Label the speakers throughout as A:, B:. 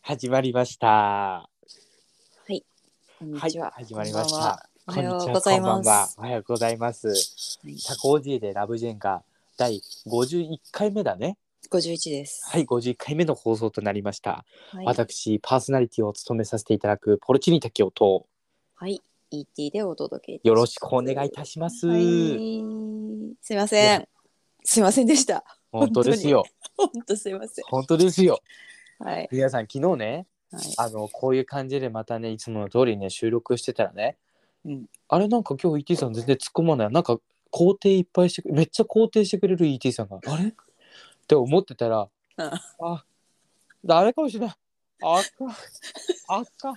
A: 始まりました。
B: こんに
A: はい
B: ちは。、
A: 始まりまし
B: こんばんは
A: た。
B: おはようござい
A: こん
B: ま
A: にちは
B: す。
A: こんばんはおはようございます。社交辞令でラブジェンが第51回目だね。
B: 五十一です。
A: はい、51回目の放送となりました。
B: はい。
A: 私、パーソナリティを務めさせていただくポルチーニ滝夫と、
B: はい。E.T. でお届けいたします。
A: よろしくお願いいたします。
B: はい。すいません。すいませんでした。
A: 本当ですよ。
B: 本当すいません。
A: 本当ですよ。
B: はい。
A: 皆さん、昨日ね、
B: はい。
A: あの、こういう感じでまたね、いつもの通りね、収録してたらね、
B: うん
A: あれなんか今日 ET さん全然突っ込まない。なんか肯定いっぱいしてくめっちゃ肯定してくれる ET さんが、あれって思ってたら、
B: うん
A: あ、誰かもしれない。あっか、あっか、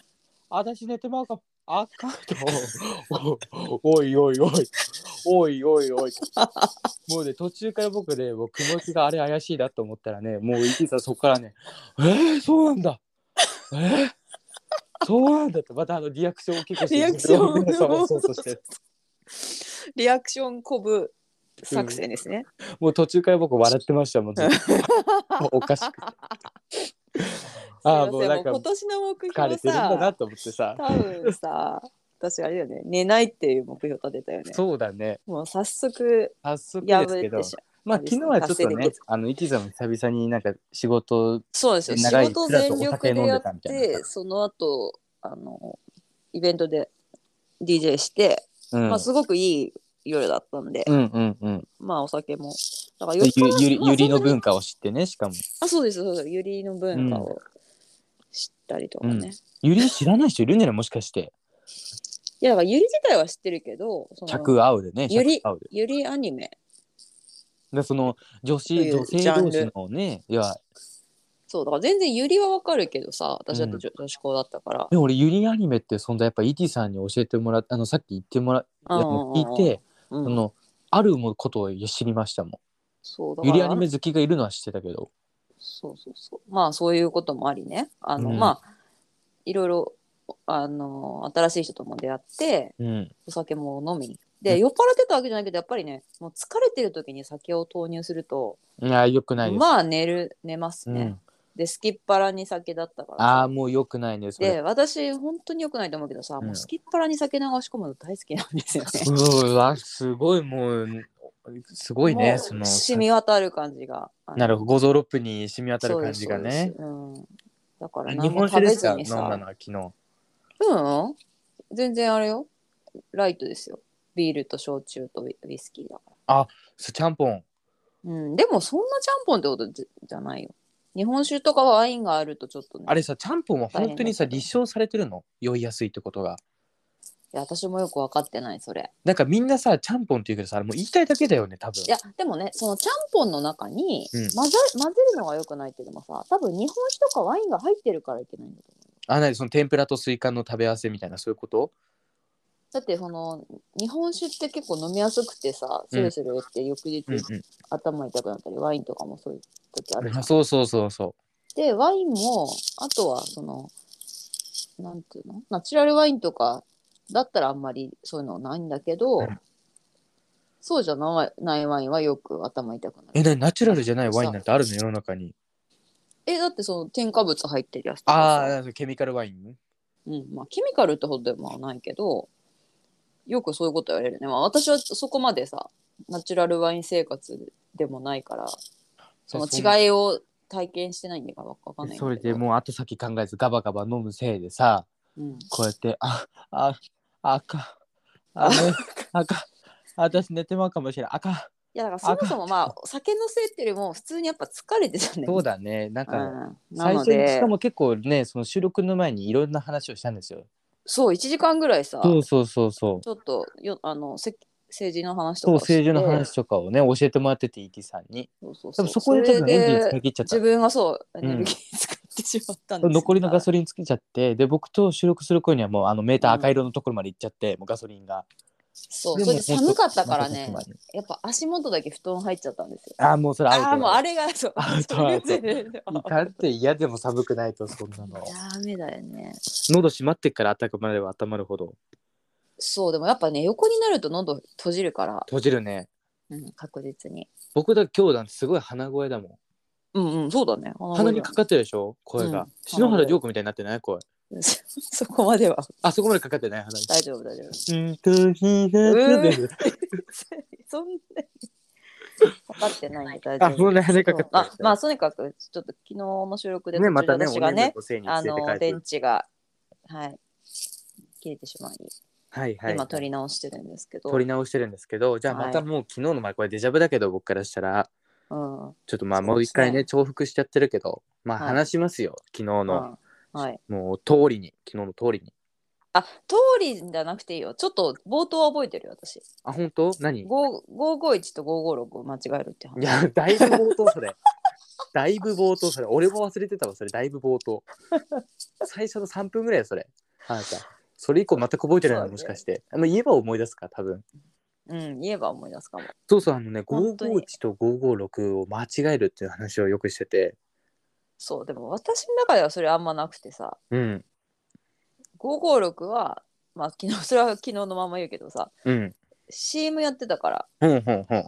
A: あたし寝てまうかも。あっかと、 おおいおいおい、おいおいおい。もうね、途中から僕ね、もう気持ちがあれ怪しいなと思ったらね、もう ET さんそこからね、えー、そうなんだ。えーそうなんだってまたあのリアクションを結構して
B: リアクション
A: そうそうそうして
B: リアクションこぶ作戦ですね。
A: もう途中から僕笑ってましたもんずっとおかしくてああ
B: すいません
A: もうなんか
B: 今年の目
A: 疲れて
B: 標
A: るんだな
B: さ、
A: と思ってさ
B: 多分さ、 私あれだよね、寝ないっていう目標立てたよね。
A: そうだね
B: もう早速
A: 早速
B: 破
A: ですけ
B: れ
A: ど
B: てしまう。
A: まあ昨日はちょっと
B: 達成で
A: ね
B: きず
A: あの一座も久々になんか仕事
B: そうですよ。仕
A: 長い
B: 事全力でや
A: ちらと
B: っ
A: お酒飲んでたみたい
B: て、その後、あの、イベントで DJ して、
A: うん、
B: まあ、すごくいい夜だったんで、
A: うんうんうん
B: まあ、お酒も。だから
A: ゆ
B: 夜
A: ゆり
B: まあ
A: ゆりの
B: そんなに
A: 文化を知ってねしかも
B: あ、そうです、そうです。ゆりの文化を知ったりとかね。
A: うん
B: い
A: ゆり知らない人いるんじゃないもしかして
B: や、だからゆり自体は知ってるけど、その
A: 客合うでね
B: ゆり
A: 客合うで
B: ゆりアニメ、
A: でその女
B: と
A: 子
B: いう
A: 女性
B: ジャン
A: 同
B: ル
A: 士のねいや
B: そう、だから全然ゆりはわかるけどさ、私だって女女子校だったから。
A: でも俺ゆりアニメって存在やっぱ ET さんに教えてもらったあのさっき言ってもらっ
B: うん
A: 聞いて
B: う
A: あ
B: ん
A: のあるもことを知りましたも
B: そうだ
A: ん
B: か
A: ゆ
B: ら
A: りアニメ好きがいるのは知ってたけど
B: そうそうそうまあそういうこともありねあの、
A: うん
B: まあいろいろあの新しい人とも出会って
A: うん
B: お酒も飲み
A: う
B: で
A: ん
B: 酔っ払ってたわけじゃないけどやっぱりねもう疲れてる時に酒を投入すると
A: いやよくないです、
B: まあ寝る寝ます
A: う
B: ね、
A: ん、
B: で好きっ腹に酒だったか
A: あ
B: らさ
A: あもうよくないねそれ
B: で私本当によくないと思うけどさ、
A: うん
B: もう好きっ腹に酒流し込むの大好きなんですよね。
A: う わすごいもうすごいね
B: もう
A: その
B: 染み渡る感じが。あの
A: なるほど五臓六腑に染み渡る感じが
B: そうで
A: ね
B: すそうですうん、だから
A: 日
B: 何も
A: 本
B: 食
A: 酒で
B: べ
A: す
B: ず
A: か飲
B: に
A: ん
B: さ。
A: だのは昨日
B: うん全然あれよライトですよビールと焼酎とウイウイスキーだか
A: そうちゃんぽん
B: ら、うん、でもそんなちゃんぽんってことじじゃないよ日本酒とかはワインがあるとちょっとね
A: あれさちゃんぽんは本当にさ
B: 大変だけど
A: 立証されてるの酔いやすいってことが
B: いや私もよく分かってないそれ
A: なんかみんなさちゃんぽんって言うけどさあれもう言いたいだけだよね多分
B: いやでもねそのちゃんぽんの中に
A: うん
B: 混ざ,、混ぜるのがよくないっていうのもさ多分日本酒とかワインが入ってるからいけないんだと思う
A: あなにその天ぷらとスイカの食べ合わせみたいなそういうこと
B: だってその日本酒って結構飲みやすくてさスルスル言って翌日、
A: うん
B: 頭痛くなったりワインとかもそういう時あるじゃん
A: うんそうそうそうそ
B: で、ワインも、あとは、その、なんていうのナチュラルワインとかだったらあんまりそういうのないんだけど、
A: うん
B: そうじゃないないワインはよく頭痛くな
A: うえ
B: る。
A: なにナチュラルじゃないワインなんてあるの世の中に
B: え、だってその添加物入ってるやつと
A: あ
B: かさ
A: あーケミカルワイン
B: うん、まあ、ケミカルってほどでもないけど、よくそういうこと言われるね。まあ、私はそこまでさ、ナチュラルワイン生活でもないから、その
A: い
B: 違いを体験してないんだからわかんないんだけど。
A: それでもう後先考えずガバガバ飲むせいでさ
B: うん、
A: こうやってああ赤あ ね赤私寝てまうかもしれない赤
B: いやだからそもそもまあお酒のせいっていうよりも普通にやっぱ疲れてたんだよね。
A: そうだねなんか
B: うん、な
A: 最
B: の
A: 初にし
B: で
A: かも結構ねその収録の前にいろんな話をしたんですよ
B: そう1時間ぐらいさ
A: そうそうそうそう
B: ちょっとよあのせ政治の話と
A: そ
B: か
A: う
B: をして
A: 政治の話とかをね教えてもらってて ET さんに
B: そうそう
A: 多
B: そう
A: 分そこで多分エンジン使
B: それ
A: い
B: で
A: 切っちゃった
B: 自分がそうエ
A: ん
B: ネルギー使ってしまったんですよ
A: 残りのガソリンつけちゃってで僕と収録する頃にはもうあのメーター赤色のところまで行っちゃって、もうガソリンが
B: そう
A: で
B: そ
A: も
B: れで寒かったからね
A: もうちょっと
B: やっぱ足元だけ布団入っちゃったんですよ
A: あーもうそれアウト
B: ああもうあれがそう
A: アウトアウト
B: それで
A: いかんって嫌でも寒くないとそんなの
B: ダメだよね
A: 喉閉まってっから温まれば温まるほど
B: そうでもやっぱね横になると喉閉じるから、
A: 閉じるね
B: うん、確実に
A: 僕だけ今日なんてすごい鼻声だもん
B: うんうんそうだね鼻
A: 鼻にかか ってるでしょ声が、
B: うん
A: 篠原涼子みたいになってない声
B: そこまでは
A: あそこまでかかってない 鼻に
B: 大丈夫大丈夫
A: うんとひがつる
B: そんなにかかってないんで大
A: あそんなにかかってない
B: あまあとにかくちょっと昨日の収録で
A: ねまた
B: 途中
A: ねお
B: で私が
A: ね
B: ね
A: のせいに
B: あ
A: 連れて帰っ
B: の
A: て
B: 電池がはい切れてしまい
A: はいはい
B: 今撮り直してるんですけど、
A: 撮り直してるんですけどじゃあまたもう昨日の前これデジャブだけど僕からしたら
B: うん
A: ちょっとまあ
B: そう
A: もう一回ね
B: で
A: 重複しちゃってるけどまあ
B: はい
A: 話しますよ、昨日の、
B: うんはい
A: もう通りに昨日の通りに
B: あ通りじゃなくていいよちょっと冒頭は覚えてるよ私
A: あ本当何い
B: 5 551と556を間違えるって話
A: やだいぶ冒頭それだいぶ冒頭それ俺も忘れてたわそれだいぶ冒頭最初の3分ぐらいよそれあなたそれ以降全く覚えてない
B: そう
A: の
B: ね
A: もしかしてあの言えば思い出すか多分
B: うん言えば思い出すかも
A: そうそうあのね
B: 本当に
A: 551と556を間違えるっていう話をよくしてて
B: そうでも私の中ではそれあんまなくてさ
A: うん
B: 556はまあ昨日それは昨日のまま言うけどさ
A: うん
B: CM やってたから
A: ほんほんほん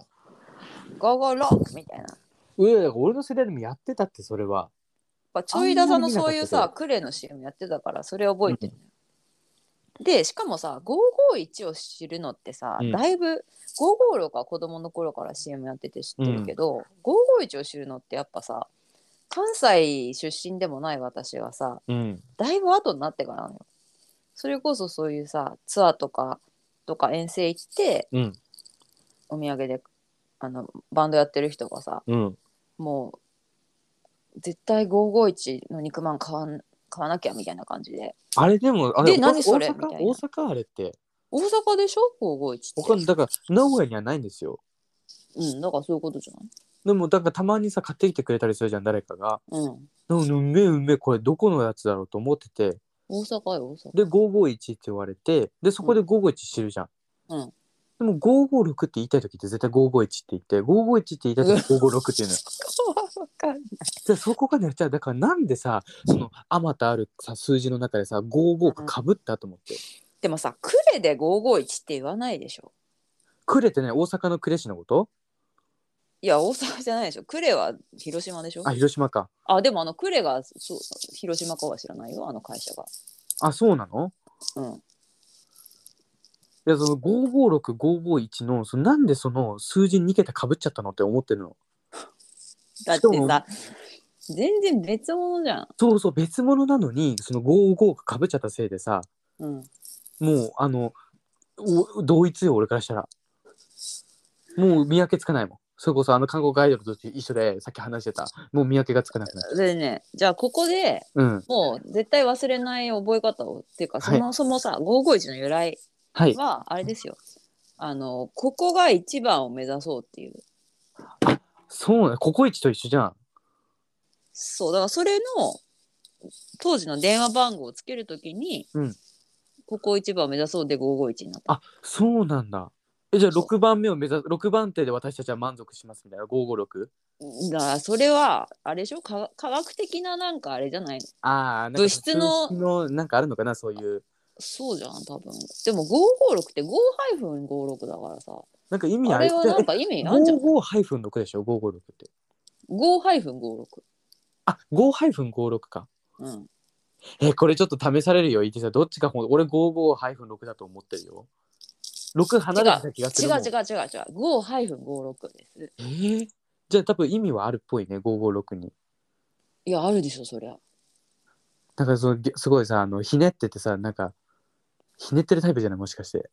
B: 「ゴーゴーロック」みたいなやっ
A: うわ俺の世代でもやってたってそれは
B: ぱちょいださんのそ
A: あん
B: ういう
A: まり見なかった
B: さ
A: け
B: クレの CM やってたからそれ覚えてるのよ、でしかもさ551を知るのってさ、
A: うん
B: だいぶ556は子供の頃から CM やってて知ってるけど、551を知るのってやっぱさ関西出身でもない私はさ
A: うん
B: だいぶ後になってからなのよ。それこそそういうさツアーとかとか遠征行って
A: うん
B: お土産であのバンドやってる人がさ
A: うん
B: もう絶対551の肉まん買わん買わなきゃみたいな感じで
A: あれでもあ
B: で
A: れ
B: 何それ
A: 大阪
B: みたいな
A: 大阪あれって
B: 大阪でしょ551
A: 他
B: っ
A: の
B: て
A: だから名古屋にはないんですよ
B: うんだからそういうことじゃない
A: でもだからたまにさ買ってきてくれたりするじゃん誰かが
B: うん
A: 「なんかうんめえうんめえこれどこのやつだろう?」と思ってて
B: 大阪よ大阪
A: で551って言われてでそこで551知るじゃん、
B: うん
A: でも556って言いたい時って絶対551って言って551って言いたい時556って言う のよ
B: そこは分かんない
A: じゃあそこがねじゃあだからなんでさそのあまたあるさ数字の中でさ55がかぶったと思って、
B: でもさクレで551って言わないでしょ
A: 呉ってね大阪の呉市のこと
B: いや大阪じゃないでしょクレは広島でしょ
A: あ広島か
B: あ、でもあのクレがそう広島かは知らないよ、あの会社が。
A: あそうなの
B: うん。
A: いやその556551のそのなんでその数字2桁かぶっちゃったのって思ってるの
B: だっ
A: しか
B: て
A: も
B: さ、全然別物じゃん。
A: そうそう別物なのにその55がかぶっちゃったせいでさ
B: うん。
A: もうあのお同一よ俺からしたらもう見分けつかないもんそれこそあの韓国アイドルと一緒でさっき話してたもう見分けがつかなくなる
B: でね、じゃあここで
A: うん
B: もう絶対忘れない覚え方をっていうか、そ
A: はい
B: もそもさ、551の由来
A: はい
B: はあれですよ。あの、ここが一番を目指そうっていう。
A: そうねココイチと一緒じゃん
B: そう、だからそれの当時の電話番号をつけるときに、
A: うん
B: ここ一番を目指そうで551になった。
A: あそうなんだえじゃあ
B: そう
A: 6番目を目指す6番手で私たちは満足しますみたいな556
B: だからそれは、あれでしょ科科学的ななんかあれじゃないの
A: ああ
B: 物質の
A: のなんかあるのかなそういう
B: そうじゃん多分でも556って5-56だからさ
A: なんか意味
B: あ
A: あれ
B: れはなんか意味あんじゃん
A: 55-6でしょ556って
B: 5-56
A: あ5-56か
B: うん
A: えこれちょっと試されるよ伊手さんどっちかほん俺55-6だと思ってるよ6離れてた気がする
B: 違う
A: もん
B: 違う違う違う5-56です
A: えーじゃあ多分意味はあるっぽいね556に
B: いやあるでしょそりゃ
A: だからそのげすごいさあのひねっててさなんかひねってるタイプじゃないもしかして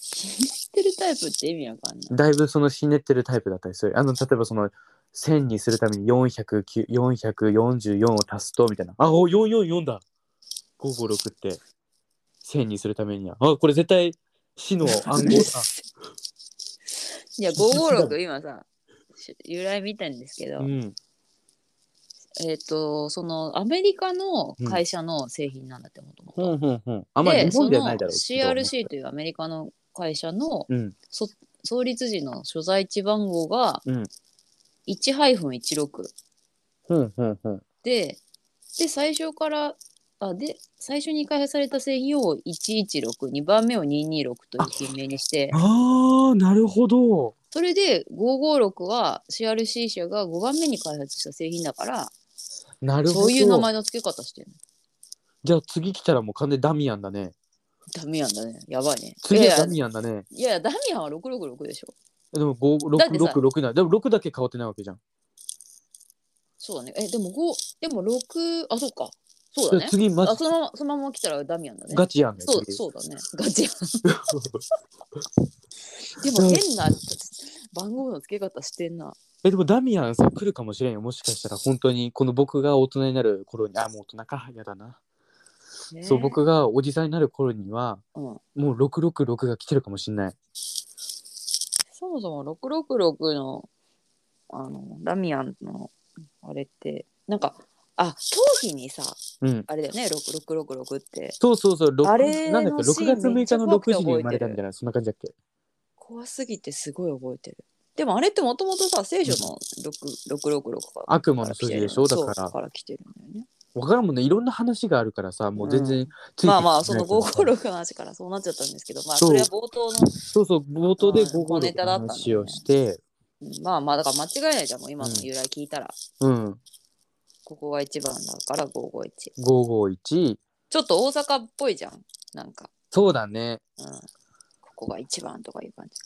B: 知ってるタイプって意味わかんない
A: だいぶそのひねってるタイプだったりするあの例えばその1000にするために400 444を足すとみたいなあお444だ556って1000にするためにはあこれ絶対死の暗号
B: いや556今さし由来見たんですけど、
A: だうん
B: えっ、とそのアメリカの会社の製品なんだってもとも
A: ほ
B: と
A: んほんほんあんまり日
B: そ
A: 本では
B: の
A: ないだろうけど
B: CRC というアメリカの会社の
A: うん
B: そ創立時の所在地番号が
A: うん
B: 1-16
A: ほんほんほん
B: でで最初からあで最初に開発された製品を1162番目を226という品名にして
A: あーなるほど
B: それで556は CRC 社が5番目に開発した製品だから
A: なるほど
B: そういう名前の付け方してる
A: じゃあ次来たらもう完全にダミアンだね
B: ダミアンだねやばいねい
A: 次
B: や
A: はい
B: や
A: ダミアンだね
B: いやいやダミアンは666でしょ
A: でも
B: だってさ
A: 5666ないでも6だけ変わってないわけじゃん
B: そうだねえでも5でも6あそっかそうだね
A: 次ま
B: あそのままそのまま来たらダミアンだね
A: ガチやんね
B: そう
A: 次
B: そうだねガチや んでも変な番号の付け方してんな
A: えでもダミアンさ来るかもしれんよもしかしたら本当にこの僕が大人になる頃にあもう大人かやだな、
B: ね
A: そう僕がおじさんになる頃には
B: うん
A: もう666が来てるかもしれない
B: そもそも666のあのラミアンのあれってなんかあ頭皮にさ
A: うん
B: あれだよね6666って
A: そうそうそう六
B: あれの
A: なんだっけ
B: シ
A: 6
B: ーン
A: 月6日の6時に
B: めっちゃ怖くて覚えてる
A: 生まれたみたいなそんな感じだっけ
B: 怖すぎてすごい覚えてるでもあれってもともとさ聖書の6 666から
A: 悪魔の数字でしょだから
B: そうから来てるんだよね
A: わからんもんねいろんな話があるからさもう全
B: う
A: 然ついてきてない
B: まあまあその
A: から
B: 556の話からそうなっちゃったんですけどまあ
A: そう
B: それは冒頭の
A: そうそう冒頭で
B: うん小ネ
A: 556
B: タ
A: の
B: だったんだよね
A: 話をして
B: うんまあまあだから間違いないじゃんもう今の由来聞いたら、
A: うん
B: ここが一番だから551ち
A: 551
B: ょっと大阪っぽいじゃんなんか、
A: そうだね
B: うん、ここが一番とかいう感じ、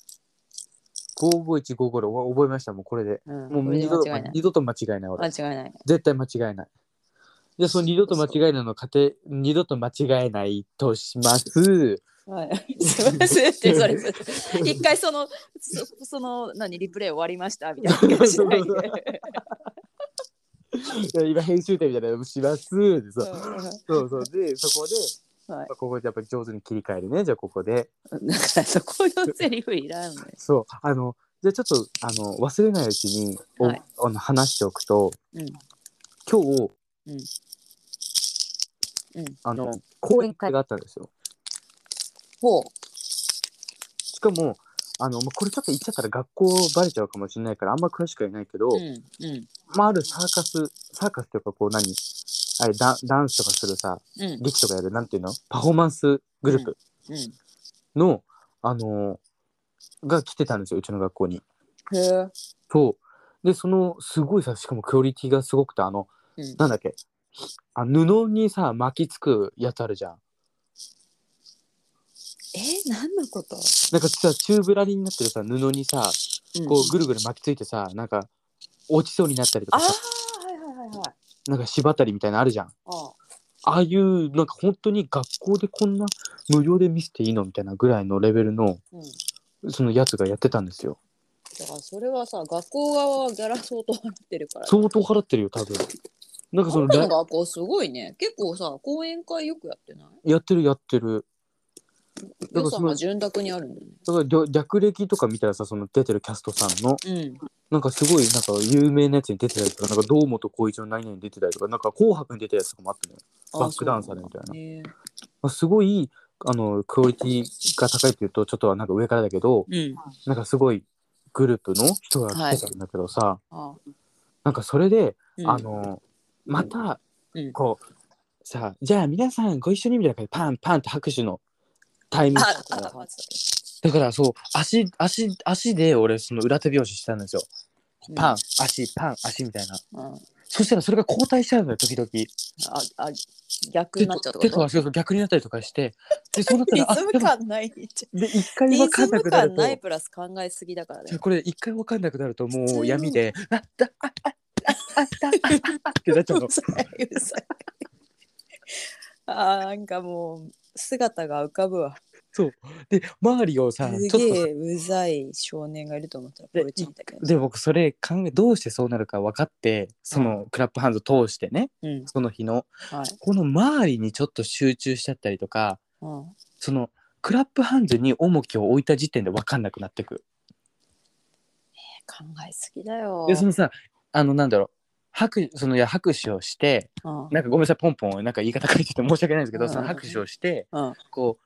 A: 55155は覚えましたもうこれで
B: うん、
A: もう
B: これ
A: 二
B: で
A: 度と
B: 間違いない
A: 二度と間違いない俺
B: 間違いない
A: 絶対間違えない。で、その二度と間違えないの過程、二度と間違えないとします。
B: はい、 すいませんってそれそれ一回そのそその何リプレイ終わりましたみたいな感じしないで
A: 今、編集点みたいなのします。でそうそうそう。で、そこで、
B: うんはい
A: まあここでやっぱり上手に切り替えるね。じゃあ、ここで。
B: だからそこのセリフいらんのよ、
A: そう。あの、じゃあちょっと、あの、忘れないうちに、お
B: はい
A: あの話しておくと、
B: うん
A: 今日、
B: うん、
A: あの、講演会があったんですよ。
B: ほう
A: しかも、あの、まあこれちょっと言っちゃったら学校バレちゃうかもしれないから、あんま詳しくは言えないけど、
B: うんうん
A: まあ、あるサーカス、サーカスというか、こう何、あれダ、ダンスとかするさ、
B: うん
A: 劇とかやる、なんていうのパフォーマンスグループ
B: うん
A: の、あのーが来てたんですよ、うちの学校に。
B: へえ
A: そう。で、その、すごいさ、しかもクオリティがすごくて、あの、
B: うん
A: なんだっけ、あ布にさ、巻きつくやつあるじゃん。
B: え何のこと、
A: なんかさ、チューブラリになってるさ、布にさ、
B: うん
A: こう、ぐるぐる巻きついてさ、なんか、落ちそうになったりと
B: あ
A: か
B: あ
A: さ、
B: はいはいはいはい
A: なんか縛ったりみたいなのあるじゃん。
B: あ
A: ああいうなんか本当に学校でこんな無料で見せていいのみたいなぐらいのレベルの
B: うんだ
A: そのやつがやってたんですよ
B: からそれはさ学校側はギャラ相当払ってるから
A: 相当払ってるよ多分なんかその
B: あんた
A: ラ
B: の学校すごいね結構さ講演会よくやってない
A: やってるやってるだから
B: 予
A: そ
B: 算
A: の
B: が潤沢にあるんだね
A: だからりょ略歴とか見たらさその出てるキャストさんの
B: うん
A: なんかすごいなんか有名なやつに出てたりとかなんか堂本光一の何々に出てたりとかなんか紅白に出てたやつとかもあったのよ
B: あ
A: バックダンサーでみたいな
B: そうなんだ
A: まあすごいあのクオリティが高いっていうとちょっとはなんか上からだけど
B: へえうん
A: なんかすごいグループの人が来てたんだけどさ、
B: あ
A: なんかそれで
B: うん
A: あのまた
B: うん
A: こう、さじゃあ皆さんご一緒にみたいな感じでパンパンって拍手のタイミング
B: あ
A: だか
B: あ
A: ら
B: あ
A: だからそう足足足で俺その裏手拍子したんですよパン、
B: うん
A: 足パン足みたいな
B: うん
A: そしたらそれが交代しちゃうのよ時々
B: ああ逆
A: 手
B: になっちゃう
A: と
B: って
A: 手
B: ことと
A: 足が逆になったりとかして でそうなった
B: リ
A: らあ
B: ズム
A: でも
B: 感ないじ
A: で一
B: ゃん
A: 回
B: リ
A: 分か
B: ズ
A: んな
B: ム
A: くな
B: 感
A: る
B: ない
A: と
B: プラス考えすぎだからね
A: これ一回分かんなくなるともう闇で「あだあああああああってなっちゃうの
B: うざいうざいあーなんかもう姿が浮かぶわ
A: で周りをさ
B: す
A: ちょっと
B: げえうざい少年がいると思ったらこれちゃったけど
A: で僕それ考えどうしてそうなるか分かってそのクラップハンド通してね
B: うん
A: その日の
B: はい
A: この周りにちょっと集中しちゃったりとか
B: うん
A: そのクラップハンドに重きを置いた時点で分かんなくなってく
B: 考えすぎだよ
A: でそのさあのなんだろう拍そのいや拍手をして
B: うん
A: なんかごめんなさいポンポンなんか言い方書いてて申し訳ないんですけど、
B: うん
A: その拍手をして
B: うん
A: こ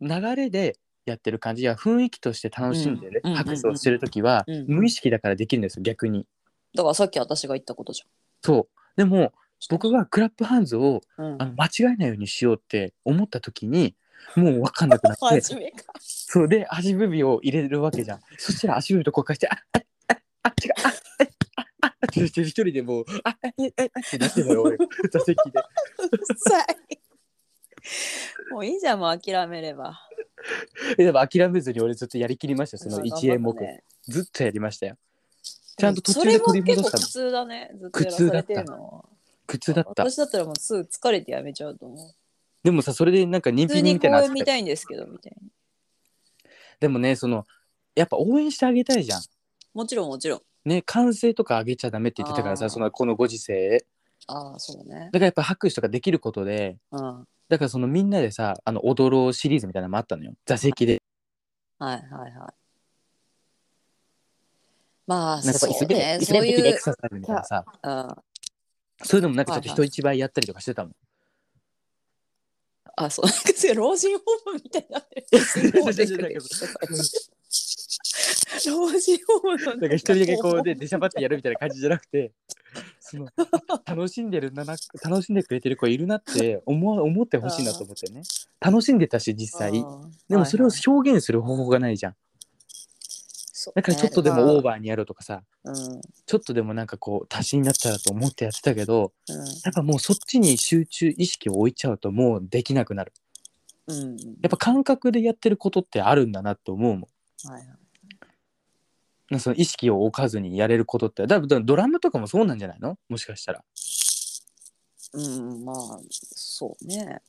A: う流れでやってる感じや雰囲気として楽しんでね、
B: うん
A: 拍手をしてる時は、
B: うん
A: 無意識だからできるんですよ逆に。
B: だからさっき私が言ったことじ
A: そうでも僕がクラップハンズを
B: ゃん。うん
A: あの間違えないようにしようって思った時にもう分かんなくなって
B: 真面目か。
A: そうで足首を入れるわけじゃんそしたら足首と交換してああああ違うああああって一人でもうあえええってなってたよ俺座席で
B: うるさい。 もういいじゃん、もう諦めれば。
A: えでも諦めずに俺ずっとやりきりましたよその1演目、
B: 頑張ったね
A: ずっとやりましたよちゃんと途中で取り戻した
B: それも結構
A: の
B: 苦痛だね。ずっとやらされてるのは。
A: 苦痛だった
B: 私だったらもうすぐ疲れてやめちゃうと思う。
A: でもさそれでなんか人
B: 普
A: 気
B: 通
A: み
B: に
A: た
B: 公
A: いな
B: 演見たいんですけど、みたいな。
A: でもねそのやっぱ応援してあげたいじゃん
B: もちろんもちろん。
A: ね歓声とかあげちゃダメって言ってたから
B: あ
A: さ
B: ー
A: そのこのご時世
B: ああ、そうね。
A: だからやっぱ拍手とかできることで
B: うん。はい
A: だからそのみんなでさあの踊ろうシリーズみたいなのもあったのよ座席で
B: はいはい。まあ、
A: なんか
B: そ
A: やっぱ椅子
B: う
A: で、
B: ね。
A: 椅子
B: そう
A: でできるエ
B: いう
A: ク、ササイズみたいなさ
B: うん
A: そういうのもなんかちょっと
B: はい
A: 人一倍やったりとかしてたもん、
B: あ、そう、なん かすごい老人ホームみたいになって る。老人ホームの
A: なんか一人だけこうで出しゃばってやるみたいな感じじゃなくてその楽しんでるなな楽しんでくれてる子いるなって思わ思ってほしいなと思ってね楽しんでたし実際
B: うん
A: でもそれを
B: はいはい
A: 表現する方法がないじゃん
B: そう
A: だからちょっとで
B: ね
A: もオーバーにやるとかさ
B: うん
A: ちょっとでもなんかこう足しになったらと思ってやってたけど
B: う
A: やっぱもうそっちに集中意識を置いちゃうともうできなくなる
B: んうん
A: やっぱ感覚でやってることってあるんだなと思うもん
B: はいはい
A: なんかその意識を置かずにやれることってだだドラムとかもそうなんじゃないのもしかしたら
B: うんまあそうね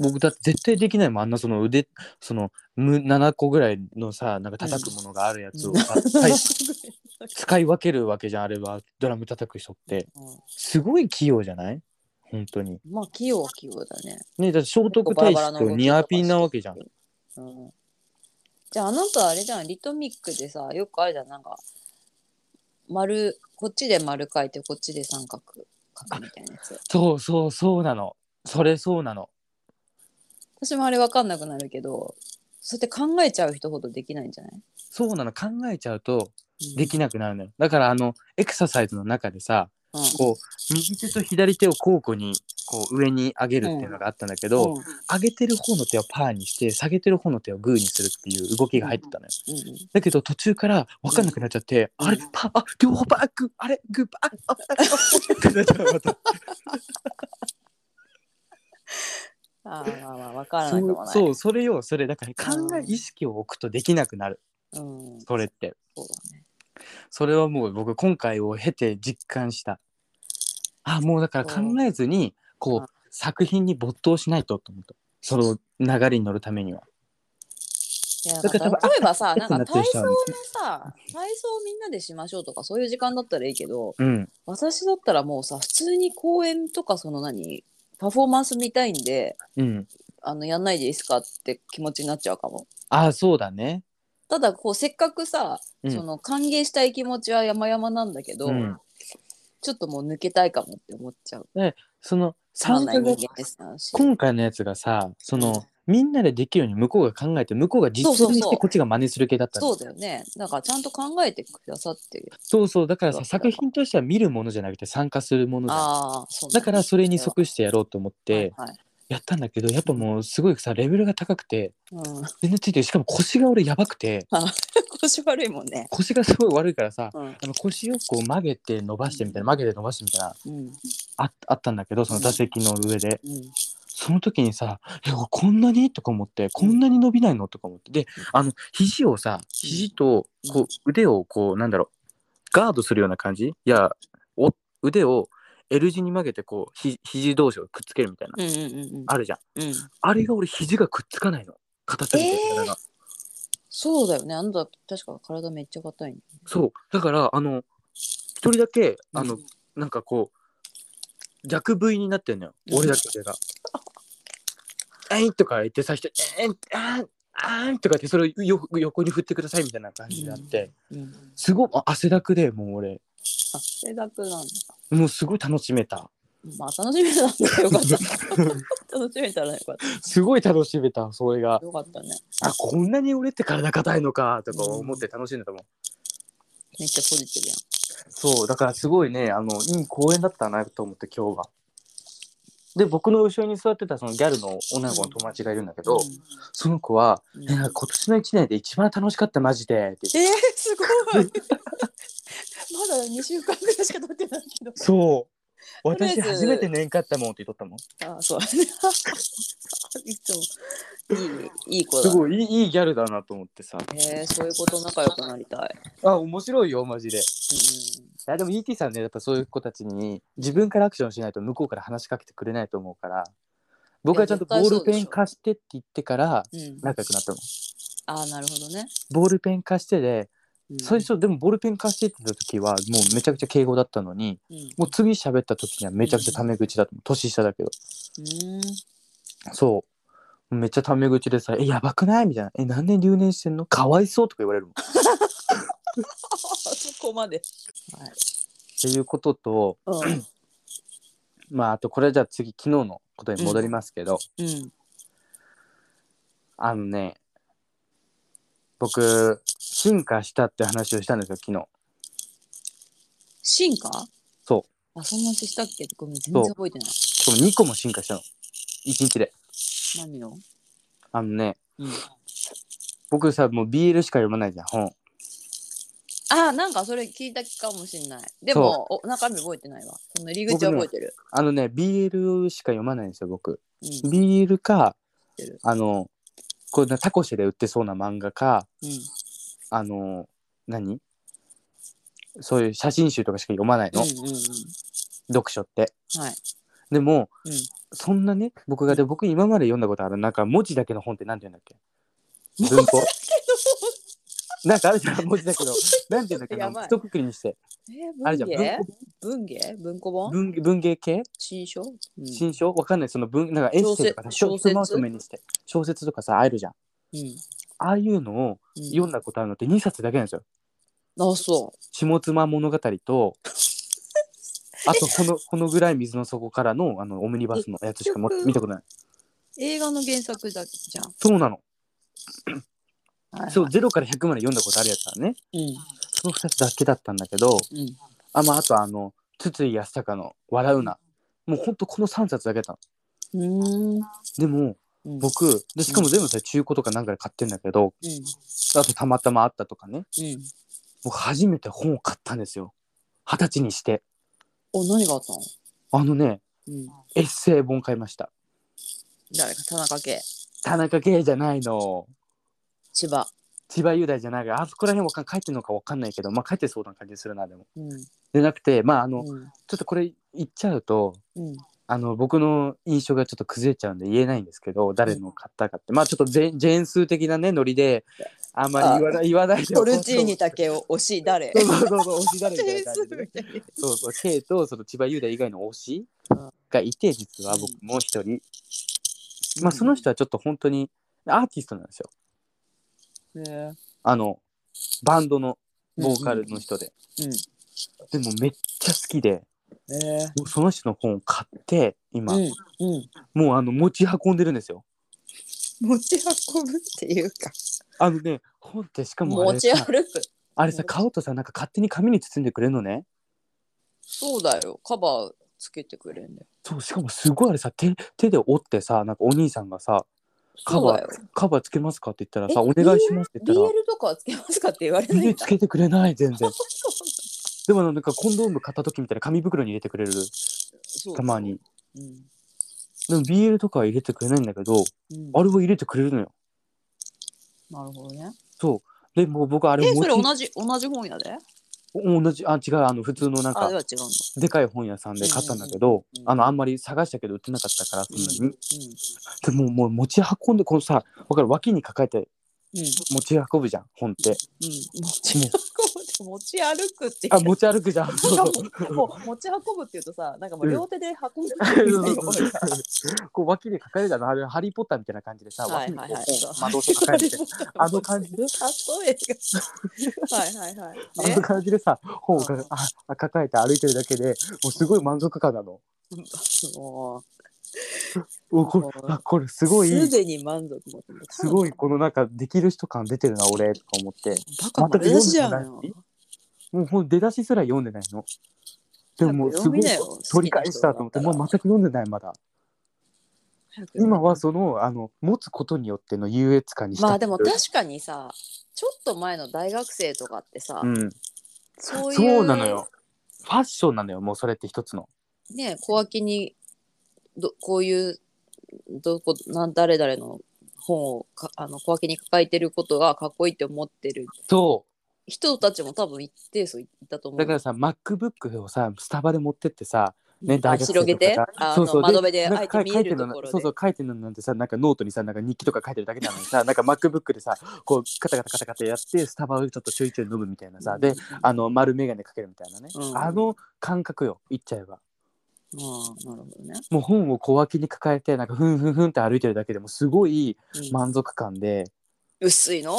A: 僕だって絶対できないもんあんなその腕そのむ7個ぐらいのさなんか叩くものがあるやつをさ、はい 使い分けるわけじゃんあれはドラム叩く人って
B: う
A: すごい器用じゃない本当に
B: んまあ器用は器用だね
A: ねだって聖徳太子とニアピンなわけじゃん
B: うんじゃああなたあれじゃんリトミックでさよくあるじゃんなんか丸こっちで丸書いてこっちで三角書くみたいなやつ
A: そうそうそうなのそれそうなの
B: 私もあれわかんなくなるけどそうやって考えちゃう人ほどできないんじゃない、
A: そうなの考えちゃうと
B: うん
A: できなくなるのよだからあのエクササイズの中でさ
B: うん
A: こう右手と左手を交互にこう上に上げるっていうのがあったんだけど、
B: うん
A: 上げてる方の手をパーにして下げてる方の手をグーにするっていう動きが入ってたのよ、
B: うん
A: だけど途中から分かんなくなっちゃって、
B: うん
A: あれパーあ両方パーグーあれグーパーあああってなっちゃうまた
B: あーまあまあ分からな
A: そ
B: くも
A: う
B: ない
A: そうそれよそれだから考え
B: うん
A: 意識を置くとできなくなる
B: うん、
A: それって
B: そうだね。
A: それはもう僕今回を経て実感したあもうだから考えずにこ
B: う
A: うん作品に没頭しないとと思ったその流れに乗るためにはい
B: や
A: だから多分
B: 例えばさ、なんか
A: なってる
B: 体
A: 人
B: 操
A: は
B: のさ、体操みんなでしましょうとか、そういう時間だったらいいけど、
A: うん
B: 私だったらもうさ、普通に公演とか、その何、パフォーマンス見たいんで、
A: うん
B: あの、やんないでいいですかって気持ちになっちゃうかも。
A: あそうだね
B: ただ、こう、せっかくさ、
A: うん
B: その、歓迎したい気持ちは山々なんだけど、
A: うん
B: ちょっともう抜けたいかもって思っちゃう。
A: その
B: つまん
A: 参
B: ない
A: 加
B: 人
A: が
B: 間ですなし。
A: 今回のやつがさそのみんなでできるように向こうが考えて向こうが実
B: そう
A: 践
B: そう
A: し
B: そ
A: て
B: う
A: こっちが真似する系だったの
B: そうだよね。だから、ちゃんと考えてくださってる。
A: そうそうだからさ
B: そうだ
A: 作品としては見るものじゃなくて参加するものじゃん
B: ああ、そう
A: だからそれに
B: っ
A: 即してやろうと思って
B: はいはい
A: やったんだけどやっぱもうすごいさレベルが高くて
B: うん、
A: 全然ついてるしかも腰が俺やばくて
B: 腰悪いもんね。
A: 腰がすごい悪いからさ
B: うん
A: あの腰をこう曲げて伸ばしてみたいな曲げて伸ばしてみたいな
B: うん
A: ああったんだけどその座席の上で
B: うん
A: その時にさ「いやこんなに?」とか思って「こんなに伸びないの?」とか思ってであの肘をさ肘とこう腕をこうなんだろうガードするような感じいやお腕を L 字に曲げてこうひ肘同士をくっつけるみたいな
B: うんうんうん
A: あるじゃん
B: うん、
A: あれが俺肘がくっつかないの硬すぎて
B: えー
A: 体が
B: そうだよねあんた確か体めっちゃ硬いね
A: そうだからあの一人だけあの、
B: うん
A: なんかこう逆 V になってんのよ
B: うん
A: 俺だけ腕が。えいとか言って最初「えいあんあん」とか言ってそれをよ横に振ってくださいみたいな感じになって、
B: うん
A: すごいあ汗だくでもう俺
B: 汗だくなんだ
A: もうすごい楽しめた
B: まあ楽しめたんだよかった 楽しめた らよかった
A: すごい楽しめたそれが
B: よかったね
A: あこんなに俺って体硬いのかとか思って楽しんでたもん、
B: めっちゃポジティブやん
A: そうだからすごいねあのいい公演だったなと思って今日はで僕の後ろに座ってたそのギャルの女の子の友達がいるんだけど、その子は「
B: うん
A: いやなんか今年の1年で一番楽しかったマジで」って言って
B: えー、すごい まだ2週間ぐらいしか経ってないけど
A: そう
B: とりあ
A: 私
B: えず
A: 初めて年かったもんって言っとったもん
B: あそう いつもいいいい子
A: す
B: だ
A: ごいいいいいギャルだなと思ってさ
B: えー、そういうこと仲良くなりたい、
A: あ面白いよマジでいやでも ET さんねやっぱそういう子たちに自分からアクションしないと向こうから話しかけてくれないと思うから僕はちゃんと
B: いや
A: ボー
B: 絶対そう
A: ル
B: でし
A: ペン
B: ょ
A: 貸してって言ってから
B: うんうん、
A: 仲良くなったもん
B: ああなるほどね、
A: ボールペン貸してで
B: うん
A: 最、初でもボールペン貸してって言った時はもうめちゃくちゃ敬語だったのに
B: うん、う
A: もう次喋った時にはめちゃくちゃタメ口だと思う年下だけど
B: ーん
A: そう。めっちゃタメ口でさ、え、やばくないみたいな。え、何年留年してんのかわいそうとか言われるもん。っ
B: あそこまで、はい
A: ていうことと、
B: うん
A: まあ、あとこれじゃあ次、昨日のことに戻りますけど、
B: うん
A: あのね、僕、進化したって話をしたんですよ、昨日。
B: 進化
A: そう
B: あそんな話したっけごめん全然
A: そう
B: 覚えてない
A: しかも2個も進化したの。1日で。
B: 何を
A: あのね、
B: うん
A: 僕さ、もう BL しか読まないじゃん、本。
B: あーなんかそれ聞いたかもしんないでもお中身覚えてないわその入り口は覚えてる、
A: あのね、BL しか読まないんですよ、僕。
B: うん
A: BL か
B: 知ってる、
A: あの、こんなタコシェで売ってそうな漫画か、
B: うん
A: あの何そういう写真集とかしか読まないの、
B: うんうんうん
A: 読書って。
B: はい
A: でも、
B: うん
A: そんなね僕がで僕今まで読んだことあるなんか文字だけの本って何て言うんだっけ文庫なんかあるじゃん文字だけ ど何て言うんだっけ
B: やば
A: ない一括りにして
B: えー、
A: あれじゃ
B: 文
A: ん
B: 芸文芸文庫本
A: 文文芸系
B: 新書、うん
A: 新書わかんないその文なんかエッセイとかさ
B: 小
A: 小
B: 説
A: 説まとめにして小説とかさあるじゃん
B: うん
A: ああいうのを
B: うん
A: 読んだことあるのって2冊だけなんですよ
B: あそう
A: 下妻物語 とあとこのこのぐらい水の底からのあのオムニバスのやつしかも
B: 結局
A: 見たことない
B: 映画の原作だじゃん、
A: そうなの、
B: はいはい
A: そう0から100まで読んだことあるやつだね
B: う
A: その2つだけだったんだけど
B: んうん
A: あ,、まあ、あとあの筒井康隆の「笑うな」もうほんとこの3冊だけだったの
B: うーん
A: でも
B: うん
A: 僕でしかも全部それ中古とかなんかで買ってんだけど
B: うん
A: あとたまたまあったとかね
B: うん
A: 僕初めて本を買ったんですよ二十歳にして
B: お何があったの
A: あのね
B: うん
A: エッセイ本買いました
B: 誰か田中圭
A: 田中圭じゃないの
B: 千葉
A: 千葉雄大じゃないがあそこら辺わかん書いてるのかわかんないけどまあ書いてそうな感じするなでも。
B: うん
A: でなくてまああ
B: う
A: の、ちょ
B: ん
A: っとこれ言っちゃうと
B: うん
A: あの僕の印象がちょっと崩れちゃうんで言えないんですけど誰の買ったかって、まあちょっとジェジェーンスー的なねノリであんまり言わない言わないで
B: トルチーニ竹を推し誰
A: そうそうそうそう推し誰みた
B: ジェ
A: い
B: イ
A: な
B: ス
A: 感
B: み
A: じで、
B: たい
A: ね、
B: な
A: そうそう K とその千葉雄大以外の推し
B: うん
A: がいて実は僕もう一人、まあその人はちょっと本当にアーティストなんですよ
B: ね
A: あのバンドのボーカルの人で、
B: うん
A: でもめっちゃ好きで
B: え
A: もうその人の本を買って今、
B: うんうん
A: もうあの持ち運んでるんですよ
B: 持ち運ぶっていうか
A: あのね本ってしかもあ
B: 持
A: れ
B: ち
A: さ
B: 歩く
A: あれさ買おうとさなんか勝手に紙に包んでくれるのね
B: そうだよカバーつけてくれんだよ
A: そうしかもすごいあれさ手手で折ってさなんかお兄さんがさカ
B: そう
A: バ
B: だ
A: ー
B: よ
A: カバーつけますかって言ったら
B: え
A: さお願いしますって言
B: BL
A: ったら
B: とかはつけますかって言われな
A: 全然
B: いん だ
A: つけてくれない全然 でもなんかコンドーム買った時みたいな紙袋に入れてくれる
B: そう
A: たまに
B: うん
A: でも BL とかは入れてくれないんだけど
B: うん
A: あれを入れてくれるのよ
B: なるほどね
A: そうでもう僕あれ
B: え
A: 持
B: それ
A: ち
B: 同じ同じ本屋で
A: 同じあ違うあの普通のなん
B: あ
A: か
B: では違うんだ
A: でかい本屋さんで買ったんだけど、
B: うんうん
A: あのあんまり探したけど売ってなかったからそんなに、
B: う
A: でももう持ち運んでこのさわかる脇に抱えて
B: んうん
A: 持ち運ぶじゃん本って
B: うん、持ち運ぶ持ち歩くって
A: あ持ち歩くじゃんそうそう
B: なんか もうもう持ち運ぶっていうとさなんかもう両手で運んで
A: そう
B: るみたいな
A: そうそう こう脇に抱えるじゃんあれハリー・ポッターみたいな感じでさ、
B: はい
A: 脇
B: はい
A: に
B: はい
A: こう本まあどうせ抱え てあの感じで
B: 例えがはいはいはい
A: あ
B: ね
A: の感じでさ本をか
B: うん
A: ああ抱えて歩いてるだけでもうすごい満足感なの。
B: も
A: おこれ
B: うん
A: あこれす
B: う
A: ごい
B: すでに満足も
A: すごいこのなんかできる人感出てるな俺とか思って
B: バカ丸出しじゃんよ
A: 全もうほん出だしすら読んでないの。でももうす
B: 読
A: ご
B: み
A: い
B: なよ
A: 取り返したと思って、まあ、全く読んでないまだ。今はそのあの持つことによっての優越感にした
B: まあでも確かにさちょっと前の大学生とかってさ、
A: うん、
B: そういう
A: そうなのよファッションなのよもうそれって一つの
B: ね小脇にどこういうどこなん誰々の本をかあの小脇に抱えてることがかっこいいって思ってる
A: そ
B: 人たちも多分一定数いたと
A: う
B: 思う。
A: だからさ MacBook をさスタバで持ってってさね
B: うん
A: 大
B: あ
A: 学生
B: 広げて
A: とかさ
B: あ
A: そう
B: の
A: そう
B: 窓辺で
A: な
B: あ
A: ん
B: え
A: か
B: て見え
A: 書い
B: る
A: て
B: と
A: の
B: ころで
A: そうそう書いてるのなんてさなんかノートにさなんか日記とか書いてるだけなのにさなんか MacBook でさこうカタカタカタカタやってスタバをちょっとちょいちょい飲むみたいなさであの丸眼鏡かけるみたいなね、
B: うん
A: あの感覚よ言っちゃえば
B: うんなるほどね、
A: もう本を小脇に抱えてなんかふんふんふんって歩いてるだけでもすごい
B: うん
A: 満足感で、
B: 薄いの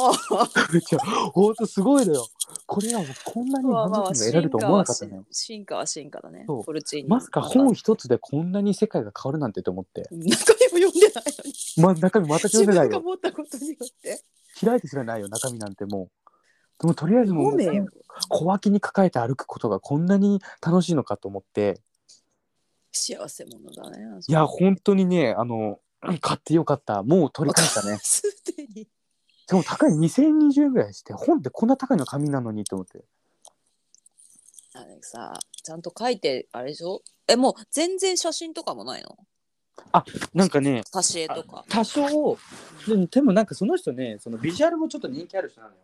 A: ちょほんとすごいのよこれはもうこんなに満足感が得られると思わなかったのよ
B: 進化は進化だね
A: そう
B: ポルチーニ
A: まさか本一つでこんなに世界が変わるなんてと思って、
B: 中身も読んでないのに
A: ま、中身全く
B: 自
A: 読めない
B: 分が
A: よ
B: 持ったことによって
A: 開いてすらないよ中身なんてもうでもとりあえずもう
B: ごめんよ
A: 小脇に抱えて歩くことがこんなに楽しいのかと思って
B: 幸せ者だね
A: いや本当にねあの買ってよかったもう取り返したね
B: すでに
A: でも高い2020円ぐらいして本ってこんな高いの紙なのにと思って
B: あれさちゃんと書いてあれでしょえもう全然写真とかもないの
A: なんかね
B: 挿絵とか
A: 多少でもでもなんかその人ねそのビジュアルもちょっと人気ある人なのよ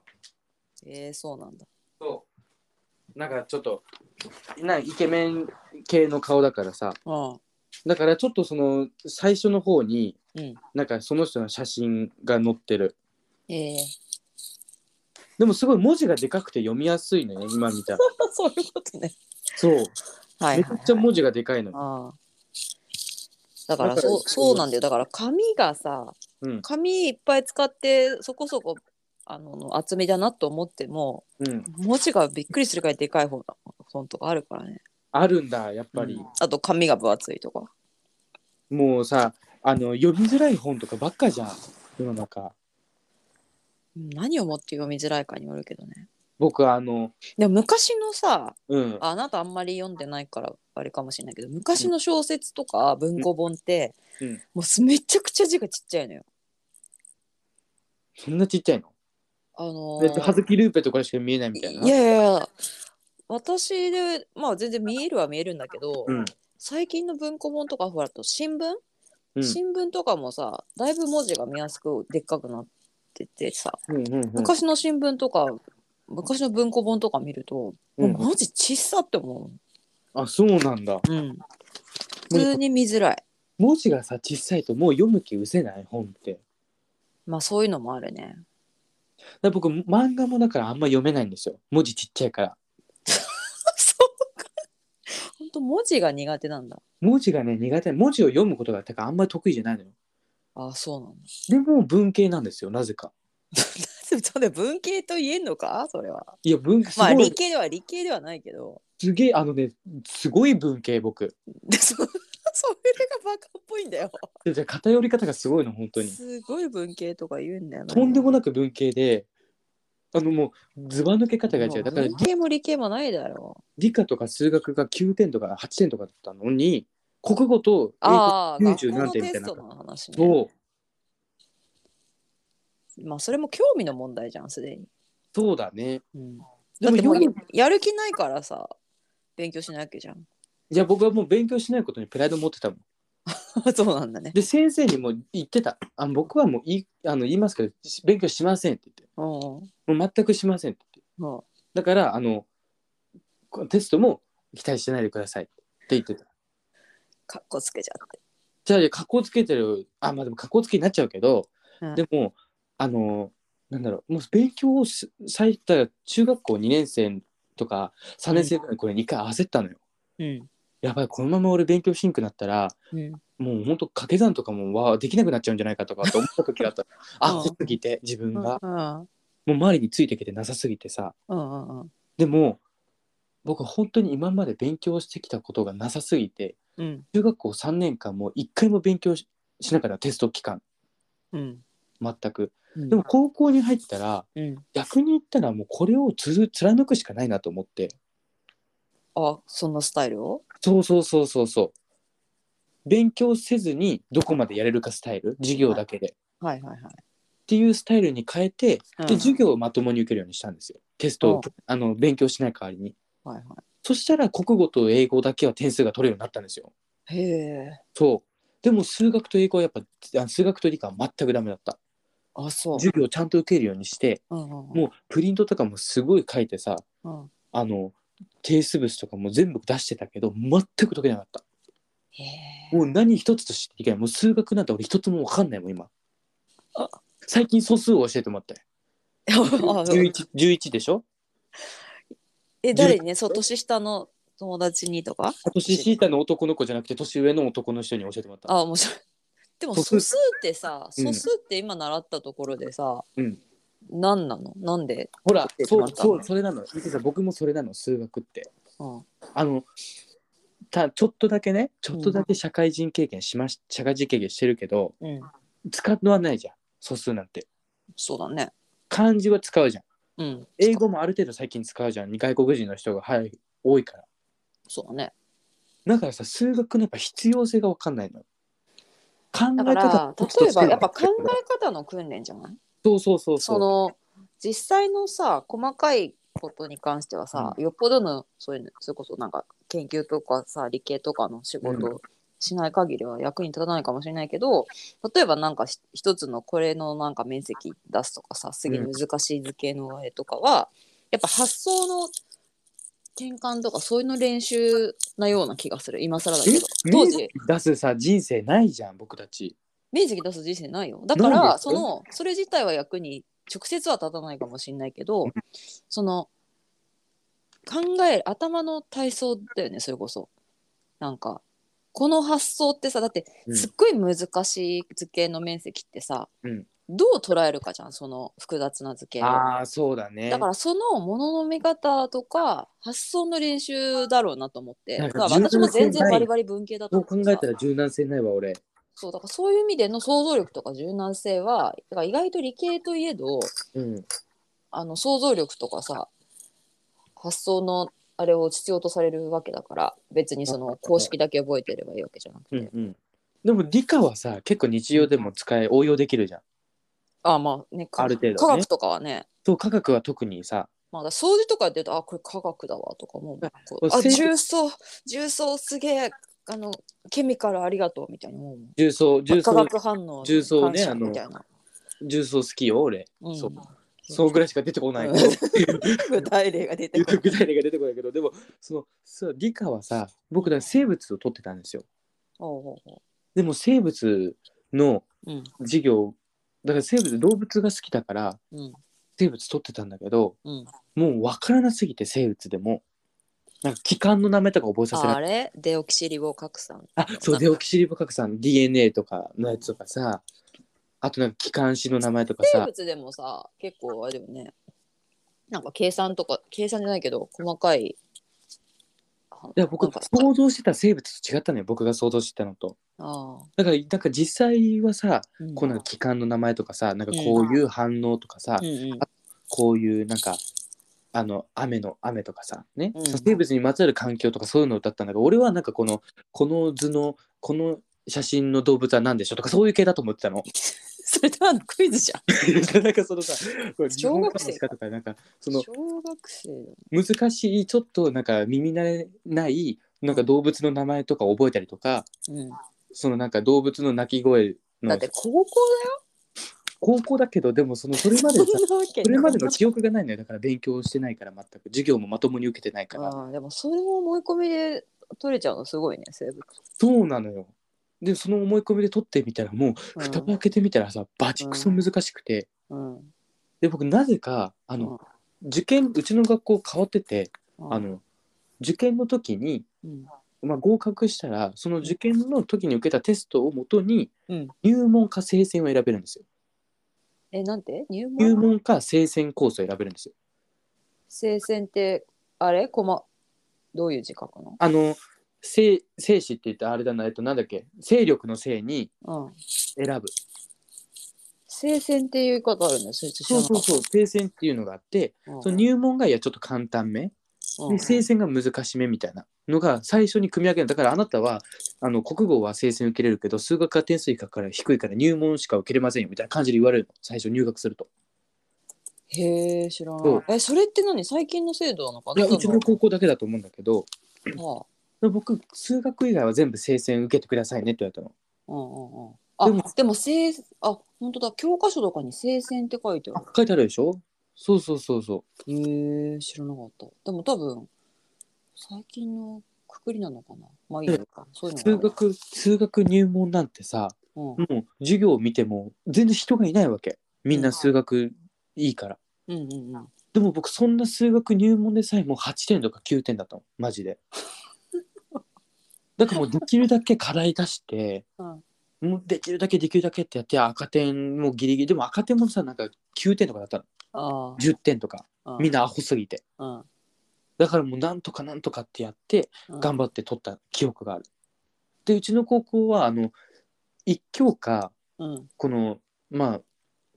B: えー、そうなんだ
A: そうなんかちょっとなイケメン系の顔だからさ
B: あ
A: だからちょっとその最初の方に、
B: うん
A: なんかその人の写真が載ってる
B: えー、
A: でもすごい文字がでかくて読みやすいのね今見た ら
B: そういうことね
A: そう
B: はい
A: めちゃくちゃ文字がでかいのよ
B: ああだから
A: だから
B: そうそうなんだよだから紙がさ、
A: うん
B: 紙いっぱい使ってそこそこあの厚みだなと思っても
A: うん
B: 文字がびっくりするくらいでかい本本とかあるからね
A: あるんだやっぱり
B: うん、あと紙が分厚いとか
A: もうさあの読みづらい本とかばっかじゃん世の中
B: うん何をもって読みづらいかによるけどね
A: 僕あの
B: でも昔のさ
A: うん
B: ああなたあんまり読んでないからあれかもしれないけど昔の小説とか文庫本って、
A: うんうん
B: もうすめちゃくちゃ字がちっちゃいのよ。
A: そんなちっちゃいの
B: あの
A: だって葉月ルーペとかしか見えないみたいない
B: やいやいや私でまあ全然見えるは見えるんだけど、
A: うん
B: 最近の文庫本とかほらあと新聞、
A: うん
B: 新聞とかもさだいぶ文字が見やすくでっかくなっててさ
A: うんうんうん
B: 昔の新聞とか昔の文庫本とか見ると、
A: うん
B: もう文字小さって思
A: あそうなんだ
B: う、普通に見づらい
A: 文字がさ小さいともう読む気失せない本ってだか
B: まあそういうのもあるね
A: ら僕漫画もだからあんま読めないんですよ文字ちっちゃいから
B: そうか。本当文字が苦手なんだ。
A: 文字がね苦手文字を読むことがだからあんまり得意じゃないのよ
B: あそうなんだ。
A: でも文系なんですよなぜか
B: そうだ文系と言えんのかそれは。
A: いや文系すご
B: まあ
A: い、
B: 理系では理系ではないけど。
A: すげえあのねすごい文系僕
B: でそ それがバカっぽいんだよ。
A: じゃあ偏り方がすごいの本当に
B: すごい文系とか言うんだよな。
A: とんでもなく文系であのもうずば抜け方が違うだから
B: 文系も理系もないだろう。
A: 理科とか数学が9点とか8点とかだったのに国語と英語
B: ああ、
A: 90
B: 学校の
A: 何点みた
B: テ
A: い
B: ス
A: な
B: トの話ね。
A: と
B: まあそれも興味の問題じゃんすでに。
A: そうだね
B: うん、だ
A: で
B: っ
A: も
B: てもう
A: 読
B: や
A: む
B: やる気ないからさ勉強しないわけじゃん。
A: いや僕はもう勉強しないことにプライド持ってたもん
B: そうなんだね。
A: で先生にも言ってたあ僕はもういいあの言いますけどし勉強しませんって言って
B: うん
A: もう全くしませんって言って
B: うん。
A: だからあのこのテストも期待してないでくださいって言ってた
B: かっこつけちゃって。
A: じゃあいや格好つけてるあまあでも格好つけになっちゃうけど、
B: うん
A: でもあのなんだろうもう勉強をすされたら中学校2年生とか3年生ぐらいの頃に一回焦ったのよ、
B: うん。
A: やばいこのまま俺勉強しんくなったら
B: うん
A: もうほんと掛け算とかもわあできなくなっちゃうんじゃないかとかって思った時があった
B: うん
A: 焦すぎて自分が、
B: うん
A: もう周りについてきてなさすぎてさ
B: うんうんうん
A: でも僕本当に今まで勉強してきたことがなさすぎて
B: うん
A: 中学校3年間もう1回も勉強ししなかったテスト期間
B: うん
A: 全く
B: うん
A: でも高校に入ったら
B: うん
A: 逆に言ったらもうこれをつづ貫くしかないなと思って
B: あそんなスタイルを
A: そうそうそうそうそう勉強せずにどこまでやれるかスタイル授業だけで、っ
B: はいはいはい。
A: ていうスタイルに変えて
B: うん
A: で授業をまともに受けるようにしたんですよテスト
B: うん
A: をあの勉強しない代わりに
B: はいは
A: そしたら国語と英語だけは点数が取れるようになったんですよ
B: い。へえ。
A: そうでも数学と英語はやっぱあ数学と理科は全くダメだった
B: あ、そう。
A: 授業をちゃんと受けるようにして
B: うんうんうん
A: もうプリントとかもすごい書いてさ
B: うん。
A: あの定数物とかも全部出してたけど全く解けなかった
B: へえ。
A: もう何一つとしていけない。もう数学なんて俺一つも分かんないもん、今
B: あ。
A: 最近素数を教えてもらったよ。
B: あそう
A: 11, 11でしょ
B: え、誰にね、そう、年下の友達にとか
A: 年下の男の子じゃなくて年上の男の人に教えてもらった。
B: あ、面白い。 でも、
A: 素数
B: 素数ってさ、
A: うん
B: 素数って今習ったところでさ、
A: うん
B: 何なのなんで、
A: ほら、
B: 教えて
A: そ
B: もら
A: う、
B: った
A: そう、それなの。見てさ僕もそれなの、数学って。
B: うん、
A: あの、たちょっとだけね、ちょっとだけ社会人経験しまし、社会人経験してるけど、
B: うん、
A: 使わないじゃん、素数なんて。
B: そうだね。
A: 漢字は使うじゃん。
B: うん、
A: 英語もある程度最近使うじゃん。外国人の人が、はい、多いから。
B: そうだね。
A: だからさ数学のやっぱ必要性が分かんないのよ。考
B: だ
A: え
B: か
A: 方
B: ら、例えば、やっぱ考え方の訓練じゃない
A: そうそうそう
B: そ
A: そう。
B: の、実際のさ、細かいことに関してはさ、よっぽどの、そういうの、それこそなんか、研究とかさ、理系とかの仕事
A: う
B: をしない限りは役に立たないかもしれないけど、例えばなんかし一つのこれのなんか面積出すとかさ、すげえ難しい図形の絵とかは、やっぱ発想の転換とかそういうの練習なような気がする。今更だけど。
A: え
B: 当
A: 明
B: 時、
A: 治出すさ人生ないじゃん僕たち。
B: 面積出す人生ないよだか
A: ない
B: ら
A: です
B: そ
A: よ
B: のそれ自体は役に直接は立たないかもしれないけどその考える頭の体操だよねそれこそなんかこの発想ってさだって
A: うん
B: すっごい難しい図形の面積ってさ、
A: うん
B: どう捉えるかじゃんその複雑な図形を
A: ああそうだね。
B: だからそのものの見方とか発想の練習だろうなと思って
A: なん
B: だか
A: から
B: 私も全
A: 柔
B: 然
A: 軟性ない
B: バリバリ文系だと
A: そう
B: 思
A: 考えたら柔軟性ないわ俺。
B: そうだからそういう意味での想像力とか柔軟性はだから意外と理系といえど
A: うん。
B: あの想像力とかさ発想のあれを必要とされるわけだから別にその公式だけ覚えてればいいわけじゃなくて、
A: うんうん。でも理科はさ結構日常でも使え応用できるじゃん。
B: あまあねか
A: ある程度ね
B: 科学とかはね、
A: そう科学は特にさ
B: まあ、だから掃除とかで言うとあこれ科学だわとかもうこう
A: あ
B: あ
A: せん
B: 重曹重曹すげえあのケミカルありがとうみたいなもん
A: 重曹重
B: 化
A: 曹
B: 学反応
A: 重曹ね
B: 感謝みたいな、
A: 重曹好きよ俺。
B: うん
A: そう そうぐらいしか出てこない。
B: うん具体例が出て
A: 具
B: くる
A: 体例が出てこないけどでもそのそう理科はさ僕だから生物を取ってたんですよ。
B: おうおうおう
A: でも生物の
B: うん
A: 授業だから生物動物が好きだから
B: うん
A: 生物取ってたんだけど
B: うん
A: もう分からなすぎて生物でもなんか気管の名前とか覚えさせら
B: あ
A: れ
B: れデオキシリボ核酸。
A: あそうデオキシリボ核酸 DNA とかのやつとかさあとなんか気管支の名前とか
B: 生
A: さ
B: 物でもさ、結構あれだよね。なんか計算とか、計算じゃないけど、細かい。あ
A: いや僕
B: なんか
A: 想像してた生物と違ったのよ僕が想像してたのと
B: ああ、
A: だからなんか実際はさ
B: うん
A: こうなんか気管の名前とかさなんかこういう反応とかさ、
B: うんうん
A: こういうなんかあの雨の雨とかさね、
B: うん
A: そう生物にまつわる環境とかそういうのだったんだけど俺はなんかこのこの図のこの写真の動物は何でしょうとかそういう系だと思ってた の。
B: それとはクイズじゃん。
A: なんかそのさこれ日本語の仕方とかなんかその
B: 小学生だね
A: 難しいちょっとなんか耳慣れないなんか動物の名前とか覚えたりとか
B: うん、
A: そのなんか動物の鳴き声
B: だ
A: の
B: って高校
A: 高校だけどでもそのそれま
B: だ
A: でさ
B: よ。そんなわけない
A: それまでの記憶がないのよだから勉強してないから全く授業もまともに受けてないから。
B: ああでもそれも思い込みで取れちゃうのすごいね、生物。
A: そうなのよ。でその思い込みで撮ってみたらもう
B: うん
A: 蓋を開けてみたらさ、バチクソ難しくて、
B: うん
A: で僕なぜかあの、受験うちの学校変わってて、
B: うん
A: あの受験の時に、
B: うん
A: まあ、合格したらその受験の時に受けたテストをもとに
B: うん
A: 入門か聖戦を選べるんですよ。
B: え、なんて入門
A: 入門か聖戦コースを選べるんですよ。
B: 聖戦って、あれこま、どういう字書くの
A: あの聖聖子って言ってあれだなえっとなんだっけ勢力の聖に
B: うん。
A: 選ぶ
B: 聖戦っていう言い方あるんだよ、それ知ら
A: そう
B: な
A: そ
B: か
A: う
B: った
A: そう聖戦っていうのがあって、
B: うん
A: その入門がいやちょっと簡単め
B: うん
A: で聖戦が難しめみたいなのが最初に組み上げるだからあなたはあの国語は推薦受けれるけど数学は点数以下から低いから入門しか受けれませんよみたいな感じで言われるの最初入学すると
B: へえ知らな
A: そう
B: いえそれって何最近の制度なのか
A: い
B: な
A: やうちの高校だけだと思うんだけど
B: は
A: 僕数学以外は全部推薦受けてくださいねって言われたの
B: あうんうんうんあで
A: で
B: も
A: も
B: でもせいあ本当だ教科書とかに「聖戦」って書いてあ
A: あ
B: る
A: 書いてあるでしょそうそうそうそ
B: へえ知らなかったでも多分最近のくくりなのかなまあいいのかそういううの
A: 数
B: がある
A: 学数学入門なんてさ
B: うん
A: もう授業を見ても全然人がいないわけみんな数学いいから、
B: うんうんうん
A: でも僕そんな数学入門でさえもう8点とか9点だったのマジでだからもうできるだけ課題出して、
B: うん
A: もうできるだけできるだけってやって赤点もギリギリでも赤点もさなんか9点とかだったの
B: あ
A: 10点とか
B: あ
A: みんなアホすぎて
B: うん
A: だからもうなんとかなんとかってやって
B: うん
A: 頑張って取った記憶がある。でうちの高校はあの一教科
B: うん
A: このまあ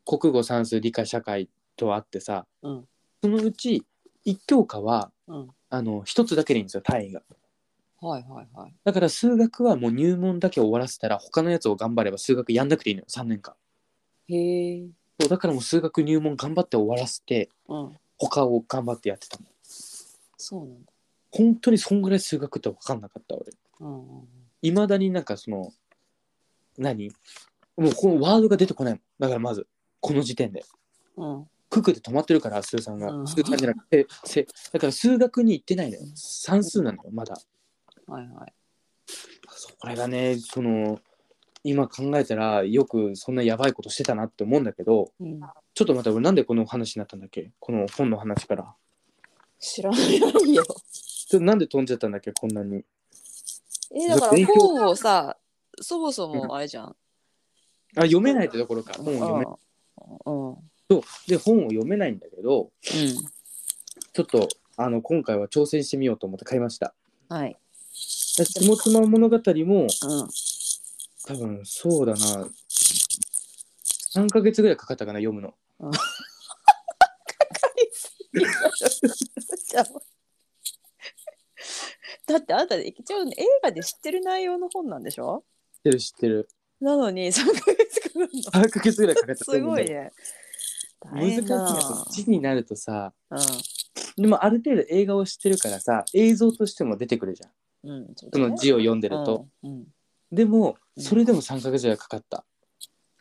A: 国語算数理科社会とあってさ、
B: うん
A: そのうち一教科は
B: うん
A: あの一つだけでいいんですよ単位が。
B: はいはいはい
A: だから数学はもう入門だけ終わらせたら他のやつを頑張れば数学やんなくていいのよ3年間。
B: へえ
A: そうだからもう数学入門頑張って終わらせて
B: うん
A: 他を頑張ってやってたの。
B: そうなんだ
A: 本当にそんぐらい数学って分かんなかった俺。
B: うんうんうん
A: いまだになんかその何もうこのワードが出てこないもんだからまずこの時点で
B: うん
A: ククで止まってるから数さんが、
B: うん
A: 数さんじゃなくてせだから数学に行ってないのよ算数なのよまだ
B: はいはい
A: そこれがねその今考えたらよくそんなやばいことしてたなって思うんだけど
B: うん
A: ちょっと待って俺なんでこの話になったんだっけこの本の話から
B: 知らないよ
A: ちょっとなんで飛んじゃったんだっけこんなに
B: えだから
A: 勉強
B: 本をさそもそもあれじゃん、
A: あ読めないってところか本を読めない
B: うんうん
A: そうで本を読めないんだけどちょっとあの今回は挑戦してみようと思って買いました
B: はい
A: で下妻物語も
B: うん
A: 多分そうだな3ヶ月ぐらいかかったかな読むの
B: だってあんた一応、ね、映画で知ってる内容の本なんでしょ
A: 知ってる知ってる
B: なのに3ヶ月かかる
A: 3ヶ月ぐらいかか
B: の
A: った
B: すごいね
A: 難しいやつ字になるとさ
B: 大変だ
A: でもある程度映画を知ってるからさ映像としても出てくるじゃん
B: なうん、うん、そ
A: その字を読んで
B: 出
A: ると、、
B: うんうん
A: でもそれでも3ヶ月ぐらいかかった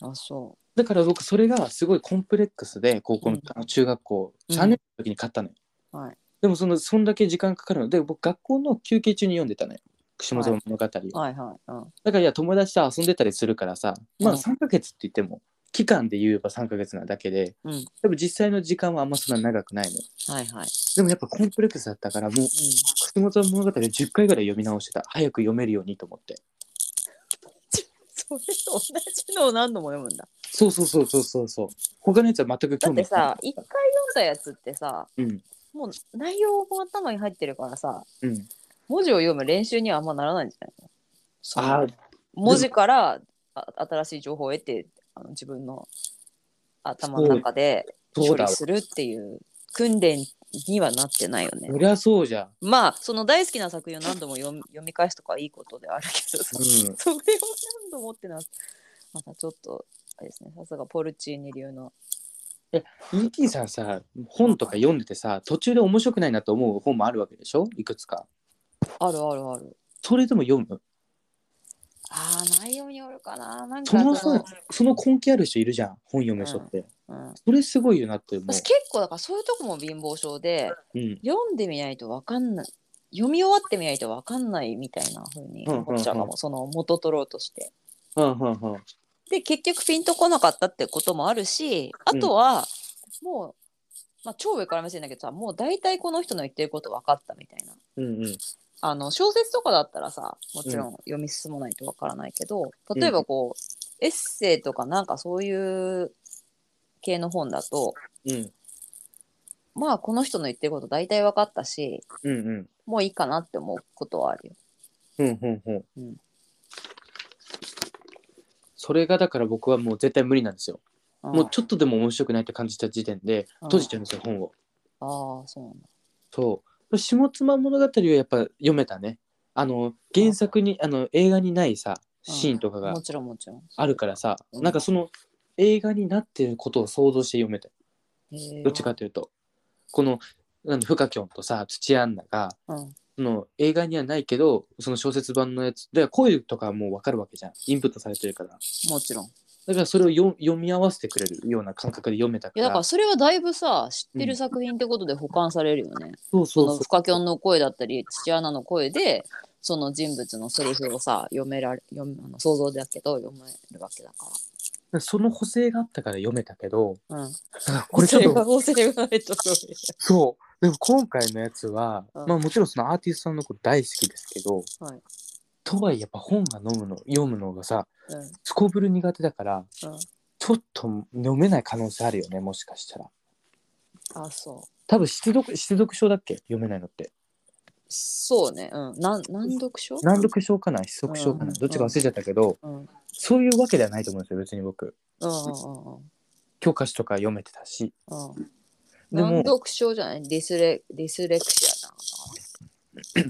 B: あそ
A: だから僕それがすごいコンプレックスで高校の、
B: うん
A: あの中学校
B: うん
A: 3年の時に買ったのよ、
B: はい
A: でもそのそんだけ時間かかるので僕学校の休憩中に読んでたのよ下妻物語、
B: うはいはい、うん、
A: だからいや友達と遊んでたりするからさまあ
B: うん
A: 3ヶ月って言っても期間で言えば3ヶ月なだけで、
B: うん
A: でも実際の時間はあんまそんな長くないのよ
B: はいはい、
A: でもやっぱコンプレックスだったからもう
B: うん、
A: 下妻物語10回ぐらい読み直してた早く読めるようにと思って
B: それと同じのを何度も読むんだ
A: そうそうそうそうそうそう他のやつは全く
B: だ
A: 興
B: っ
A: 味
B: て
A: な
B: さ
A: か
B: 一回
A: っ
B: 読んだやつってさ
A: たうん
B: もう内容も頭に入ってるからさ
A: うん
B: 文字を読む練習にはあんまならないんじゃないのその
A: あー
B: 文字からあ新しい情報を得てあの自分の頭の中で
A: そ
B: 処
A: うだわ
B: 理するっていう訓練にはなってないよね
A: そ。りゃそうじゃん
B: まあその大好きな作品を何度も読み読み返すとかはいいことではあるけどさ、
A: うん
B: それを何度もってなまたちょっとあれですねさすがポルチーニ流の
A: ET さんさ本とか読んでてさ途中で面白くないなと思う本もあるわけでしょいくつか
B: あるあるある。
A: それでも読む
B: ああ内容によるかななん
A: そ
B: か
A: の
B: その
A: さその根気ある人いるじゃん本読む人って、
B: うん、
A: それすごいよなって思う
B: 私結構だからそういうとこも貧乏症で
A: うん
B: 読んでみないとわかんない読み終わってみないとわかんないみたいな風に思っちゃうかも、
A: うんうん
B: その元取ろうとして。
A: うんうんうん
B: で結局ピンとこなかったってこともあるしあとは、もう、まあ、超上から目線だけどさもう大体この人の言ってること分かったみたいな。
A: うんうん
B: あの小説とかだったらさもちろん読み進まないとわからないけど、
A: ん
B: 例えばこう、エッセイとかなんかそういう系の本だと
A: うん
B: まあこの人の言ってること大体分かったし
A: うんうん
B: もういいかなって思うことはあるよ。
A: うんうんうん
B: うん
A: それがだから僕はもう絶対無理なんですよ、
B: うん
A: もうちょっとでも面白くないって感じた時点で
B: うん
A: 閉じちゃうんですよ、本を
B: ああそうなんだ。
A: そう下妻物語はやっぱ読めたねあの原作にあの映画にないさシーンとかが
B: もちろんもちろん
A: あるからさ、
B: うん
A: なんかその映画になってることを想像して読めた
B: へー
A: どっちかというとこのなんだフカキョンとさ土屋アンナが
B: うん
A: その映画にはないけどその小説版のやつで声とかはもう分かるわけじゃんインプットされてるから
B: もちろんい
A: だからそれをよ読み合わせてくれるような感覚で読めたか
B: や
A: ら
B: だからそれはだいぶさ知ってる作品ってことで保管されるよね、
A: そう
B: そ
A: そう
B: の
A: そう
B: フカキョンの声だったり土屋アナの声でその人物のセリフをさ読められ読めあの想像だけど読めるわけだか
A: その補正があったから読めたけど
B: ら、うん、
A: なんかこれちょっと
B: 合成がないとそういう
A: そうでも今回のやつは、
B: うん
A: まあもちろんそのアーティストさんのこと大好きですけど、
B: はい
A: とはいえやっぱ本が飲むの読むのがさ
B: うん
A: すこぶる苦手だから
B: うん、
A: ちょっと読めない可能性あるよねもしかしたら
B: あそう
A: 多分失読失読症だっけ読めないのって
B: そうねうんなん難読書
A: 難読症かな失読症か
B: うん
A: などっちか忘れちゃったけど
B: うんうん
A: そういうわけではないと思うんですよ別に僕
B: うんうん
A: 教科書とか読めてたし
B: うんうん
A: でも
B: 難読症じゃないディスレディスレクシア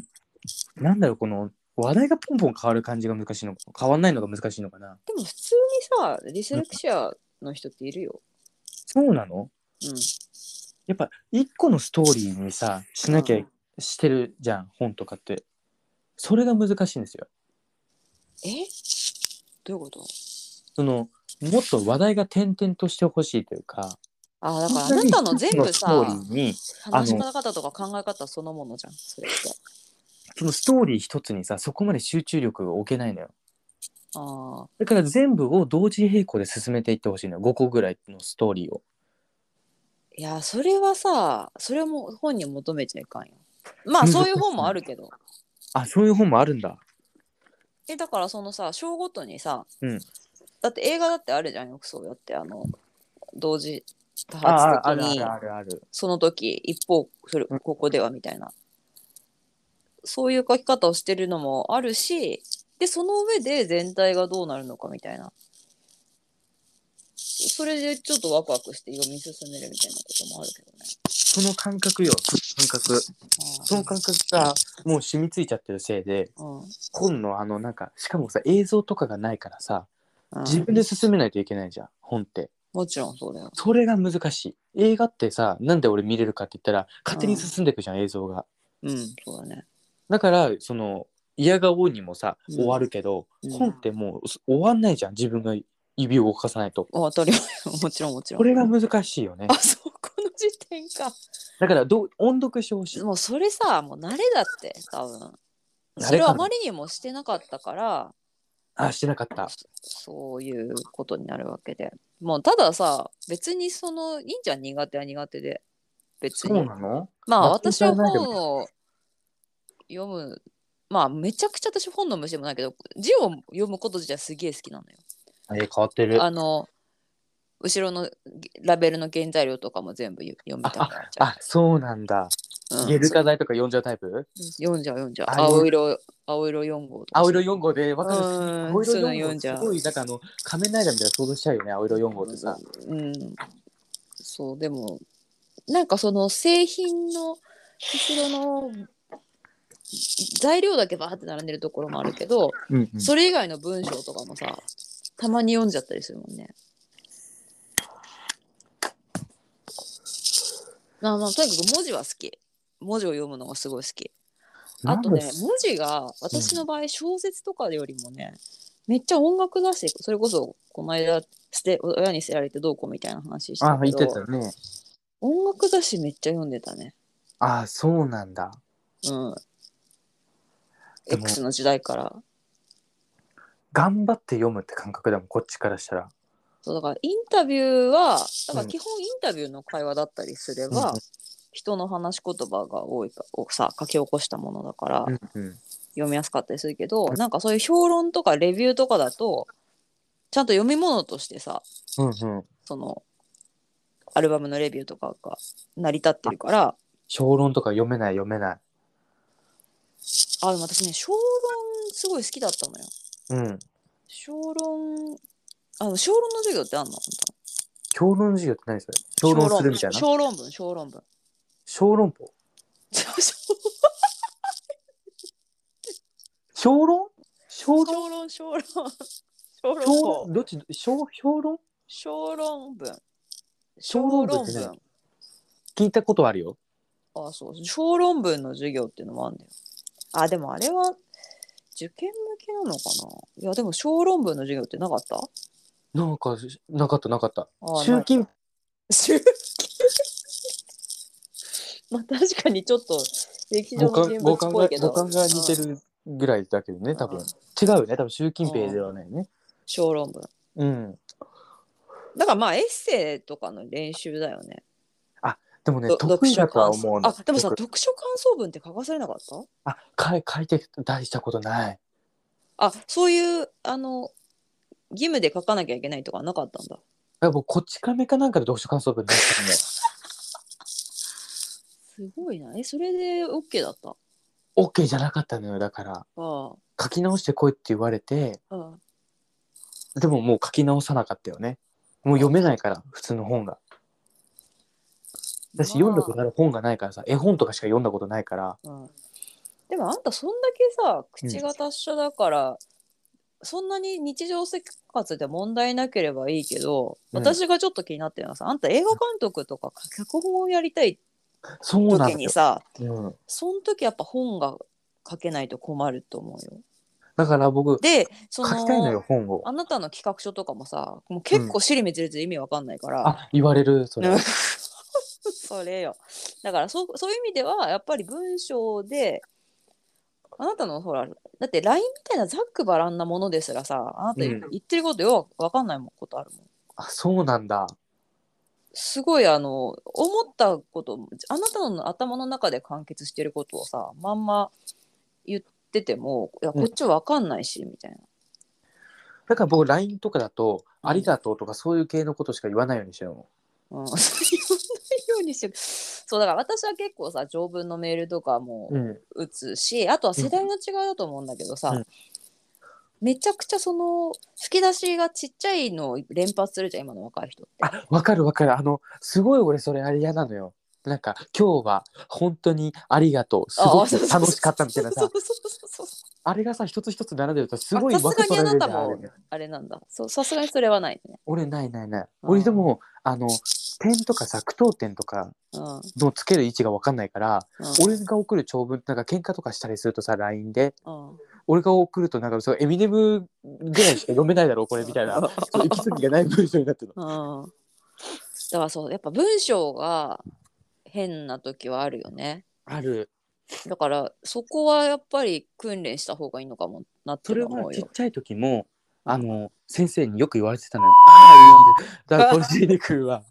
B: な
A: なんだろうこの話題がポンポン変わる感じが難しいのか変わんないのが難しいのかな
B: でも普通にさディスレクシアの人っているよ
A: そうなの
B: うん
A: やっぱ一個のストーリーにさしなきゃしてるじゃん、本とかってそれが難しいんですよ
B: えどういうこと
A: そのもっと話題が転々としてほしいというか
B: あだからあなたの全部さ
A: そのストーリーにあの
B: 話し方とか考え方そのものじゃんそれって
A: そのストーリー一つにさそこまで集中力を置けないのよ
B: ああ
A: だから全部を同時並行で進めていってほしいのよ5個ぐらいのストーリーを
B: いやそれはさそれも本に求めちゃいかんよま あそういう本もあるけど
A: あそういう本もあるんだ
B: えだからそのさ章ごとにさ、
A: うん
B: だって映画だってあるじゃんよくそうやってあの同時多
A: ああ
B: 発
A: あ
B: 的
A: るあ
B: に
A: るあるある
B: その時一方それ
A: うん
B: ここではみたいな、そういう書き方をしてるのもあるしでその上で全体がどうなるのかみたいなそれでちょっとワクワクして読み進めるみたいなこともあるけどね。
A: その感覚よその感覚その感覚がもう染みついちゃってるせいで
B: うんうん
A: 本のあのなんかしかもさ映像とかがないからさ
B: うん
A: 自分で進めないといけないじゃん本って
B: もちろんそうだよ。
A: それが難しい映画ってさなんで俺見れるかって言ったら勝手に進んでいくじゃん、映像が
B: うん、そうだね。
A: だからその嫌がおうにもさ
B: うん
A: 終わるけど、
B: うん
A: 本ってもうす終わんないじゃん自分が指を動かさないと
B: 当たり前もちろんもちろん。
A: これが難しいよね
B: あそこの時点か。
A: だからどう音読してほしい
B: もうそれさもう慣れだって多分
A: 慣れかな
B: それをあまりにもしてなかったから
A: あしてなかった
B: そういうことになるわけでもうたださ別にそのいいんじゃん苦手は苦手で別
A: そう
B: に
A: なの
B: まあ
A: 全く
B: 私
A: 知ら
B: は
A: ないけど
B: 本を読むまあめちゃくちゃ私本の虫でもないけど字を読むこと自体すげえ好きなのよ。
A: え変わってる
B: あの後ろのラベルの原材料とかも全部読みたくなっちゃ
A: あそうなんだ、
B: う。うん
A: ゲルカ剤とか読んじゃうタイプ
B: 読んじゃう読んじゃう。
A: あ
B: 青色青色4号とか。
A: 青色4号でわかる
B: うん
A: 青
B: そういう
A: 色4号
B: の読んじゃう
A: すごいなんかあの仮面ライダーみたいな想像しちゃうよね青色4号ってさ、
B: うん、そうでもなんかその製品の後ろの材料だけバーって並んでるところもあるけど、
A: うんうん
B: それ以外の文章とかもさたまに読んじゃったりするもんね。まあまあとにかく文字は好き文字を読むのがすごい好きあとね
A: なんで
B: 文字が私の場合小説とかよりもねめっちゃ音楽だしそれこそこの間捨て親に捨てられてどうこうみたいな話して
A: あ
B: たけ
A: 言って
B: ど
A: たね
B: 音楽雑誌めっちゃ読んでたね。
A: あそうなんだ
B: うん。
A: でも
B: X の時代から。
A: 頑張って読むって感覚だもんこっちからしたら
B: そうだからインタビューはだか
A: う
B: ら
A: ん
B: 基本インタビューの会話だったりすれ
A: うん
B: ば、
A: うん
B: 人の話し言葉が多いかをさ書き起こしたものだから、
A: うんうん
B: 読みやすかったりするけど、なんかそういう評論とかレビューとかだとちゃんと読み物としてさ
A: うんうん
B: そのアルバムのレビューとかが成り立ってるから
A: 小論とか読めない読めない
B: あでも私ね評論すごい好きだったのよ。
A: うん
B: 評論あの小論の授業ってあんの本
A: 評論授業って何それ
B: 当
A: 評論するみたいな
B: 小論文小論文
A: 小論法
B: 小
A: 評論評
B: 小
A: 論
B: 論小論小論
A: 評論どっち小評論
B: 小論文
A: 小論文って
B: 小
A: 何聞いたことあるよ。
B: あそう小論文の授業っていうのもあるんだよあでもあれは受験向けなのかないやでも小論文の授業ってなかった
A: なんかなかったなかった。
B: あ
A: 習近
B: 習近 まあ確かにちょっと歴史上
A: 五
B: の
A: 感
B: 人物
A: 五
B: っ
A: 感
B: ぽ
A: が
B: いけど
A: 五感が似てるぐらいだけどね多分
B: うん
A: 違うよね多分習近平ではないね
B: 小論文
A: うん
B: だからまあエッセイとかの練習だよね
A: でもね
B: ど
A: 得意だとは
B: 読書
A: 思うの
B: 感想あでもさ
A: 僕
B: 読書感想文って書かされなかった
A: あ書い書いて大したことない
B: あそういうあの義務で書かなきゃいけないとかなかったんだ
A: あ僕こっち亀かなんかで読書感想文出してるの
B: すごいなえそれで OK だったあ
A: OK じゃなかったのよだから
B: あ
A: 書き直してこいって言われて
B: ああ
A: でももう書き直さなかったよねもう読めないから普通の本が私読んだことある本がないからさ絵本とかしか読んだことないから
B: うんでもあんたそんだけさ口が達者だから、そんなに日常生活で問題なければいいけど、
A: うん
B: 私がちょっと気になってるのはさあんた映画監督とか脚本をやりたい
A: そうなん
B: 時
A: だ
B: に
A: よ、
B: さ
A: うん、
B: その時やっぱ本が書けないと困ると思うよ。
A: だから僕
B: でそ
A: 書きたいのよ本を
B: あなたの企画書とかもさもう結構尻滅裂で意味わかんないから、
A: あ言われるそれ
B: うんそれよだからそうそういう意味ではやっぱり文章であなたのほらだって LINE みたいなざっくばらんなものですらさあなた
A: うん
B: 言ってることよくわかんないもんことあるもん
A: あそうなんだ
B: すごいあの思ったことあなたの頭の中で完結してることをさまんま言っててもいやこっちわかんないし、みたいな
A: だから僕 LINE とかだと「
B: うん
A: ありがとう」とかそういう系のことしか言わないようにしてるの。
B: うん、 そう言わないようにしてるそうだから私は結構さ条文のメールとかも
A: うん、
B: 打つしあとは世代の違いだと思うんだけどさ、
A: うん
B: めちゃくちゃその吹き出しがちっちゃいのを連発するじゃん今の若い人って。
A: あわかるわかるあのすごい俺それあれ嫌なのよ。なんか今日は本当にありがとうすご
B: あそうそう
A: く
B: そう
A: 楽しかったみたいな
B: そ
A: さ
B: うそうそうそう
A: あれがさ一つ一つ並んでるとすごい
B: あさ
A: 分
B: す
A: け取
B: がにあ
A: られるじ
B: なた
A: ゃんあ
B: も
A: れ
B: あれなんだそうさすがにそれはないね。
A: 俺ないないない
B: うん
A: 俺でもあの点とかさ句読点とか
B: うんうん
A: のつける位置が分かんないから
B: う
A: 俺が送る長文ってなんか喧嘩とかしたりするとさ LINE で
B: ん
A: 俺が送るとなんかそうエミネムぐらいしか読めないだ ろうこれみたいなそう息継ぎがない文章になってるの。
B: うんだからそうやっぱ文章が変な時はあるよね。
A: ある。
B: だからそこはやっぱり訓練した方がいいのかもなって
A: それ
B: 思
A: は
B: う
A: ちっ
B: よ。
A: ちゃい時も、あの、先生によく言われてたのよ。 だから、ポルチーニ君 は、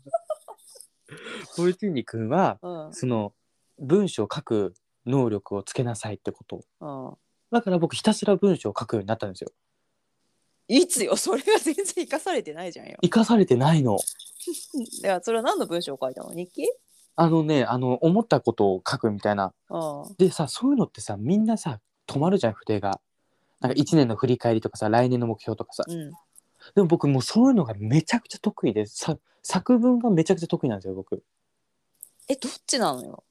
A: ポルチーニ君は、
B: うん
A: その、文章を書く能力をつけなさいってこと。
B: うん、
A: だから僕、ひたすら文章を書くようになったんですよ。
B: いつよそれが全然生かされてないじゃんよ。
A: 生かされてないの。
B: いやそれは何の文章を書いたの日記
A: あのね、あの、思ったことを書くみたいな。
B: うんうん
A: でさ、そういうのってさ、みんなさ、止まるじゃん、筆が。なんか1年の振り返りとかさ、来年の目標とかさ。でも僕もうそういうのがめちゃくちゃ得意でさ作文がめちゃくちゃ得意なんですよ僕
B: えどっちなのよ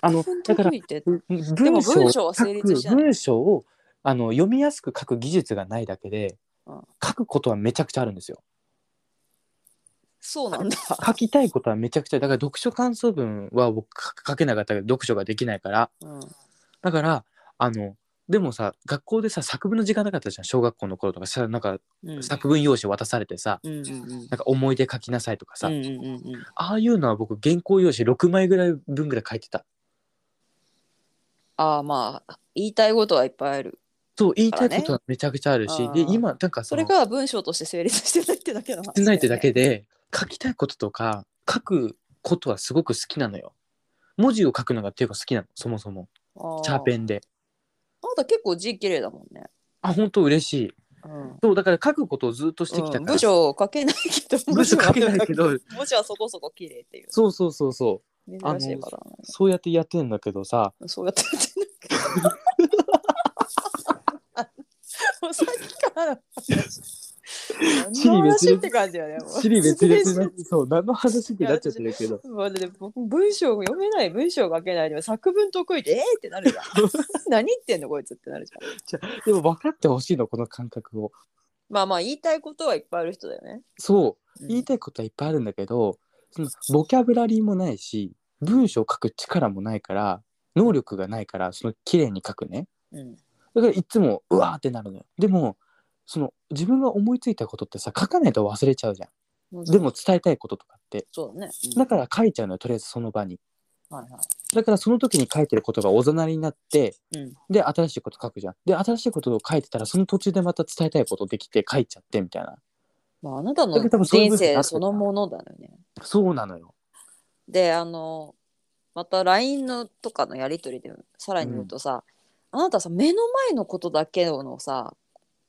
A: あの
B: 作文
A: だから
B: 得意って
A: 文
B: も文章
A: を書
B: は成立しない
A: く文章をあの読みやすく書く技術がないだけで
B: うん
A: 書くことはめちゃくちゃあるんですよ
B: そうなんだ。
A: 書きたいことはめちゃくちゃだから読書感想文は僕書書けなかったけど読書ができないから
B: うん
A: だからあのでもさ学校でさ作文の時間なかったじゃん小学校の頃とかさなんか
B: うん
A: 作文用紙渡されてさ、
B: うんうんうん
A: なんか思い出書きなさいとかさ、
B: うんうんうんうん
A: ああいうのは僕原稿用紙6枚ぐらい分ぐらい書いてた
B: ああまあ言いたいことはいっぱいある。
A: そう言いたいことはめちゃくちゃあるし、
B: あ
A: で
B: ー
A: 今なんか
B: そ
A: そ
B: れ
A: れ
B: が文章として成立してないってだけの話
A: 少
B: よね、
A: ないってだけで書きたいこととか書くことはすごく好きなのよ。文字を書くのがっていうか好きなのそもそも
B: あ
A: チャーペ
B: ン。
A: ンで。
B: あなた結構字綺麗だもんね。
A: あ本当嬉しい。
B: うん
A: そうだから書くことをずっとしてきた
B: うん
A: から。
B: 文章を書けないけど
A: 文章書けないけど
B: 文字はそこそこ綺麗っていう
A: そうそうそうそうあの
B: 珍しいパターンだね
A: そうやってやってんだけどさ
B: そうやってやってない けどもうさっきからの話
A: 地理滅
B: 話っ
A: 裂
B: て感じよね。もう
A: 地理滅裂
B: 失
A: な
B: 礼し、
A: そう、何の話になっちゃってるけど。
B: まあ、で僕文章読めない文章が書けないのに作文得意でえー、ってなる じゃん何言ってんのこいつってなるじゃん
A: でも分かってほしいの、この感覚を。
B: まあまあ言いたいことはいっぱいある人だよね、
A: そう、
B: うん
A: 言いたいことはいっぱいあるんだけど、そのボキャブラリーもないし、文章を書く力もないから、能力がないから、その綺麗に書くね。
B: うん、
A: だからいつも、うわーってなるのよ。でも、その自分が思いついたことってさ、書かないと忘れちゃうじゃん。
B: もう
A: でも伝えたいこととかって。
B: そうだね、
A: だから書いちゃうのよ、とりあえずその場に。
B: うんはいはい
A: だからその時に書いてることがおざなりになって、
B: うん
A: で新しいこと書くじゃんで新しいことを書いてたらその途中でまた伝えたいことできて書いちゃってみたいな
B: まあ、あなたの
A: だけど多分そういう文
B: 人
A: 章になってる
B: 生そのものだよね
A: そうなのよ
B: であのまた LINE のとかのやり取りでさらに言うとさ、あなたさ目の前のことだけのさ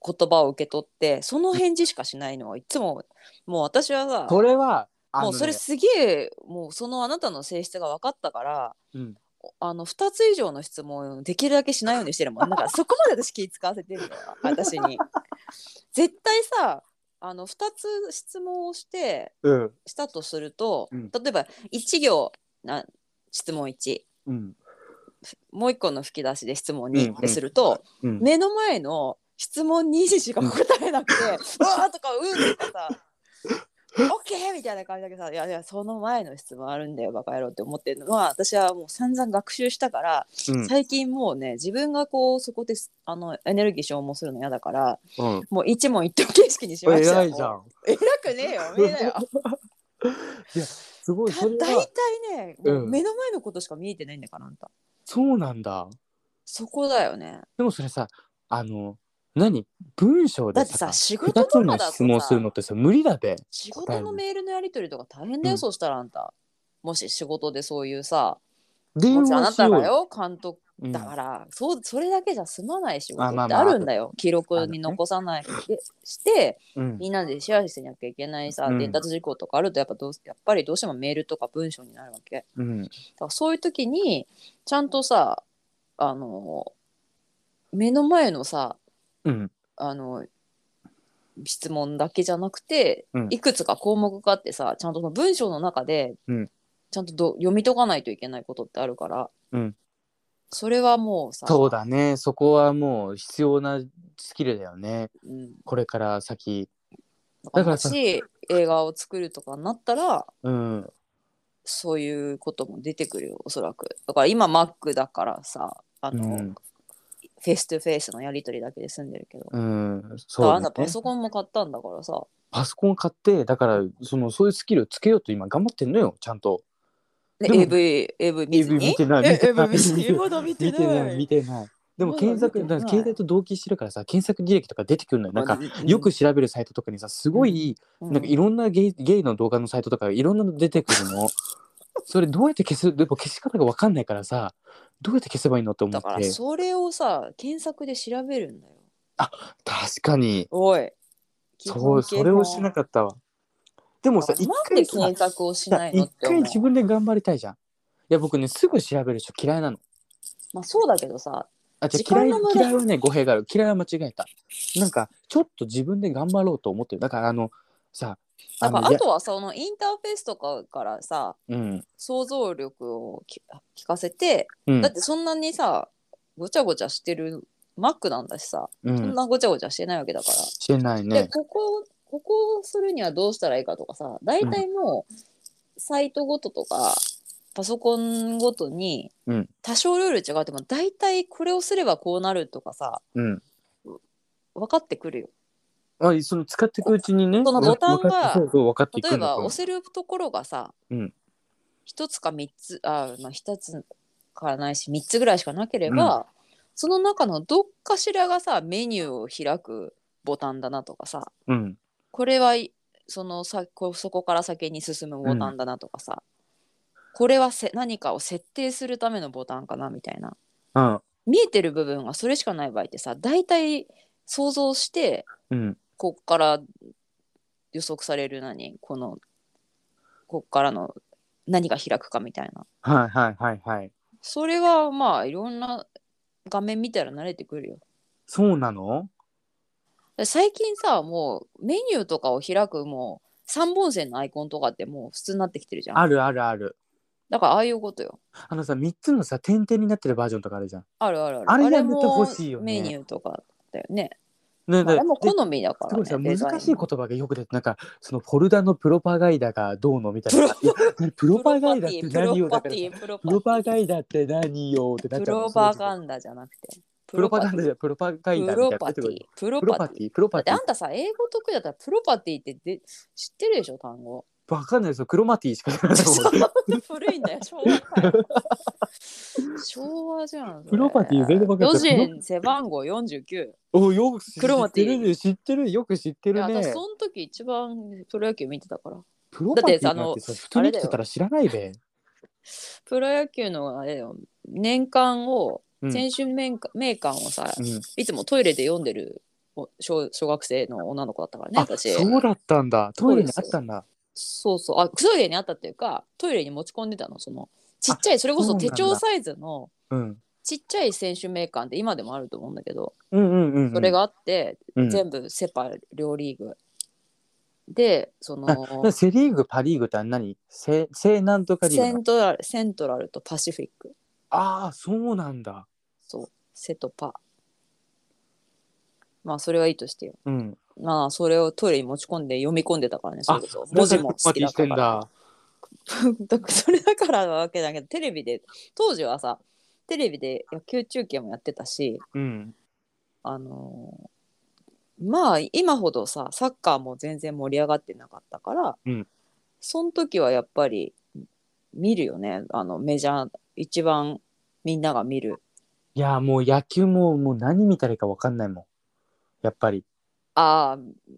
B: 言葉を受け取ってその返事しかしないのはいつももう私はさ
A: それはあ
B: も
A: の
B: う
A: ね
B: それすげえもうそのあなたの性質が分かったから
A: うん
B: あの2つ以上の質問をできるだけしないようにしてるもん だからそこまで私気使わせてるのよ私に絶対さあの2つ質問をして
A: うん
B: したとすると、
A: うん
B: 例えば1行な質問1
A: うん
B: もう1個の吹き出しで質問
A: うん
B: 2ってすると、
A: うん
B: 目の前の質問2しか答えな くて「うわ!」とか「うん」とかさ「オッケー!」みたいな感じだけどさ「いやいやその前の質問あるんだよバカ野郎」って思ってるのは私はもう散々学習したから、
A: うん
B: 最近もうね自分がこうそこですあのエネルギー消耗するの嫌だから
A: うん
B: もう一問一答形式にしまし
A: 偉
B: たよ
A: いじゃ
B: もうん偉くねえよおめえだよ
A: すごいそれ
B: 大
A: は
B: 体ね、もううん目の前のことしか見えてないんだからあんた
A: そうなんだ
B: そこだよね
A: でもそれさあの何文章
B: だ
A: で
B: ってさ仕事
A: 2
B: とか
A: つ
B: だ
A: の
B: とさ
A: 質問するのってさ無理だべ
B: 仕事のメールのやり取りとか大変だよ、
A: うん
B: そうしたらあんたもし仕事でそういうさ
A: 電
B: もちろんあ
A: 話
B: な
A: しよ
B: た
A: う
B: がよ監督
A: うん
B: だから、そうそれだけじゃ済まない仕
A: あ
B: 事
A: ま
B: っ
A: あ
B: て
A: まあ
B: あるんだよ、記録に残さないで、して
A: うん
B: みんなでシェアしてなきゃいけないさ、
A: うん
B: 伝達事項とかあるとやっぱどうやっぱりどうしてもメールとか文章になるわけ
A: う
B: だ
A: ん
B: からそういう時にちゃんとさあの目の前のさ
A: うん
B: あの質問だけじゃなくて、
A: うん
B: いくつか項目があってさちゃんとその文章の中で、
A: うん
B: ちゃんとど読み解かないといけないことってあるから、
A: うん
B: それはもうさ
A: そうだねそこはもう必要なスキルだよね
B: うん、
A: これから先
B: だ
A: だ
B: か
A: かららさ
B: もし映画を作るとかになったら
A: うん
B: そういうことも出てくるよおそらくだから今マックだからさあの、
A: うん
B: フェイスとフェイスのやり取りだけで済んでるけど、
A: うん、
B: だ
A: そう
B: から
A: だ
B: あん
A: ね、
B: たパソコンも買ったんだからさ
A: パソコン買ってだからそのそういうスキルをつけようと今頑張ってんのよちゃんと
B: で
A: でも
B: AV, AV 見ず
A: AV
B: に
A: 見てない
B: え
A: 見てない
B: AV 見ずにまだ見て
A: 見
B: な
A: てない
B: い
A: 見てないでも
B: まだ
A: 検索
B: 見てない
A: だから携帯と同期してるからさ検索履歴とか出てくるのよなんかよく調べるサイトとかにさすごい、
B: うん、
A: なんかいろんなゲイゲイの動画のサイトとかいろんなの出てくる のそれどうやって消すでも消し方が分かんないからさどうやって消せばいいのって思
B: だ
A: っ
B: から
A: て
B: それをさ検索で調べるんだよ
A: 確かに
B: おい
A: そうそれをしな
B: く
A: かったわでもさ
B: なん
A: 一回
B: で
A: さ
B: 検索をし
A: いや
B: ないのっ
A: 一
B: て思
A: 回
B: う
A: 自分で頑張りたいじゃん。いや僕ねすぐ調べる人嫌いなの。
B: まあそうだけどさ
A: あじ
B: 時
A: ゃ
B: 間
A: 嫌い
B: の無駄
A: 嫌いはね語弊がある嫌いは間違えた。なんかちょっと自分で頑張ろうと思ってるだからあのさ
B: だから
A: の
B: あ
A: いや
B: とはそのインターフェースとかからさ
A: うん
B: 想像力をき聞かせて、
A: うん
B: だってそんなにさごちゃごちゃしてるマックなんだしさ、
A: う
B: そん
A: ん
B: なごちゃごちゃしてないわけだから
A: してない
B: で
A: ね。
B: ここここをするにはどうしたらいいかとかさ大体もうサイトごととか、パソコンごとに
A: うん
B: 多少ルール違うっても大体これをすればこうなるとかさ
A: うん。
B: 分かってくるよ。
A: あその使っていくうちにね。
B: そのボタンが
A: わわかってそうそう分かっていく
B: 例え
A: んだ
B: ば
A: から
B: 押せるところがさ、
A: うん
B: 一つか三つあまあ一つからないし三つぐらいしかなければ、その中のどっかしらがさメニューを開くボタンだなとかさ
A: うん
B: これはいそのさこそこから先に進むボタンだなとかさ、これはせ何かを設定するためのボタンかなみたいな
A: うん
B: 見えてる部分がそれしかない場合ってさ大体想像して
A: うん
B: こっから予測される何このこっからの何が開くかみたいな
A: はいはいはいはい。
B: それはまあいろんな画面見たら慣れてくるよ
A: そうなの？
B: 最近さもうメニューとかを開くもう三本線のアイコンとかってもう普通になってきてるじゃん
A: あるあるある。
B: だからああいうことよ
A: あのさ、3つのさ、点々になってるバージョンとかあるじゃん。
B: あるあるある
A: あれやめて
B: も
A: ほしいよね
B: メニューとかだよね
A: ね
B: まああ
A: で
B: れも
A: です
B: 好みだか
A: ご
B: ら、ね
A: いさ、
B: デザイン
A: 難しい言葉がよく出て、なんか、そのフォルダのプロパガイダがどうのみたいな。いやプロパガイダって何よだか
B: プ
A: らさ。
B: ロ
A: プロ
B: パ
A: パガイダって何よって
B: テ
A: なっ
B: ィプ
A: ちゃう
B: ロ
A: の。
B: パガ
A: ン
B: ンダじゃなくて
A: プロパガンダじゃんプロパガイダみ
B: プ
A: たい
B: ロ
A: な。
B: パティプロ
A: プロ
B: パ
A: パ
B: ティ
A: ティプロパ
B: だって
A: ティ
B: あんたさ英語得意だったらプロパティってで知ってるでしょ単語
A: わかんないですよ。クロマティしか知らないと
B: そ
A: 思う。
B: う古いんだよ昭和かよ昭和じゃんそれ
A: プロパティ全然わかんない
B: 巨人背番号49
A: およく知
B: クロマ
A: っ
B: テ
A: て
B: ィ
A: るね。知ってるよく知って
B: いや
A: る
B: 私
A: ね
B: そ。の時一番プロ野球見てたから
A: プロパティな
B: だってあ
A: ん
B: の
A: てさ、普通に来てたら知らないべ。
B: プロ野球のあれよ年間を
A: うん
B: 選手名鑑名鑑をさ、
A: うん
B: いつもトイレで読んでるお小小学生の女の子だったからね
A: あ、
B: 私
A: そうだったんだ。トイレにあ
B: そう
A: っ
B: です
A: たんだ。
B: そうそうあトイレにあったっていうかトイレに持ち込んでたのそのちっちゃいそれこ
A: そ
B: そ
A: な
B: う
A: ん
B: 手
A: だ
B: 帳サイズの
A: うん。
B: ちっちゃい選手名鑑って今でもあると思うんだけど、
A: うんうんうんうん。
B: それがあって、
A: うん
B: 全部セ・パ両リーグでそ
A: な
B: の
A: セ・リーグ、パ・リーグって何セ・セなんとかリーグ
B: セ
A: なの
B: ントラルセントラルとパシフィック
A: ああ、そうなんだ。
B: そうセとパまあそれはいいとしてよ
A: うん。
B: まあそれをトイレに持ち込んで読み込んでたからねそれこそ
A: だ
B: 文
A: か
B: 字
A: ら
B: も好きだ
A: パー
B: っ
A: ティーして
B: た
A: ん
B: か
A: だ
B: ら だからそれだからなわけだけどテレビで当時はさテレビで野球中継もやってたし
A: うん。
B: あのーまあ今ほどさサッカーも全然盛り上がってなかったから、
A: うん
B: その時はやっぱり見るよねあのメジャー一番みんなが見る
A: いや、もう野球ももう何見たらいいか分かんないもん。やっぱり。
B: ああ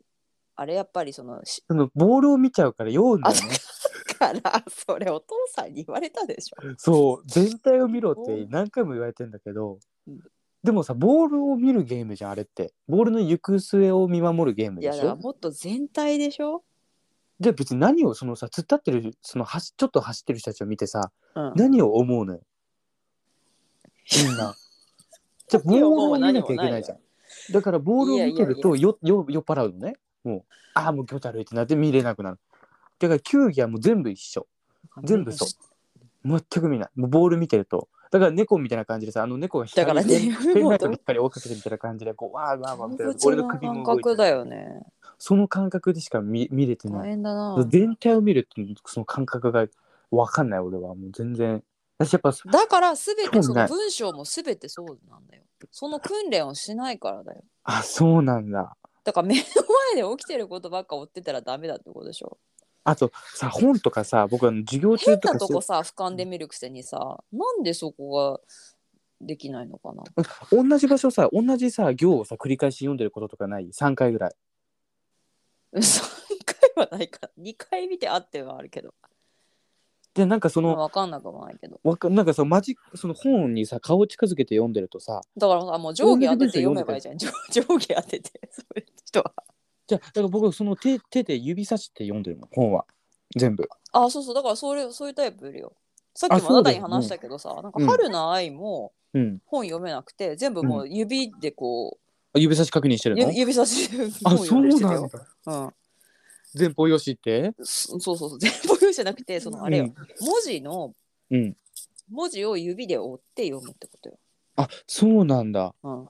B: あれやっぱりそのし
A: そのボールを見ちゃうから酔うんだよね。
B: からそれお父さんに言われたでしょ
A: そう、全体を見ろって何回も言われてんだけど
B: うん、
A: でもさ、ボールを見るゲームじゃん、あれって。ボールの行く末を見守るゲーム
B: い
A: で
B: やだ
A: し
B: から
A: ょ。
B: もっと全体でしょ、
A: で、別に何を、そのさ、突っ立ってる、その走、ちょっと走ってる人たちを見てさ、
B: うん、
A: 何を思うのよみん な。じゃあボールを見なきゃいけないじゃん。だからボールを見てるとよよ酔っ払うのね。もうああもう今日だるいってなって見れなくなる。だから球技はもう全部一緒。全部そう。全く見ない。もうボール見てると。だから猫みたいな感じでさあの猫が光
B: だからね
A: ペンライトの光を追いかけてみたいな感じでこうわーわーわーみたいな俺
B: 俺の
A: の首
B: 感
A: も動い
B: 覚
A: て
B: だ
A: る
B: よね
A: その感覚でしか見見れてない
B: 大。変だな
A: 全体を見るっていうその感覚がわかんない俺はもう全然。私やっぱ
B: だから全てそ
A: 興味な
B: の
A: い
B: 文章も全てそうなんだよ。その訓練をしないからだよ。
A: あそうなんだ。
B: だから目の前で起きてることばっか追ってたらダメだってことでしょ。
A: あとさ本とかさ僕あの授業中
B: 変
A: と
B: な
A: か
B: と
A: して
B: こさ俯瞰で見るくせにさなんでそこができないのかな。
A: 同じ場所さ同じさ行をさ繰り返し読んでることとかない3回ぐらい
B: 3回はないか2回見てあってはあるけど。
A: でなんかその
B: わかんなくもないけど。
A: わかなんかさマジその本にさ顔近づけて読んでるとさ
B: だからさもう上下当てて読めばいいじゃん。上上下当て て。そういう人は。
A: じゃあだから僕その手手で指さして読んでるもん本は全部
B: あ、そうそう。だからそれそういうタイプいるよ。さっきもあなたに話したけどさ、なんか春の愛も、
A: うん
B: 本読めなくて全部もう指でこ
A: あ指差し確認して
B: う、
A: る
B: ゆ
A: の
B: 指差しで
A: あ
B: 本
A: そ
B: 読ん
A: う
B: でしてた
A: なん
B: よ。
A: だ
B: うん、
A: 前方よしって
B: そそうそうそう全部読むじゃなくてそのあれよ、
A: うん
B: 文字の
A: うん
B: 文字を指で折って読むってことよ。
A: あそうなんだ
B: うん、っ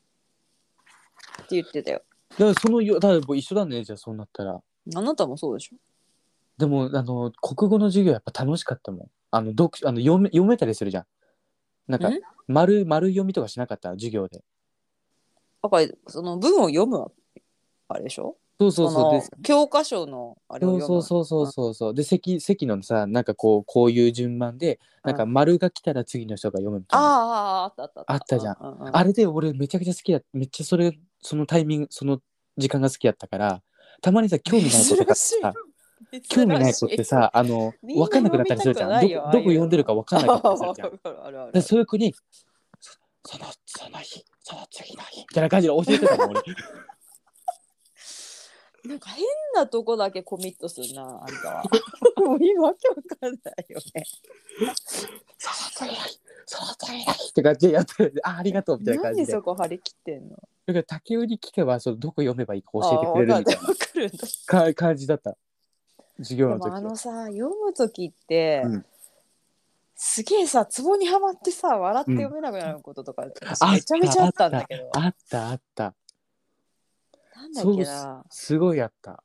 B: て言ってたよ。
A: だからそのよだからもう一緒だねじゃあそうなったら
B: あなたもそうでしょ
A: でもあの国語の授業やっぱ楽しかったもん。あの読あの読め読めたりするじゃん。なんか
B: ん
A: 丸丸読みとかしなかった授業で。
B: だからその文を読むはあれでしょ
A: そうそう
B: あの
A: そうです。
B: 教科書のあれ
A: そ
B: を
A: う
B: 読
A: そ
B: む。
A: うそうそうそうそう。で席席のさなんかこうこういう順番でなんか丸が来たら次の人が読むみたいな。
B: あーあーあーあったあった
A: あったじゃん。
B: ううう
A: あれで俺めちゃくちゃ好きだめっちゃそれそのタイミングその時間が好きやったからたまに さ興味ないことがさ
B: 珍しい
A: 興味ない子ってさあの
B: みんな
A: 分かんなくなったりするじゃん。
B: 読みた
A: どこ
B: くないよああ
A: ど
B: いう
A: こ読んでるか 分かんなくなったりするじゃん。
B: あるあるある
A: でそういう子にそそのその日その次の日みたいな感じで教えてたの俺
B: なんか変なとこだけコミットするな、あん たは。もう今、わけわかんないよね。
A: その次の日そうだよって感じでやってるんで、あ、ありがとうみたいな
B: な
A: 感
B: ん
A: じ
B: で
A: で。
B: そこ張り切ってんの
A: だから竹雄に聞けば、そのどこ読めばいいか教えてくれる
B: あ
A: み
B: ー
A: たい
B: わかるわかるんだ
A: なか感じだった。授業の
B: でもあの
A: 時。
B: さ読む時って、
A: うん
B: すげえさツボにはまってさ笑って読めなくなることとか、めちゃめちゃあったんだけど
A: あったあった。
B: なんだっ
A: そう
B: け
A: っす
B: な
A: すごいあった。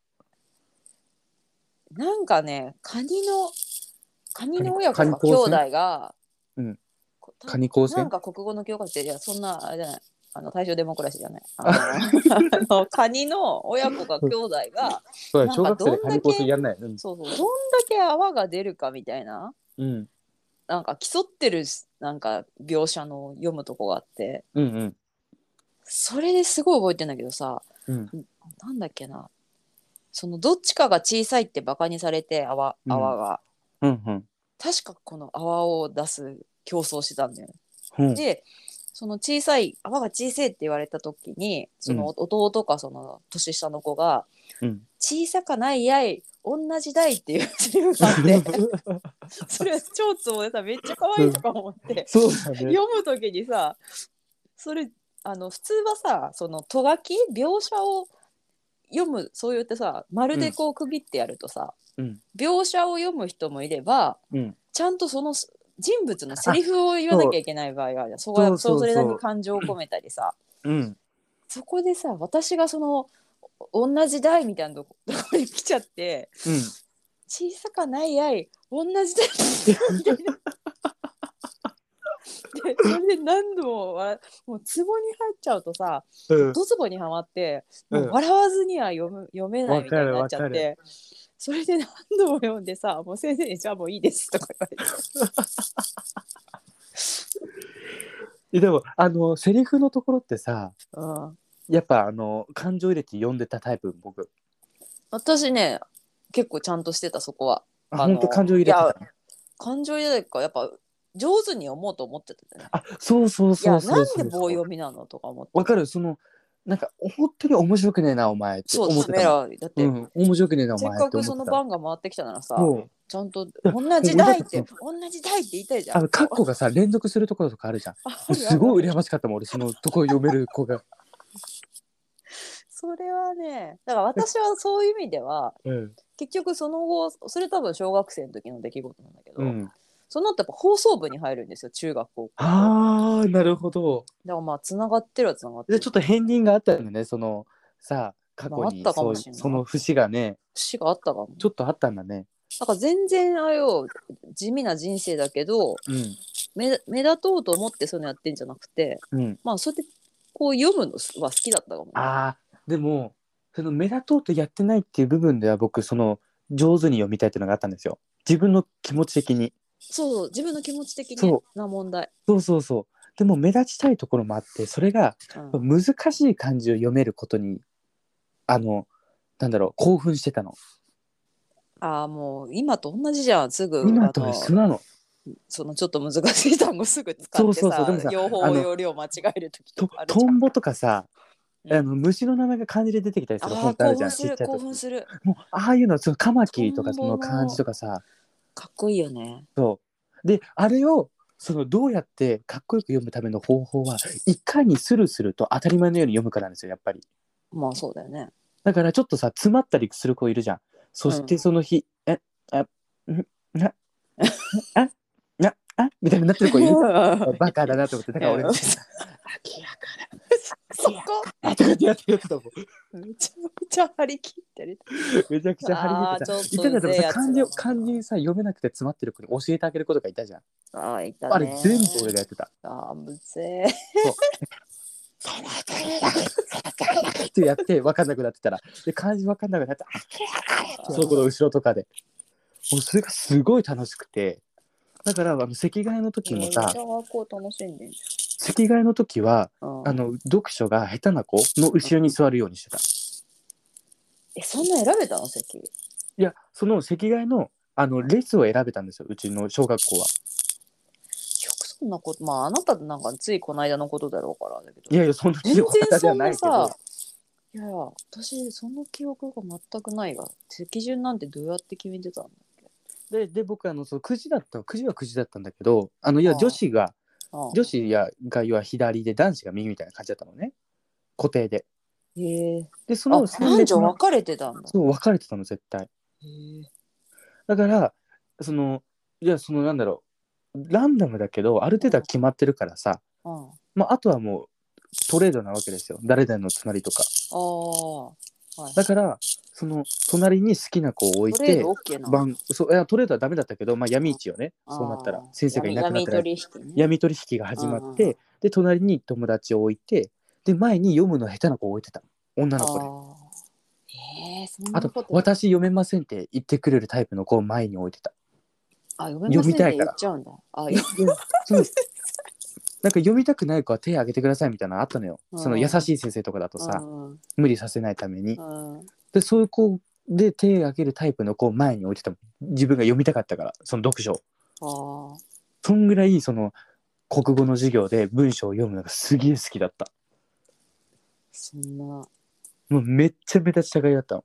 B: なんかねカニのカニの親子
A: カニ
B: が
A: カニ光
B: 兄弟
A: 線
B: が、
A: うん
B: こ、
A: カニ光
B: なん
A: 線
B: か国語の教科書っていやそんなあれじゃないあの大正デモクラシーじゃない あのあのカニの親子が兄弟が
A: そうだ、小
B: なん
A: 学生
B: か
A: でカニ光線やんない。うん
B: そうそうどんだけ泡が出るかみたいな
A: うん
B: なんか競ってるなんか描写の読むとこがあって
A: うんうん
B: それですごい覚えてんだけどさ
A: うん
B: なんだっけなそのどっちかが小さいってバカにされて泡
A: うん
B: 泡が、
A: うんうん
B: 確かこの泡を出す競争してたんだよね。
A: うん
B: でその小さい泡が小さいって言われた時にその弟かその年下の子が
A: うん
B: 「小さかないやい同じだい」っていうセリフがあってそれ超ツボでさめっちゃ可愛いとか思って
A: そうだね。
B: 読む時にさそれあの普通はさそのとがき描写を読むそう言ってさまるでこう区切ってやるとさ、
A: うん
B: 描写を読む人もいれば
A: うん
B: ちゃんとそのす人物のセリフを言わなきゃいけない場合があるじゃんそこ
A: そ
B: は
A: うそうそう
B: それなりに感情を込めたりさ
A: うん
B: そこでさ私がそのお同じ台みたいなとこ とこに来ちゃって
A: うん。
B: 小さかないやい同じだよみたいな。でそれで何度も笑もうツボに入っちゃうとさ
A: うん
B: ドツボにはまって
A: う
B: も
A: ん
B: う笑わずには読む読めないみたいになっちゃっ
A: わかる
B: てそれで何度も読んでさもう先生に「じゃあもういいです」とか言われて
A: えでもあのセリフのところってさ
B: うん、
A: やっぱあの感情入れて読んでたタイプ僕
B: 私ね結構ちゃんとしてたそこは
A: あ
B: あの
A: 本当感情入れてた
B: い感情入れないかやっぱ上手に読もうと思ってた、ね、
A: あそうそう
B: いや
A: そうそ
B: な
A: うんそう
B: で棒読みなのとか思って
A: わかるそのなんか本当に面白くねえなお前って
B: そ
A: 思
B: う
A: ったて
B: め
A: たもん
B: らだって、
A: うん面白くねえなお
B: せっ
A: 前
B: か
A: って
B: く
A: 思
B: そ
A: っ
B: の
A: てた
B: 番が回ってきたならさ
A: そう
B: ちゃんと
A: や
B: 同じ台っ
A: も
B: て同じ台って言いたいじゃ
A: あ
B: ん
A: のカッコがさ連続するところとかあるじゃん
B: あ
A: もうすご
B: あ
A: い羨ましかったもん俺そのとこ読める子が
B: それはねだから私はそういう意味では
A: うん
B: 結局その後それ多分小学生の時の出来事なんだけど、
A: うん
B: その後やっぱ放送部に入るんですよ中学校だか
A: ああなるほど
B: らまあつながってるはつながって
A: で
B: る
A: ちょっと片鱗があったよねそのさ過去に
B: まああったかもし
A: そ
B: れ
A: う
B: ない
A: その節がね
B: 節があったかも
A: ちょっとあったんだね
B: だから全然あれよ地味な人生だけど
A: うん
B: 目目立とうと思ってそういうのやってんじゃなくて
A: うん
B: まあそれでこう読むのは好きだったかもね、
A: あーでもその目立とうとやってないっていう部分では僕その上手に読みたいっていうのがあったんですよ自分の気持ち的に
B: そうそう自分の気持ち的に
A: そ
B: な問題、
A: そうそうそうでも目立ちたいところもあってそれが
B: うん
A: 難しい漢字を読めることにあのなんだろう興奮してたの
B: ああもう今と同じじゃんすぐ
A: 今と
B: あの
A: 一緒なの
B: そのちょっと難しい単語すぐ使ってさ
A: そうそうそうでもさ
B: 用法
A: あの
B: 用量間違える時と
A: と
B: きあるじ
A: ト
B: ゃん
A: ンボとかさ、
B: うん
A: あの虫の名前が漢字で出てきたりする本
B: あ
A: ってあ
B: ー
A: る
B: 興
A: じゃん
B: 奮す
A: ちっ
B: る
A: ちゃい
B: 興
A: 時
B: 奮する
A: もうああいうのそのカマキリとかそ
B: トンボ
A: の
B: の
A: 漢字とかさ
B: かっこいいよね
A: そうであれをそのどうやってかっこよく読むための方法はいかにスルスルと当たり前のように読むかなんですよやっぱり
B: まあそうだよね
A: だからちょっとさ詰まったりする子いるじゃんそしてその日、えあんなあなあみたいになってる子いる バカだなと思ってだから俺
B: うん
A: 明らか
B: そこ
A: だとかってやってるやつだもん
B: めちゃめちゃ張り切ってる
A: めちゃくちゃ張り切って
B: あ
A: さ
B: ー
A: いた
B: ちょっと
A: んだけどさ漢
B: う
A: 字
B: ぜえや
A: を
B: つだ
A: 漢字にさ読めなくて詰まってる子に教えてあげる子とかいたじゃん
B: ああいたね
A: あれ全部俺がやってた
B: ああむぜえ
A: ってやって分かんなくなってたらで漢字分かんなくなってそこの後ろとかでもうそれがすごい楽しくてだからあの席替えの時
B: め
A: も
B: っちゃ
A: さ
B: 学校楽しんでんじ
A: 席替えの時は
B: ゃん、うん
A: あの読書が下手な子の後ろに座るようにしてた
B: えそんな選べたの席
A: いやその席替えのあの列を選べたんですようちの小学校は
B: よくそんなことまああなたなんかついこの間のことだろうからだけど
A: いやいやそんな
B: 全然
A: 方じ
B: そ
A: ゃ
B: ん
A: ない
B: な
A: けど
B: さいや私その記憶が全くないわ席順なんてどうやって決めてたんだっけ
A: でで僕あのそう9時だった9時は9時だったんだけどあのいや
B: ああ
A: 女子が
B: うん
A: 女子や外は左で男子が右みたいな感じだったのね固定で
B: へえ
A: でそ
B: あ
A: の
B: 男女
A: の
B: 分かれてたんだ
A: そう分かれてたの絶対
B: へえ
A: だからそのいやそのなんだろうランダムだけどある程度は決まってるからさ、
B: うんあ
A: まあ、あとはもうトレードなわけですよ誰々の隣とか
B: あはい
A: だからその隣に好きな子を置い
B: トレー
A: て
B: ド OK なの
A: 番そういやトレードはダメだったけど、まあ、闇市よね
B: あー
A: そうなったら先生がいなくなっ
B: 闇
A: たら
B: 闇取引ね
A: 闇取引が始まっ
B: うんう
A: てで隣に友達を置いてで前に読むの下手な子を置いてた女の子で
B: ええそん
A: あ
B: なこと
A: 私読めませんって言ってくれるタイプの子を前に置いてた
B: あ読めませんって言っちゃうんだあ 読
A: そうなんか読みたくない子は手挙げてくださいみたいなのあったのよ、
B: うん
A: その優しい先生とかだとさ、
B: うん
A: 無理させないために、
B: うん
A: でそういう子で手挙げるタイプの子を前に置いてたもん自分が読みたかったからその読書を
B: あ
A: そんぐらいその国語の授業で文章を読むのがすげえ好きだった
B: そんな
A: もうめっちゃ目立ちたがりだったの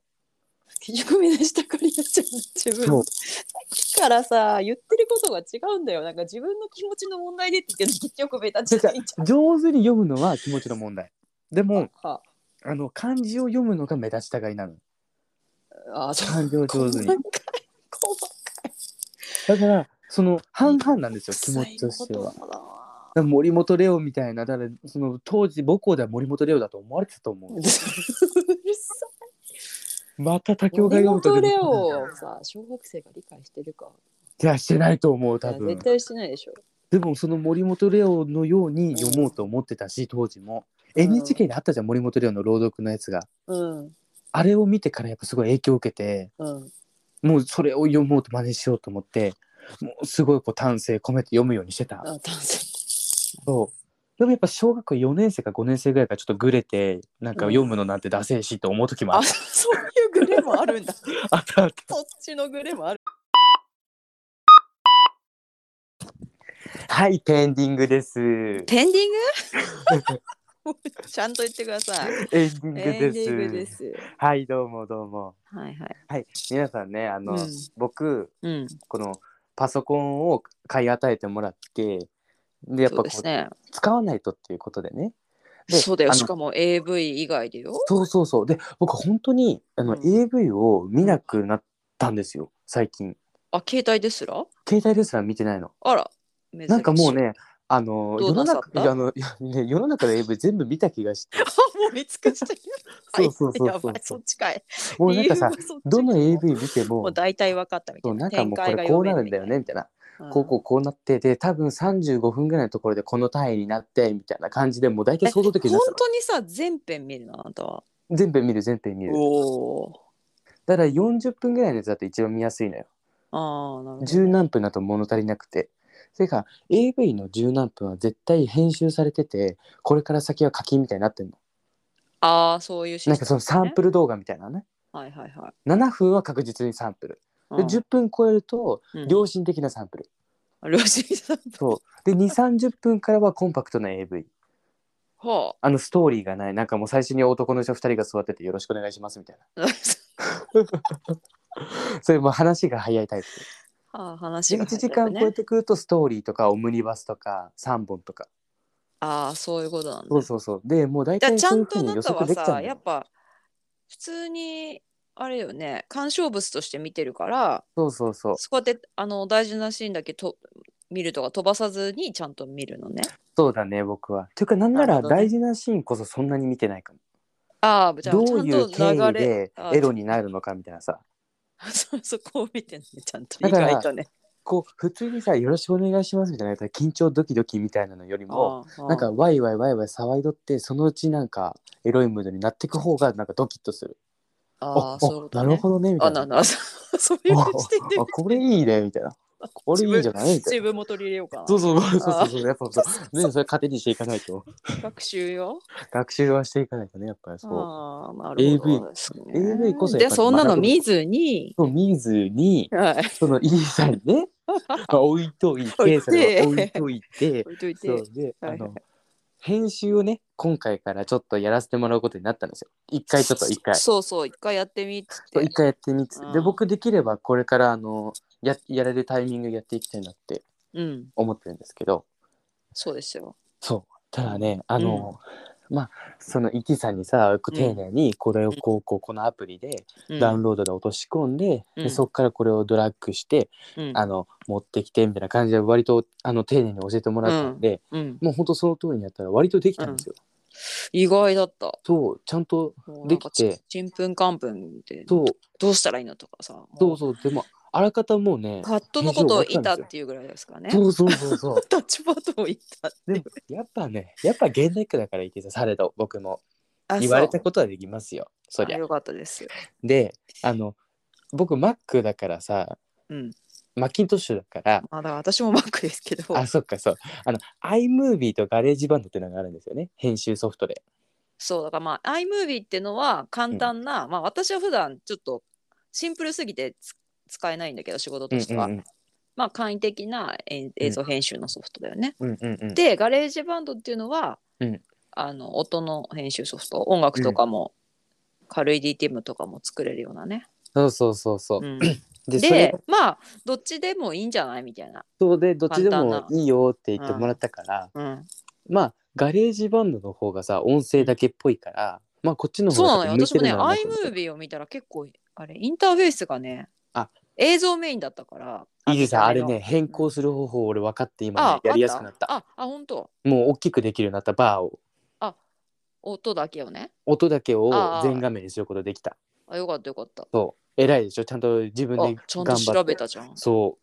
B: 結局目指したかりやっちゃう自
A: そ
B: 分
A: う
B: さっきからさ言ってることが違うんだよなんか自分の気持ちの問題でって言ってるの結局目立ちたいじ
A: 上手に読むのは気持ちの問題で
B: ゃ
A: も
B: んあ
A: あの漢字を読むのが目立ちたがりなの
B: あそう
A: 漢字を上手に
B: 細かい細か
A: だからその半々なんですよ
B: い
A: 気持ちとしては
B: 細いことだ
A: だ
B: わ
A: から森本レオみたいなだからその当時母校では森本レオだと思われてたと思
B: う
A: う
B: るさ
A: また他
B: い
A: 教が読むと
B: 森本レオをさ小学生が理解してるか
A: いやしてないと思う
B: い
A: 多
B: や
A: 分
B: 絶対してないでしょ
A: でもその森本レオのように読もうと思ってたし、当時も NHK であったじゃん、森本レオの朗読のやつが
B: うん
A: あれを見てからやっぱすごい影響を受けて
B: うん
A: もうそれを読もうと真似しようと思ってもうすごいこう丹精込めて読むようにしてた
B: あ炭酸
A: そうでもやっぱ小学校4年生か5年生ぐらいからちょっとグレてなんか読むのなんてダセえしと思う時もあ
B: あ
A: っ
B: そういうグレもあるんだ
A: た,、あったあった
B: そっちのグレもある
A: はいペンディングですエン
B: ペンディングちゃんと言ってください
A: ディング
B: エンデ
A: です
B: ィングです
A: はいどうもどうも
B: はいはい
A: はい皆さんねあの、
B: うん
A: 僕
B: うん
A: このパソコンを買い与えてもらってでやっ
B: そ
A: ぱこ
B: うで
A: う
B: すね
A: 使わないとっていうことでねで
B: そうだよ
A: あの
B: しかも AV 以外でよ
A: そうそうそうで僕本当にあの、
B: うん
A: AV を見なくなったんですよ最近
B: あ携帯ですら
A: 携帯ですら見てないの
B: あら珍しい
A: なんかもうねあの
B: ど
A: 世
B: う
A: の
B: なさっ
A: 中
B: た
A: いやあのいやね世の中の AV 全部見た気がして
B: あもう見尽くしてる
A: そうそうそうそう
B: やばいそっちかい
A: もうなんかさ
B: 理由は そっち
A: どの AV 見て
B: も
A: も
B: う大体分かったみた
A: そう
B: い
A: な
B: なん
A: かもう
B: 展
A: こ
B: 開
A: れ
B: が
A: こう
B: 読め
A: なる
B: る
A: ん
B: み
A: だ
B: たい
A: よねみたいな
B: うん
A: こうこうこうなってで多分35分ぐらいのところでこの単位になってみたいな感じでもう大体想像的にな
B: 本
A: ってたの
B: 当にさ全編見るのあなたは
A: 全編見る全編見る
B: おお
A: だから40分ぐらいのやつだと一番見やすいのよ
B: ああなるほど
A: 十何分だと物足りなくてそれから AV の十何分は絶対編集されててこれから先は課金みたいになってんの
B: ああそういうシ
A: なん
B: ス
A: か
B: テ
A: そのサンプル動画みたいなね
B: ムはいはいはい
A: 7分は確実にサンプル
B: う
A: で
B: ん
A: 10分超えると
B: うん
A: 良心的なサンプル、
B: 両親さん
A: そうで2 3 0分からはコンパクトな AV
B: は
A: あのストーリーがないなんかもう最初に男の人2人が座っててよろしくお願いしますみたい
B: あ は
A: な それもう話が早いタイプ
B: あ話が
A: 1
B: 入
A: 時
B: るわ
A: 間
B: けね
A: 超えてくるとストーリーとかオムニバスとか3本とか
B: ああそういうことなん
A: そう
B: だ
A: そうそうでもう大
B: じゃあ
A: 体
B: ちゃ
A: そういうんふ
B: と
A: う
B: あ
A: に予測
B: なたは
A: できちゃう
B: さ
A: んだ
B: や
A: よ
B: っぱ普通にあれよね鑑賞物として見てるから
A: そうそうそう
B: そこであの大事なシーンだけと見るとか飛ばさずにちゃんと見るのね
A: そうだね僕はというかなんな
B: な
A: ら
B: るほどね
A: 大事なシーンこそそんなに見てないかも
B: ああじゃあ
A: ど
B: ちゃ
A: うんいう経緯
B: と流れ
A: で
B: あ
A: エロになるのかみたいなさ
B: そそこを見てねちゃんと
A: だ
B: 意
A: から
B: 外とね
A: こう普通にさ「よろしくお願いします」みたいなやつは緊張ドキドキみたいなのよりも
B: ああ
A: なんかワイワイワイワイ騒いどってそのうちなんかエロいムードになっていく方がなんかドキッとする
B: ああそういうこと
A: な
B: ね
A: るほどねみた
B: あ
A: いな
B: なな そういう視点で
A: あこれいいねみたいなこれいいんじゃないみたい
B: 自
A: な
B: 分も取り入れようかな
A: そうそうそうそう
B: あ
A: そうやっぱそうねそれ糧にしていかないと
B: 学習よ
A: 学習はしていかないとねやっぱりそう
B: ああなるほどですね
A: AV こそやっぱり
B: でそんなの見ずに
A: そう見ずに
B: はい
A: そのいいさに ね、まあ、置いとい
B: 置
A: て
B: いて
A: それは置いといて
B: 置いといて
A: そうであ
B: はいは
A: の編集をね今回からちょっとやらせてもらうことになったんですよ一回ちょっと一回そ
B: そうそう一回やってみっつ
A: う
B: っ
A: 一
B: て
A: 回やってみて
B: うん
A: で僕できればこれからあのややれるタイミングやっていきたいなって
B: うん
A: 思ってるんですけど
B: そうですよ。
A: そうただねあの、まあそのイキさんにさこう丁寧にこれをこうこうこのアプリで
B: うん
A: ダウンロードで落とし込んで,、
B: うん
A: でそこからこれをドラッグして、
B: うん
A: あの持ってきてみたいな感じで割とあの丁寧に教えてもらったんで、
B: うん、
A: もうほんとその通りにやったら割とできたんですよ。
B: 意外だった。
A: そうちゃんと
B: もうなんか
A: できて
B: ちんぷんかんぷんで
A: そう
B: どうしたらいいのとかさ。
A: そうそうでもあらかたもうね
B: パッドのことをいたっていうぐらいですからね。
A: そうそうそうそう
B: タッチパッドをいたっていう。
A: やっぱねやっぱ現代化だからいけさされど僕も
B: あ
A: 言われ
B: そ
A: たことはできますよそうりゃ
B: あよかったですよ。
A: であの僕 Mac だからさ
B: うん。
A: マッキントッシュだから
B: まあだから私もマックですけど。
A: あそっかそうあの iMovie とガレージバンドってのがあるんですよね編集ソフトで
B: そうだからまあ iMovie ってのは簡単な、まあ私は普段ちょっとシンプルすぎてつ使えないんだけど仕事としては、
A: うん
B: まあ簡易的なえ映像編集のソフトだよね。
A: うんうんうん
B: でガレージバンドっていうのは、
A: うん
B: あの音の編集ソフト音楽とかも、軽い DTM とかも作れるようなね。
A: そうそうそうそう
B: うん
A: で
B: で
A: それ
B: まあどっちでもいいんじゃないみたいな。
A: そうでどっちで
B: 簡
A: も
B: 単
A: いいよって言ってもらったから、
B: うん、
A: まあガレージバンドの方がさ音声だけっぽいからまあこっちの方
B: そうなの
A: が
B: よ
A: 多分向い
B: 私
A: て
B: も
A: る
B: ね
A: のかなと思って
B: iMovie を見たら結構あれインターフェースがね
A: あ
B: 映像メインだったから。
A: イジさんあ
B: 見
A: れ
B: た目の
A: ね変更する方法俺分かって今ねやりやすくなった
B: あったああ本当
A: もう大きくできるようになったバーを
B: 音だけをね
A: 音だけを
B: あー
A: 全画面にすることできた
B: あよかったよかった
A: そう偉いでしょちゃんと自分
B: あ
A: で
B: ちゃんと
A: 頑張
B: 調
A: っ
B: べ
A: て
B: たじゃん
A: そ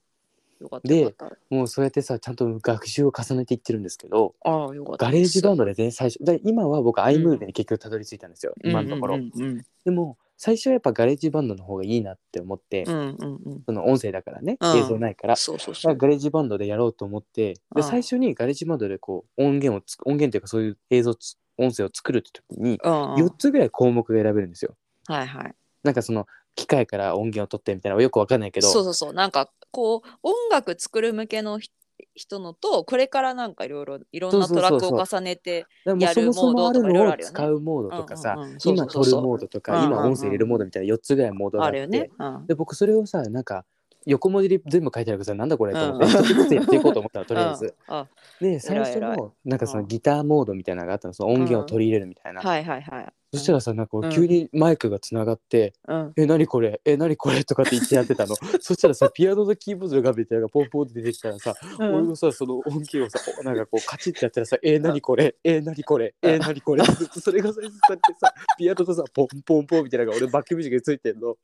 B: よかった
A: で
B: よかっ
A: うもうそうやってさちゃんと学習を重ねていってるんですけど
B: たあよかった
A: ガレージバンドで全最初で今は僕 iMovie に結局たどり着いたんですよ、今のところ、
B: うんうん
A: でも最初はやっぱガレージバンドの方がいいなって思って、
B: うんうんうんうん
A: その音声だからね、
B: うん
A: 映像ないから
B: そうそう
A: だか
B: そ
A: ら
B: う
A: ガレージバンドでやろうと思って、
B: う
A: で
B: ん
A: 最初にガレージバンドでこう音源をつ音源というかそういう映像つ音声を作るって時に
B: うんうん
A: 4つぐらい項目が選べるんですよ。
B: はいはい
A: なんかその機械から音源を取ってみたいなのはよくわかんないけど
B: そうそうそうなんかこう音楽作る向けのひ人のとこれからなんかいろいろいろんな
A: そうそ
B: ト
A: うそう
B: ラ
A: そう
B: ックを重ねて
A: でも
B: や
A: そ
B: る
A: もそも
B: モ
A: あ
B: ード
A: る
B: とかいろいろ
A: の
B: あ
A: を
B: るよね
A: 使うモー
B: うん
A: ド
B: う
A: と
B: んうん
A: かさ、
B: そうそ
A: 今
B: うそ
A: 撮
B: う
A: るモードとか、
B: うんうんうん
A: 今音声入れるモードみたいな4つぐらいモードがあ
B: あ
A: って
B: るよねうん
A: で僕それをさなんか横文字で全部書いてあるからさなんだこれと思って、
B: うん
A: 一つずつやっていこうと思ったのとりあえ
B: う
A: ず
B: ん。あ
A: で最初
B: 偉い偉
A: のなんかそうの
B: ん
A: ギターモードみたいなのがあったのその音源を取り入れるみたいな、
B: はいはいはい
A: そしたらさなんかこう
B: うん
A: 急にマイクがつながって、
B: うん
A: え、何これえ、何これとかって言ってやって たの。そしたらさ、ピアノとキーボードの画面ってなんかポンポンって出てきたらさ、
B: うん
A: 俺もさ、その音源をさ、なんかこうカチッてやったらさ、え、何これえ、何これえ、何これずっとそれが再生されてさ、ピアノとさ、ポンポンポンみたいなのが俺バックミュージックについてんの。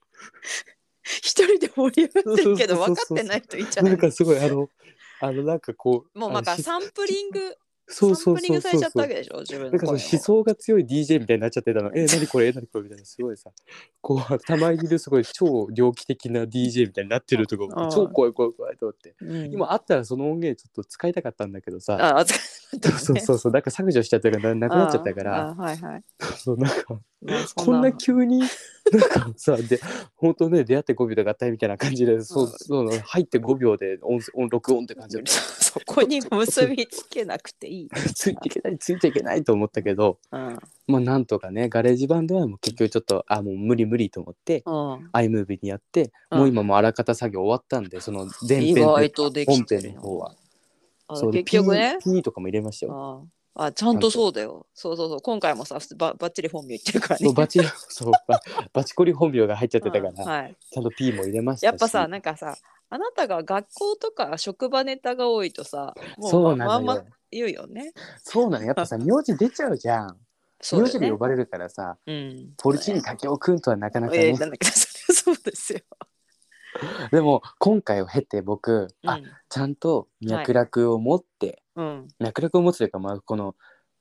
B: 一人で盛り上がってるけど
A: そうそ
B: 分
A: う
B: か
A: そうそう
B: ってないといいんじゃな
A: なん
B: い
A: かすごいあの、あのなんかこう、
B: もうなん
A: あ
B: か
A: のし
B: サンプリング
A: そう
B: サ
A: そ
B: ン
A: う
B: プリン
A: そう
B: グされち
A: そ
B: ゃ
A: う
B: った
A: そ
B: わ
A: う
B: け。でしょ自分
A: な
B: の
A: んか
B: 声
A: そ
B: を
A: の思想が強い DJ みたいになっちゃってたの。え、何これえ、何これみたいな。すごいさ、こう、たまにいるすごい超猟奇的な DJ みたいになってるとこ
B: うん、
A: 超怖い怖い怖いと思って。
B: うん
A: 今あったらその音源ちょっと使いたかったんだけどさ、
B: ああ使
A: そうそうそうなんか削除しちゃったからななくなっちゃったから
B: あはいはい、
A: そうなんか
B: まあそ
A: こんな急になんかさで本当ね出会って5秒で合体みたいな感じでそう
B: うん
A: そうなの入って5秒で音音録音って感じで
B: そこに結びつけなくていい、
A: ついていけないついていけないと思ったけど
B: うんうん、
A: まあなんとかねガレージバンドはもう結局ちょっとあもう無理無理と思って。iMovie にやって、
B: うん
A: もう今もうあらかた作業終わったんでその前編
B: 意外とでき
A: 本
B: て
A: 編
B: る
A: の方は
B: あ
A: そう
B: 結局ね
A: P, P とかも入れましたよ
B: ああちゃんとそうだよそうそうそう今回もさばばっちり本名言ってるから
A: そ
B: ね
A: うバ チそうババチコリ本名が入っちゃってたから、
B: うんはい、
A: ちゃんと P も入れましたし
B: やっぱさなんかさあなたが学校とか職場ネタが多いとさも
A: そうなのよ
B: まんま言うよね
A: そうなのやっぱ さ名字出ちゃうじゃん、
B: そう
A: 名
B: だよ
A: 字
B: ね
A: で呼ばれるからさ
B: うん
A: ポルチーニ竹雄くんとはなかなかね、
B: えーなんだっけ そうですよ、
A: でも今回を経て僕、あちゃんと脈絡を持って、
B: うん、うん
A: 脈絡を持つというかまあこの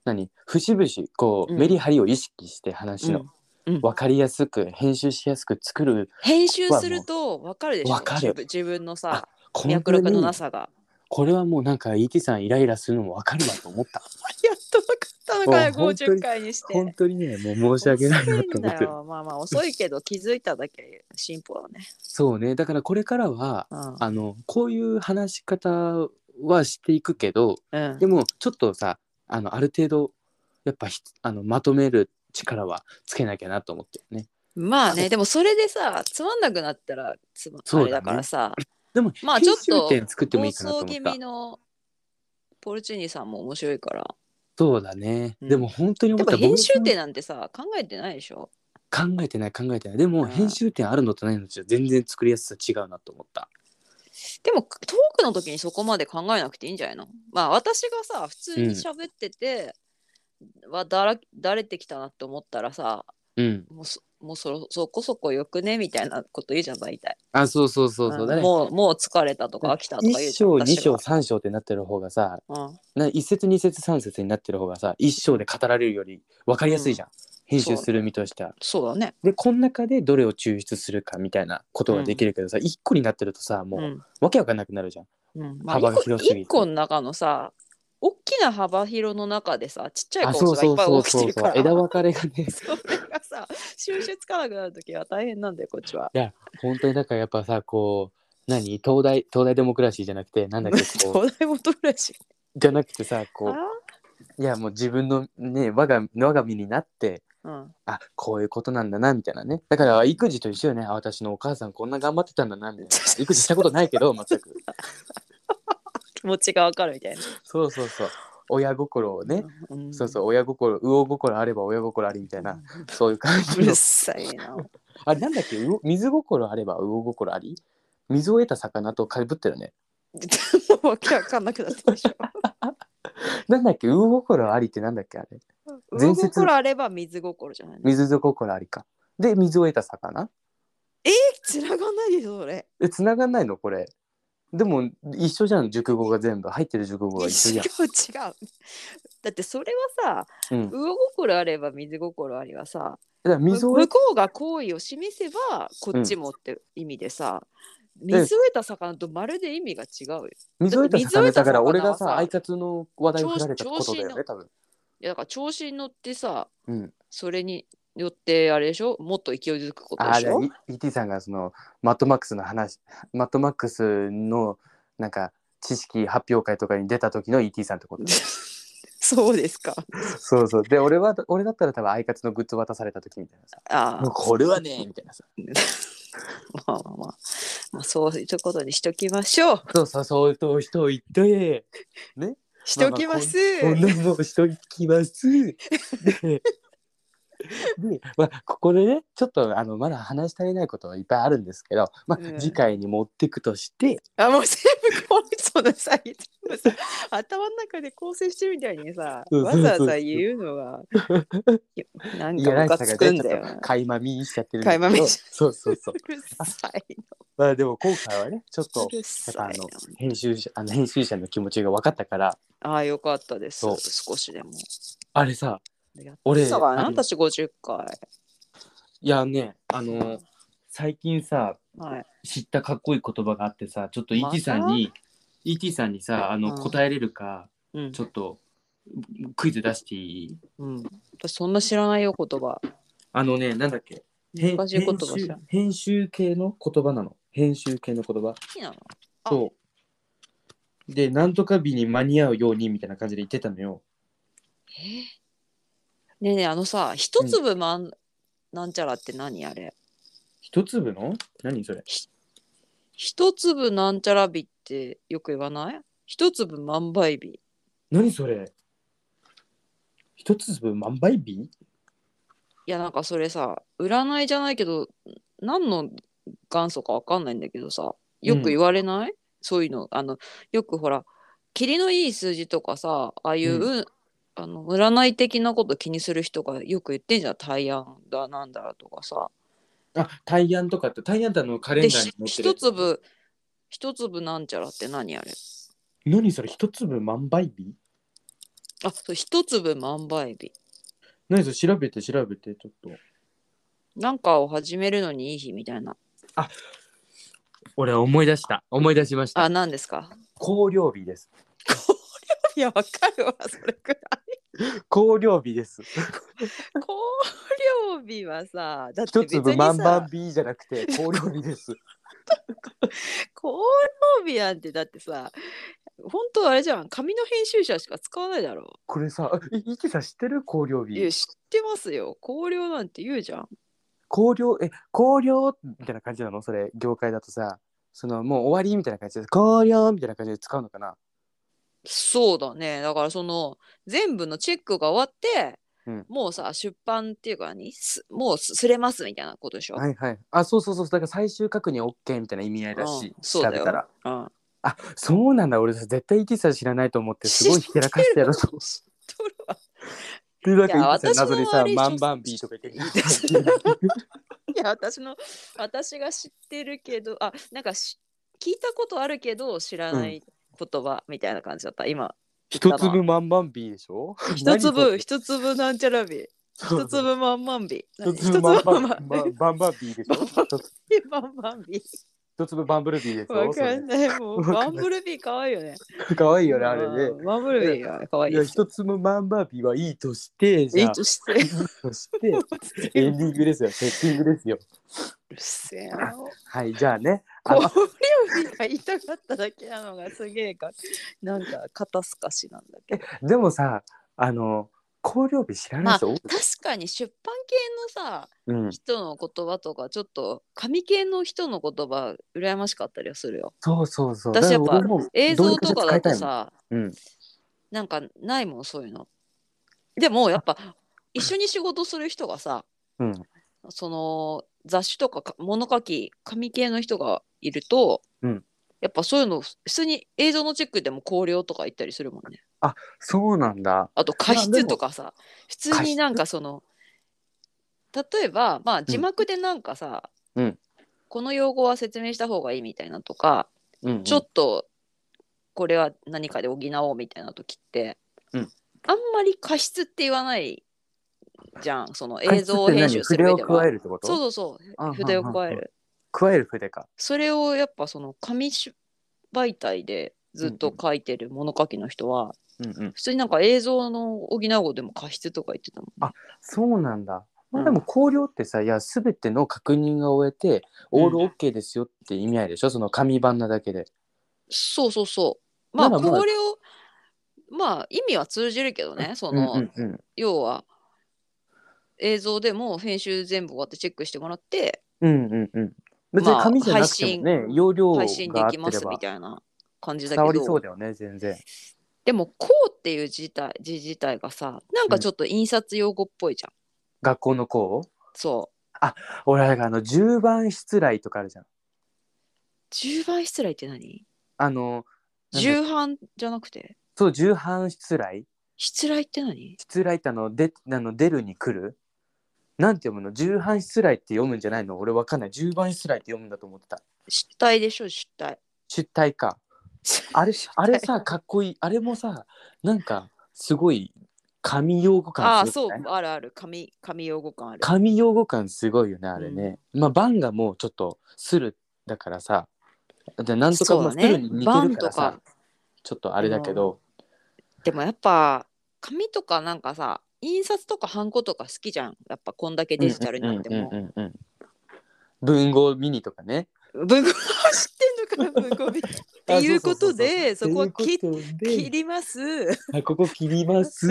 A: 何節々こう、
B: うん
A: メリハリを意識して話の、
B: うんうん
A: 分かりやすく編集しやすく作る
B: 編集すると分かるでしょ
A: わかる
B: 自分自分のさ
A: こ
B: 脈
A: ん
B: 絡の
A: に
B: なさが。
A: これはもうなんか ET さんイライラするのも分かるわと思 った
B: やっと分かったのかよ
A: もう本当に
B: 50回にして。
A: 本当にねもう申し訳ないなと思って
B: 遅んだ
A: る
B: よまあまあ遅いけど気づいただけ進歩だね。
A: そうねだからこれからは
B: うん
A: あのこういう話し方はしていくけど
B: うん
A: でもちょっとさあのある程度やっぱひあのまとめる力はつけなきゃなと思ってるね。
B: まあねでもそれでさつまんなくなったらつま
A: そうだ
B: あれ
A: ね
B: だからさ
A: でも、
B: まあちょっと
A: 編集点作ってもい
B: 放
A: いかなと
B: 送
A: 思
B: 気
A: った
B: 味。のポルチーニさんも面白いから
A: そうだね、
B: うん
A: でも本当に
B: や
A: 思っ
B: っぱ
A: た
B: 編集
A: 僕
B: 点なんてさ考えてないでしょ
A: 考えてない考えてないでも
B: うん
A: 編集点あるのとないのじゃ全然作りやすさ違うなと思った
B: でもトークの時にそこまで考えなくていいんじゃないのまあ私がさ普通に喋ってて、はだらだれてきたなって思ったらさ
A: うん
B: もうそもうそろそこそこよくねみたいなこと言うじゃん大体
A: あそうそうそうそう、
B: ん
A: だね
B: もうもう疲れたとか飽きたとか言う
A: 1
B: じゃん
A: 章2
B: 私
A: 章
B: は
A: 3章ってなってる方がさ
B: うん、
A: な1節2節3節になってる方がさ1章で語られるより分かりやすいじゃん、編集する身としては。
B: そうだね
A: でこの中でどれを抽出するかみたいなことができるけどさ、一1個になってるとさもう、
B: うん
A: わけわかんなくなるじゃん。
B: うんまあ、
A: 幅が広すぎて
B: 1個の中のさ大きな幅広の中でさちっちゃい
A: あ
B: コ
A: そ
B: ー
A: う
B: スがい
A: そ
B: っ
A: う
B: ぱ
A: そ
B: いう起きて
A: そう
B: るか
A: そう
B: ら
A: 枝分かれがね
B: それがさ収集つかなくなる時は大変なんだよこっちは。
A: 本当にだからやっぱさこう何東大東大デモクラシーじゃなくてなんだっけこう
B: 東大元暮らし
A: じゃなくてさこ
B: あ
A: ういやもう自分のね我が我が身になって
B: うん、
A: あこういうことなんだなみたいなねだから育児と一緒よねあ私のお母さんこんな頑張ってたんだなみた いな育児したことないけど全く
B: 気持ちがわかるみたいな。
A: そうそうそう親心をね、
B: うん
A: そうそう親心魚心あれば親心ありみたいな、そういう感
B: う
A: じの
B: る さい な。
A: あれなんだっけ魚水心あれば魚心あり水を得た魚とかぶってるね
B: もうわけわかんなくなってきました。
A: なんだっけ魚心ありってなんだっけあれ
B: 魚
A: 前節
B: 心あれば水心じゃないの。
A: 水心ありかで水を得た魚
B: つながんないでしょ、それ。
A: え繋がんないのこれでも一緒じゃん熟語が全部入ってる熟語が一緒
B: 一
A: じゃ
B: 緒違う。だってそれはさ、
A: ん、うん、だか
B: 魚心あれば水心ありはさ、
A: ら
B: む
A: 水を
B: 向
A: 得
B: こうが好意を示せばこっちもって意味でさ、水を得た魚とまるで意味が違うよ。
A: 水を得た魚だから
B: だって
A: 俺
B: 水
A: が
B: を得た魚は
A: さ
B: さ
A: 相方の話題を振られたことだよ
B: 調
A: ね多分
B: いやだから調子に乗ってさ、
A: うん
B: それによってあれでしょもっと勢いづくこと
A: あ
B: で
A: あ
B: し
A: れ
B: ょ
A: ET さんがそのマットマックスの話マットマックスのなんか知識発表会とかに出た時の ET さんってこと
B: そうですか。
A: そうそうで俺は俺だったら多分アイカツのグッズ渡された時みたいなさ
B: あ
A: もう
B: あ、
A: これはねみたいなさ
B: まあまあまあ、まあ、そういうことにしときましょう。
A: そうそうそうと人を言って
B: しときます。
A: こんなもんしとき ますででまあ、ここでねちょっとあのまだ話し足りないことはいっぱいあるんですけど、まあ
B: うん
A: 次回に持ってくとして
B: あもう全部この人のさ頭の中で構成してるみたいにさ
A: そう
B: わ
A: そうそう
B: ざわざ言うのがいやなん
A: い
B: か
A: やら
B: ム
A: し
B: カ
A: さ
B: つ
A: が
B: く
A: 出
B: ん
A: ちゃ
B: だよ
A: った
B: な。
A: 垣間見しちゃってる
B: 垣間見しち
A: そうそうそう
B: うるさい
A: まあでも今回はねちょっ と
B: の。う
A: や
B: る
A: っ
B: さ
A: ぱあ
B: い
A: の
B: の。
A: 編集者あの編集者の気持ちが分かったから
B: ああよかったです
A: そう。
B: 少しでも。
A: あれさ
B: やっ
A: 俺
B: てたから
A: あ
B: な
A: の
B: 私50回。
A: いやねあの最近さ
B: はい。
A: 知ったかっこいい言葉があってさちょっと
B: また
A: ET さんに ET さんにさあの
B: うん
A: 答えれるか
B: うん
A: ちょっとクイズ出していい
B: うん、私そんな知らないよ言葉。
A: あのねなんだっけへん
B: 難しい言葉
A: 編
B: 知
A: 集
B: らん。好
A: 編集系の言葉なの編集系の言葉
B: きなのあ
A: そうでなんとか日に間に合うようにみたいな感じで言ってたのよ
B: ねえねえあのさ一粒まん、なんちゃらって何あれ
A: 一粒の何それ
B: 一粒なんちゃら日ってよく言わない一粒万倍日。
A: 何それ一粒万倍日
B: いやなんかそれさ占いじゃないけど何の元祖かわかんないんだけどさよく言われない、そういうのあのよくほら霧のいい数字とかさああいう、あの占い的なこと気にする人がよく言ってんじゃん大安だなんだとかさ。
A: あ大安とかって大安ってあのカレ
B: で
A: ンダー
B: ひ
A: に載ってる
B: 一粒一粒なんちゃらって何あれ
A: 何それ一粒万倍日
B: あそう一粒万倍日。
A: 何それ調べて調べてちょっと
B: なんかを始めるのにいい日みたいな。
A: 俺思い出した思い出しまし
B: あ、何ですか
A: 香料日です
B: いや、わかるわ、それくらい。
A: 香料日です
B: 香料日はさ、だっ
A: 一
B: て別
A: 粒
B: に
A: 万
B: さ
A: 々、日じゃなく て香料日です
B: 香料日なんてだってさ、本当あれじゃん、紙の編集者しか使わないだろ
A: これさえイキさん知ってる香料
B: う。いや、
A: 日
B: 知ってますよ。香料なんて言うじゃん。
A: 香料え香料みたいな感じなのそれ業界だとさそのもう終わりみたいな感じで香料みたいな感じで使うのかな
B: そうだねだからその全部のチェックが終わって、
A: うん
B: もうさ出版っていうかにすもうすすれますみたいなことでしょ、
A: はいはい。あ、そうそうそう。だから最終確認 OK みたいな意味合いだし
B: うん、そうだよ
A: 調べたら。
B: うん、
A: あ、そうなんだ。俺絶対生きさ知らないと思って、すごいひけらかして やろうと思って。
B: 取るわ
A: で、なん
B: い
A: か
B: や
A: 生き
B: 私
A: さ
B: の
A: 謎にさ
B: 周、り
A: マンバンビーとか言って
B: ちょっいや私の私が知ってるけどあなんかし聞いたことあるけど知らない言葉みたいな感じだった今
A: 一粒マンバンビーでしょ
B: 一粒
A: 何
B: 一粒なんちゃらび
A: それ
B: 一粒まんまんび
A: 一
B: 何
A: 粒バンバン
B: 一
A: バンバンバンビーでしょ
B: 粒まんまんび
A: 一粒バンブルビーでしょ
B: わ
A: そ
B: かんないもう
A: わかんない
B: バンブルビーかわいいよね
A: れかわいいよねあれね
B: うんバンブルビーがかわい
A: い
B: い
A: や
B: よ
A: 一粒マンバンビーはいいとしてじ
B: い
A: ゃ
B: い
A: あ
B: として
A: いいとして エンディングですよセッティングですよ
B: うるせえな
A: はいじゃあねあ
B: こ
A: の
B: れよりが言いたかっただけなのがすげえかなんか肩透かしなんだけど
A: でもさあの香料日知らない人多い、
B: 確かに出版系のさ
A: うん、
B: 人の言葉とかちょっと紙系の人の言葉羨ましかったりはするよ
A: そうそうそう
B: 私やっぱ
A: だから俺も
B: 映像とかだと
A: 動力で使い
B: さ
A: たいもんうん
B: なんかないもんそういうのでもやっぱ一緒に仕事する人がさ
A: うん
B: その雑誌とかか物書き紙系の人がいると、
A: うん
B: やっぱそういうの普通に映像のチェックでも考慮とか言ったりするもんね
A: そうなんだ
B: あと加
A: まあで
B: 筆
A: も
B: とかさ普通になんかその例えばまあ字幕でなんかさ、
A: うん
B: この用語は説明した方がいいみたいなとか、
A: うん
B: ちょっとこれは何かで補おうみたいな時って、
A: うん
B: あんまり過失って言わないじゃんその
A: 加湿っ
B: 映
A: て
B: 像
A: 何
B: 編集する上で
A: 筆を加え
B: は。
A: るってこと
B: そうそうそう
A: あ
B: 筆を
A: はんはん
B: 加え
A: はん
B: る
A: 加える筆か
B: それをやっぱその紙し媒体でずっと書いてる物書きの人は、
A: うんうん
B: 普通になんか映像の補う語でも過失とか言ってたもん、ね、
A: あそうなんだ。ま
B: う
A: あ、
B: ん
A: でも考慮ってさ、いや全ての確認が終えて、
B: うん
A: オールオッケーですよって意味合いでしょその紙版なだけで。
B: そうそうそうまあ
A: ならまあ
B: これをまあ意味は通じるけどねその、
A: うんうん
B: 要は映像でも編集全部終わってチェックしてもらって
A: うんうんうん。別
B: ま
A: に
B: あ
A: 紙じゃなくてもね、
B: 配信
A: 容量が合
B: 配
A: って
B: 信できま
A: れ
B: すみ
A: ば
B: たいな感じだ
A: 伝わ
B: け
A: りそう
B: ど
A: だよね全然。
B: でもこうっていう字体字自体がさなんかちょっと印刷用語っぽいじゃん、
A: 学校の子
B: そう
A: 俺なんかあの十番失礼とかあるじゃん。
B: 十番失礼って何
A: あのなんだ
B: 重版じゃなくて
A: そう十半失礼
B: 失礼って何
A: 失礼ってあのであの出るに来るなんて読むの十半失礼って読むんじゃないの俺わかんない十番失礼って読むんだと思ってた。
B: 失態でしょ失態
A: 出体 か。あれ、あれさ、かっこいい。あれもさ、なんか、すごい、神用語
B: あ
A: 感
B: あ
A: すご
B: そ
A: くないう
B: あるある紙紙用語感ある
A: 神用語感すごいよね、あれね。まあ、バンがもうちょっと、する、だからさ、でなんとかも
B: そう
A: す
B: だね
A: るに似てるから
B: バン
A: さ
B: と、
A: ちょっとあれだけど、
B: でもやっぱ紙とかなんかさ印刷とかハンコとか好きじゃんやっぱこんだけデジタルになっても
A: うんうんうんうんうん文豪ミニとかね。
B: 文庫知ってんのかな文 庫っていうことで
A: あそう
B: そこは
A: そうそう
B: 切
A: そうということで
B: 切ります
A: はい、ここ切り ます。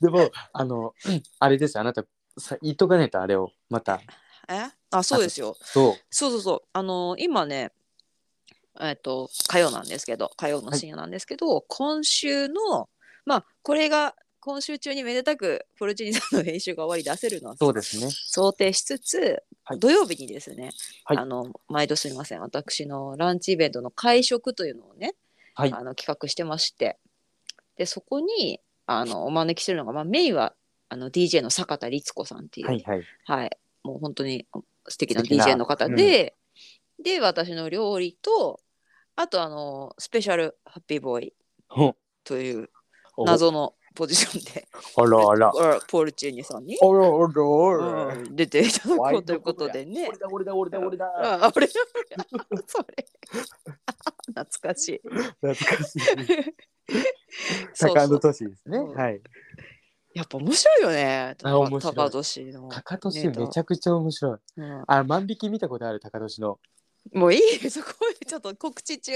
A: でも、あの、うんあれです、あなた、さ言っとかないと、あれを、また。
B: えあそうですよ
A: そう。
B: そうそうそうあのー今ねえっ、と火曜なんですけど火曜の深夜なんですけど、今週のまあこれが今週中にめでたくポルチーニさんの編集が終わり出せるのは
A: そうですね。
B: 想定しつつ、
A: はい
B: 土曜日にですね、
A: はい
B: あの毎度すみません私のランチイベントの会食というのをね、
A: はい
B: あの企画してましてでそこにあのお招きするのが、まあ、メインはあの DJ の坂田律子さんっていう、
A: はいはい。
B: はい、もう本当に素敵な
A: 素敵な
B: DJ の方で、で私の料理とあとあのスペシャルハッピーボーイ
A: ほ
B: という
A: お
B: 謎のポジションで
A: あらあら。
B: ポールポルチーニさんに、
A: あらあら。
B: うん出ていただこうということでね。
A: だ俺だ俺
B: だ俺
A: だ
B: あ、俺、それ。 懐かしい。
A: 懐かしい。
B: そ
A: セ
B: う
A: カン
B: そ
A: ド
B: う
A: 都市ですね。
B: うん
A: はい。
B: やっぱ面白いよね。
A: あ面白い
B: 高年の、
A: 高年めちゃくちゃ面白い。
B: うん
A: あ、万引き見たことある高年の。
B: もういい、 そこでちょっと告知中。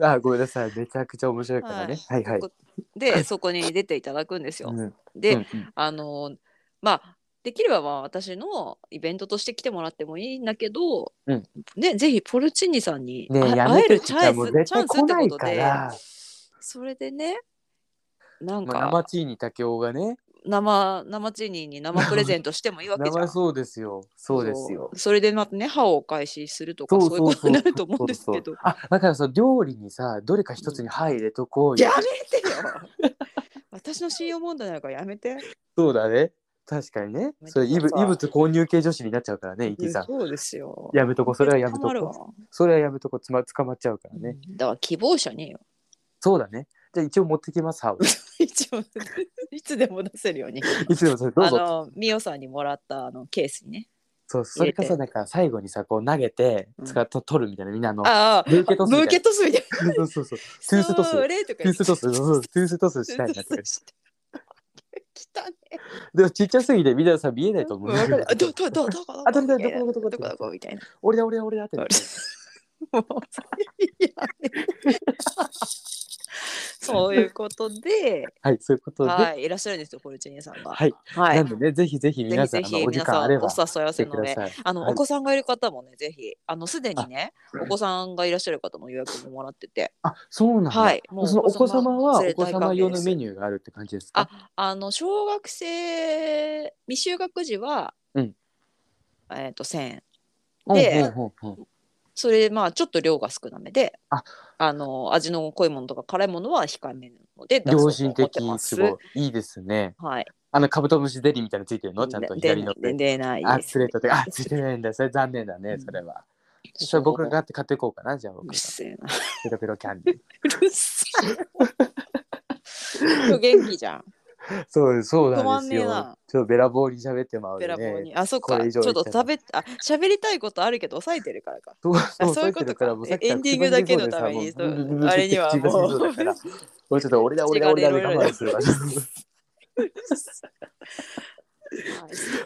A: あ、ごめんなさい。めちゃくちゃ面白いからね。はいはい。
B: で、そこに出ていただくんですよ。
A: うん
B: で、
A: うんうん
B: あのーまあ、できればまあ私のイベントとして来てもらってもいいんだけど、
A: うん
B: ね、ぜひポルチーニさんに、
A: ねえ
B: あ
A: や
B: 会
A: め
B: え
A: て
B: る
A: って
B: チ
A: 言った
B: ャ
A: ら
B: ン
A: もう
B: スチ
A: 絶
B: ャ
A: 対
B: ンス
A: 来
B: って
A: ない
B: こと
A: か
B: で
A: ら、
B: それでねなん
A: まあ、
B: か、
A: 生チーニ竹雄がね
B: 生生チーニーに生プレゼントしてもいいわけじゃ
A: 生
B: ん。
A: そうですよそうですよ
B: そうそれでまたね歯をお返しするとか
A: そ
B: そう
A: そうそう
B: ういうことになると思うんですけ
A: そうそ
B: ど
A: う。あだからさ料理にさどれか一つに歯入れとこうよ
B: やめてよ私の信用問題なのからやめて。
A: そうだね確かにねそれ異
B: やめ
A: 物
B: てください
A: 異物購入系女子になっちゃうからねイキさん
B: そうですよ。
A: やめとこそれはやめと
B: 困るわ
A: こそれはやめとこつま捕まっちゃうからね、
B: うんだから希望者によ。
A: そうだねじゃあ一応持ってきます 歯を
B: 一応いつでも出せるように。
A: いつでもそれどう
B: あ
A: ぞ
B: のミオさんにもらったあのケースにね。
A: そうそれかさ
B: 入
A: なんか最後にさこう投げて
B: うん
A: 使っと取るみたいなみんなあの
B: ああ
A: ブーケトスみ
B: ム
A: たいな
B: ーケトスみたい
A: そうそうそう。トゥー
B: な。
A: ストス。
B: そ
A: ト
B: れとか
A: ゥー
B: 言って。
A: ストス。そうそうトゥーストスしたいなとか。
B: 来たね。
A: でもちっちゃすぎてみんなさ見えないと思う。
B: わかるあどどどどこどこ
A: あどれだどこどこどこ
B: どこどこみたいな。
A: 俺だ俺だ俺だってなって。
B: もういや そういうことで、
A: はいそういうことで。は
B: はい、いらっしゃるんですよ、ポルチーニさんが。
A: い。
B: は。
A: ないのでねぜひぜひ
B: ぜひ
A: 皆さ
B: ぜ
A: んあの
B: ひ
A: お時
B: 皆
A: 間
B: さ
A: あ
B: ん
A: れ
B: お
A: ば来
B: 誘い合わせ
A: てく
B: の
A: だ
B: 上、
A: さい。
B: あの
A: はい
B: お子さんがいる方もね、ぜひ、あのすでにね
A: あ、
B: お子さんがいらっしゃる方の予約ももらってて、
A: あそうなんだ。
B: はい、もう
A: そのお子様はお
B: 連れ
A: 子
B: 大歓
A: 様
B: 迎
A: 用のメ
B: です
A: ニューがあるって感じですか。
B: あ、あの小学生未就学児は、
A: うん
B: えっ、と1000円。
A: うん
B: で
A: うんうんうん
B: それまあちょっと量が少なめで、
A: あ
B: あの味の濃いものとか辛いものは控えめなので出そ
A: 良
B: うと
A: 心
B: 思っ
A: 的
B: てます
A: ごいいいですね。
B: はい。
A: あのカブトムシゼリーみたいなのついてるのちゃんと
B: で
A: 左の
B: で
A: 上。
B: 出ない
A: あ
B: で
A: つ
B: す
A: れたてあついてないんだそれ残念だねそれは。それ僕が買って買っていこうかなじゃあ
B: う
A: 僕
B: る
A: が
B: せえな。
A: ペロペロキャンディー。
B: うるさい。今日元気 じゃん。
A: そうですそうな
B: 止ま
A: ん
B: ん
A: です
B: ねえ
A: よ。
B: な
A: ちょっとべらぼうに喋ってまう
B: べ
A: よ
B: らぼう
A: ね。
B: に。あ、そっか。
A: これ以
B: ち
A: 上
B: ょ
A: 言っ
B: っ
A: ちゃ
B: と
A: う
B: 食べ、あ、喋りたいことあるけど抑えてるからか。
A: そう
B: あ
A: そう
B: そういうこ
A: さっ
B: とか
A: きだらもうさっき
B: エンディングだけのために
A: さっきからさもう
B: そう
A: ブルブルブル
B: あれにはもう
A: 口が過ぎそうだからもうちょっと俺だ俺だ俺だで我慢するわ。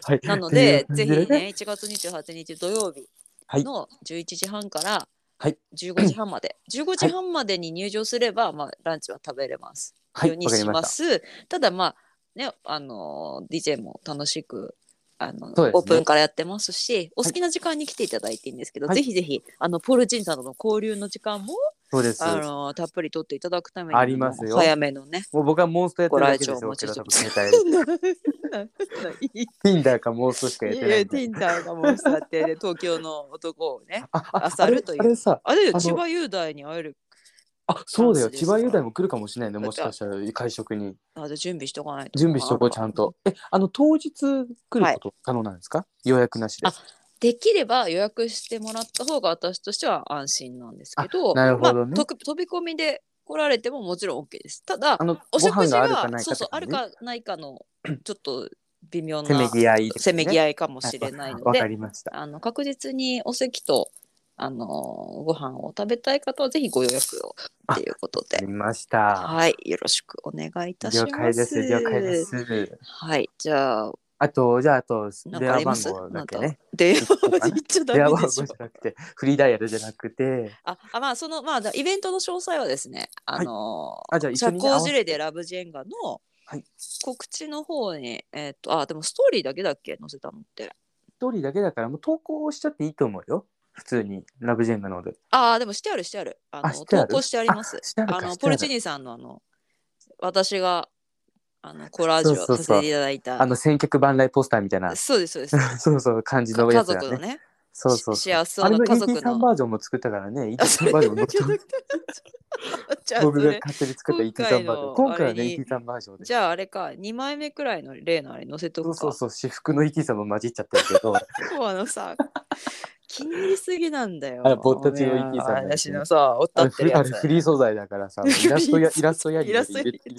A: はい
B: なので、
A: とい
B: ぜ
A: う
B: ひ
A: 感じで
B: ね、1月28日土曜日
A: はい
B: の11時半から
A: はい
B: 15時半まで、15時半までに入場すれば、まあ、ランチは食べれます。
A: はい
B: ように
A: わかり
B: し
A: ま
B: ま
A: し
B: す。ただまあねあの DJ も楽しくあ
A: そう
B: の、
A: ですね
B: オープンからやってますし、お好きな時間に来ていただいていいんですけど、
A: はい
B: ぜひぜひあのポールジンさんとの交流の時間も、
A: た。そうです。
B: あのたっぷりとっていただくために
A: ありますよ
B: 早め のね。
A: もう僕はモンストやって
B: ご
A: るだ
B: 来
A: けです
B: 場
A: よ。
B: お待ちしてます。
A: 僕 携
B: いい
A: 帯で Tinder かモンストしかやってないい
B: や
A: んで。
B: Tinder がもう座ってで東京の男をね。
A: ああ
B: 漁るという
A: あれあれさ
B: あれ
A: あの
B: 千葉雄大に会える
A: あそうだよ
B: チャンスです
A: 千葉
B: よ
A: 雄大も来るかもしれないねもしかしたら会食に
B: あで準備しとかないと
A: 準備しとこうちゃんとえあの当日来ること可能なんですか、予約なしで
B: あできれば予約してもらった方が私としては安心なんですけど
A: あなるほどね
B: まあ、とく飛び込みで来られてももちろん OK ですただ
A: あの
B: お食事が
A: ない
B: そうそう
A: とか
B: ある
A: ね
B: かないかのちょっと微妙な
A: せめぎ合いです
B: せ
A: ね、
B: めぎ合いかもしれないの
A: わ
B: で、
A: かりました。
B: あの確実にお席とあのーご飯を食べたい方はぜひご予約を
A: あ
B: っていうこと
A: わか
B: で
A: りました。
B: はいよろしくお願いいたしま
A: 了
B: す
A: 解です。了解です。
B: はいじゃあ
A: あと、じゃあ、あと、
B: なん
A: 電
B: か
A: 話
B: ありま
A: 番
B: す
A: 号だけね。
B: 電話
A: 言っ
B: は
A: て
B: 言っちゃダ
A: 電話
B: メ
A: 番号
B: でし
A: じ
B: ょ
A: ゃなくて、フリーダイヤルじゃなくて、
B: ああまあそのまあだイベントの詳細はですねあのー
A: あ、じゃあ、一緒
B: 社
A: に、
B: 交辞令でラブジェンガの
A: はい
B: 告知の方に、えーっとあでもストーリーだけだっけ載せたのって
A: 一人だけだから、もう投稿しちゃっていいと思うよ。普通に、ラブジェンガので。
B: ああでもしてあるしてあるあの
A: あしてある
B: 投稿してあります
A: してある
B: あ
A: か
B: の
A: してあ
B: ポ
A: る
B: ルチーニさんのあの私があのコラージュをさせていただいた
A: あの、千客万来ポスターみたいな、
B: そうですそ うです
A: そうそう、感じの
B: 家
A: やつだ
B: 族の
A: ね。
B: ね
A: そうそう
B: し
A: そう。
B: 幸せ
A: あれ
B: の
A: の
B: 家族
A: ET3
B: の
A: バージョンも作ったからね、
B: あそれ
A: ET3 バー ジョンも
B: ちょっ
A: 作った僕が勝手に作った ET3 バージ
B: とちょっと待ってそれ今回
A: ョン。
B: の
A: 今回はね、
B: あれに
A: ET3 バージョンで
B: じゃああれか2枚目くらいの例のあれ載せと
A: そ
B: く
A: う
B: か
A: そうそう、私服のイキさんも混じっちゃってるけど、
B: もうあ のさ、気に入りすぎなんだよ。
A: あれぼったちのイキさんだよね
B: 私のさ、おっ
A: あ
B: た
A: れ
B: ってる
A: フあ
B: や
A: れ
B: つ。
A: フリー素材だからさ、もうイラスト やイラストやり
B: イ
A: で
B: ラスト
A: 入
B: や
A: れて
B: り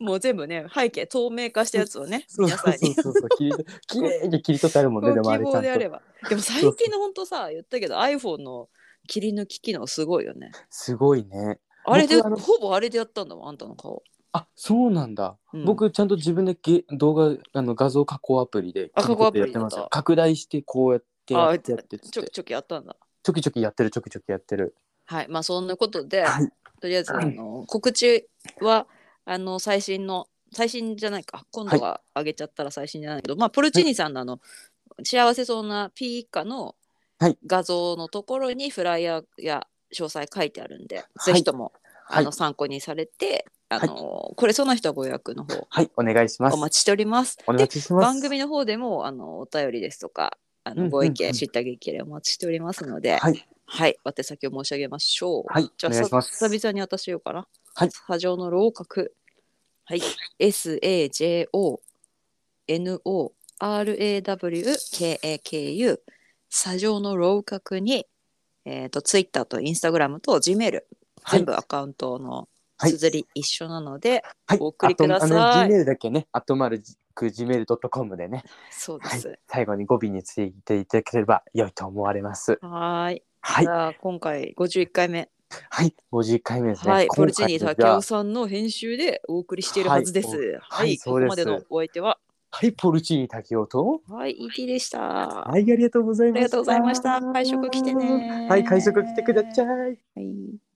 B: もう全部ね、背景透明化したやつをね、
A: そう
B: 皆
A: そう
B: さ
A: んそう
B: に。
A: そうそう、 切り取綺麗に切り取ってあるもんね、でもあ
B: ご希
A: れち
B: 望で
A: ゃ
B: あ
A: んと
B: れ。ば。でも最近のほんとさ、言ったけど iPhone の切り抜き機能すごいよね。
A: すごいね。
B: あれで、
A: 僕あの
B: ほぼあれでやったんだもん、あんたの顔。
A: あ、そうなんだ。
B: うん
A: 僕ちゃんと自分でげ動画あの画像加工アプリで
B: あ加工アプ
A: や
B: リ
A: ってますよ
B: だった
A: 拡大してこうやってや
B: あ
A: ってやってっつっ
B: ちょ
A: て
B: きちょきやったんだ。
A: ちょきちょきやってるちょきちょきやってる。
B: はい、まあそんなことで、
A: はい
B: とりあえずあの告知はあの最新の最新じゃないか今度は上げちゃったら最新じゃないけど、まあポルチーニさんのあの、幸せそうな P 以下の
A: はい
B: 画像のところにフライヤーや詳細書いてあるんで、
A: い
B: ぜひとも、
A: はい
B: あの参考にされてあの、これそうな人はご予約の方
A: はい、お願いします
B: お。待ちしております。
A: お願いします。
B: 番組の方でもあのお便りですとかあ
A: うんうんう
B: の
A: ん
B: ご意見、知った激励お待ちしておりますので、はい、
A: はい、
B: 宛先を申し上げましょう。
A: はい、
B: じゃ
A: お
B: あ
A: 願いし
B: さ
A: ます。
B: 久々に私言うかな。
A: はい
B: 波状の楼閣。はい。SAJONORAWKAKU。砂上の楼閣に、えっ、と、ツイッターとインスタグラムと Gmail。
A: はい
B: 全部アカウントの
A: はい
B: 綴り一緒なので、
A: はい、
B: お送りください
A: あとあの Gmail だけね、アットマルク Gmail.com でね、
B: そうで
A: はい
B: す。、
A: 最後に語尾についていただければ良いと思われます。
B: はーい。
A: はい
B: じ、ゃあ、今回51回目。
A: はい、50回目ですね。
B: はい、ポルチー
A: 今
B: ニ
A: 回
B: 竹
A: じゃあ
B: 雄さんの編集でお送りしているはずです。はい、
A: はいはい
B: ここまで
A: そう
B: の
A: です
B: お相手は、
A: はい、ポルチーニ竹雄と、
B: はい、ET でした。
A: はい、ありがとうございました。
B: ありがとうございました。会食来てね。
A: はい、会食来てください。
B: はい。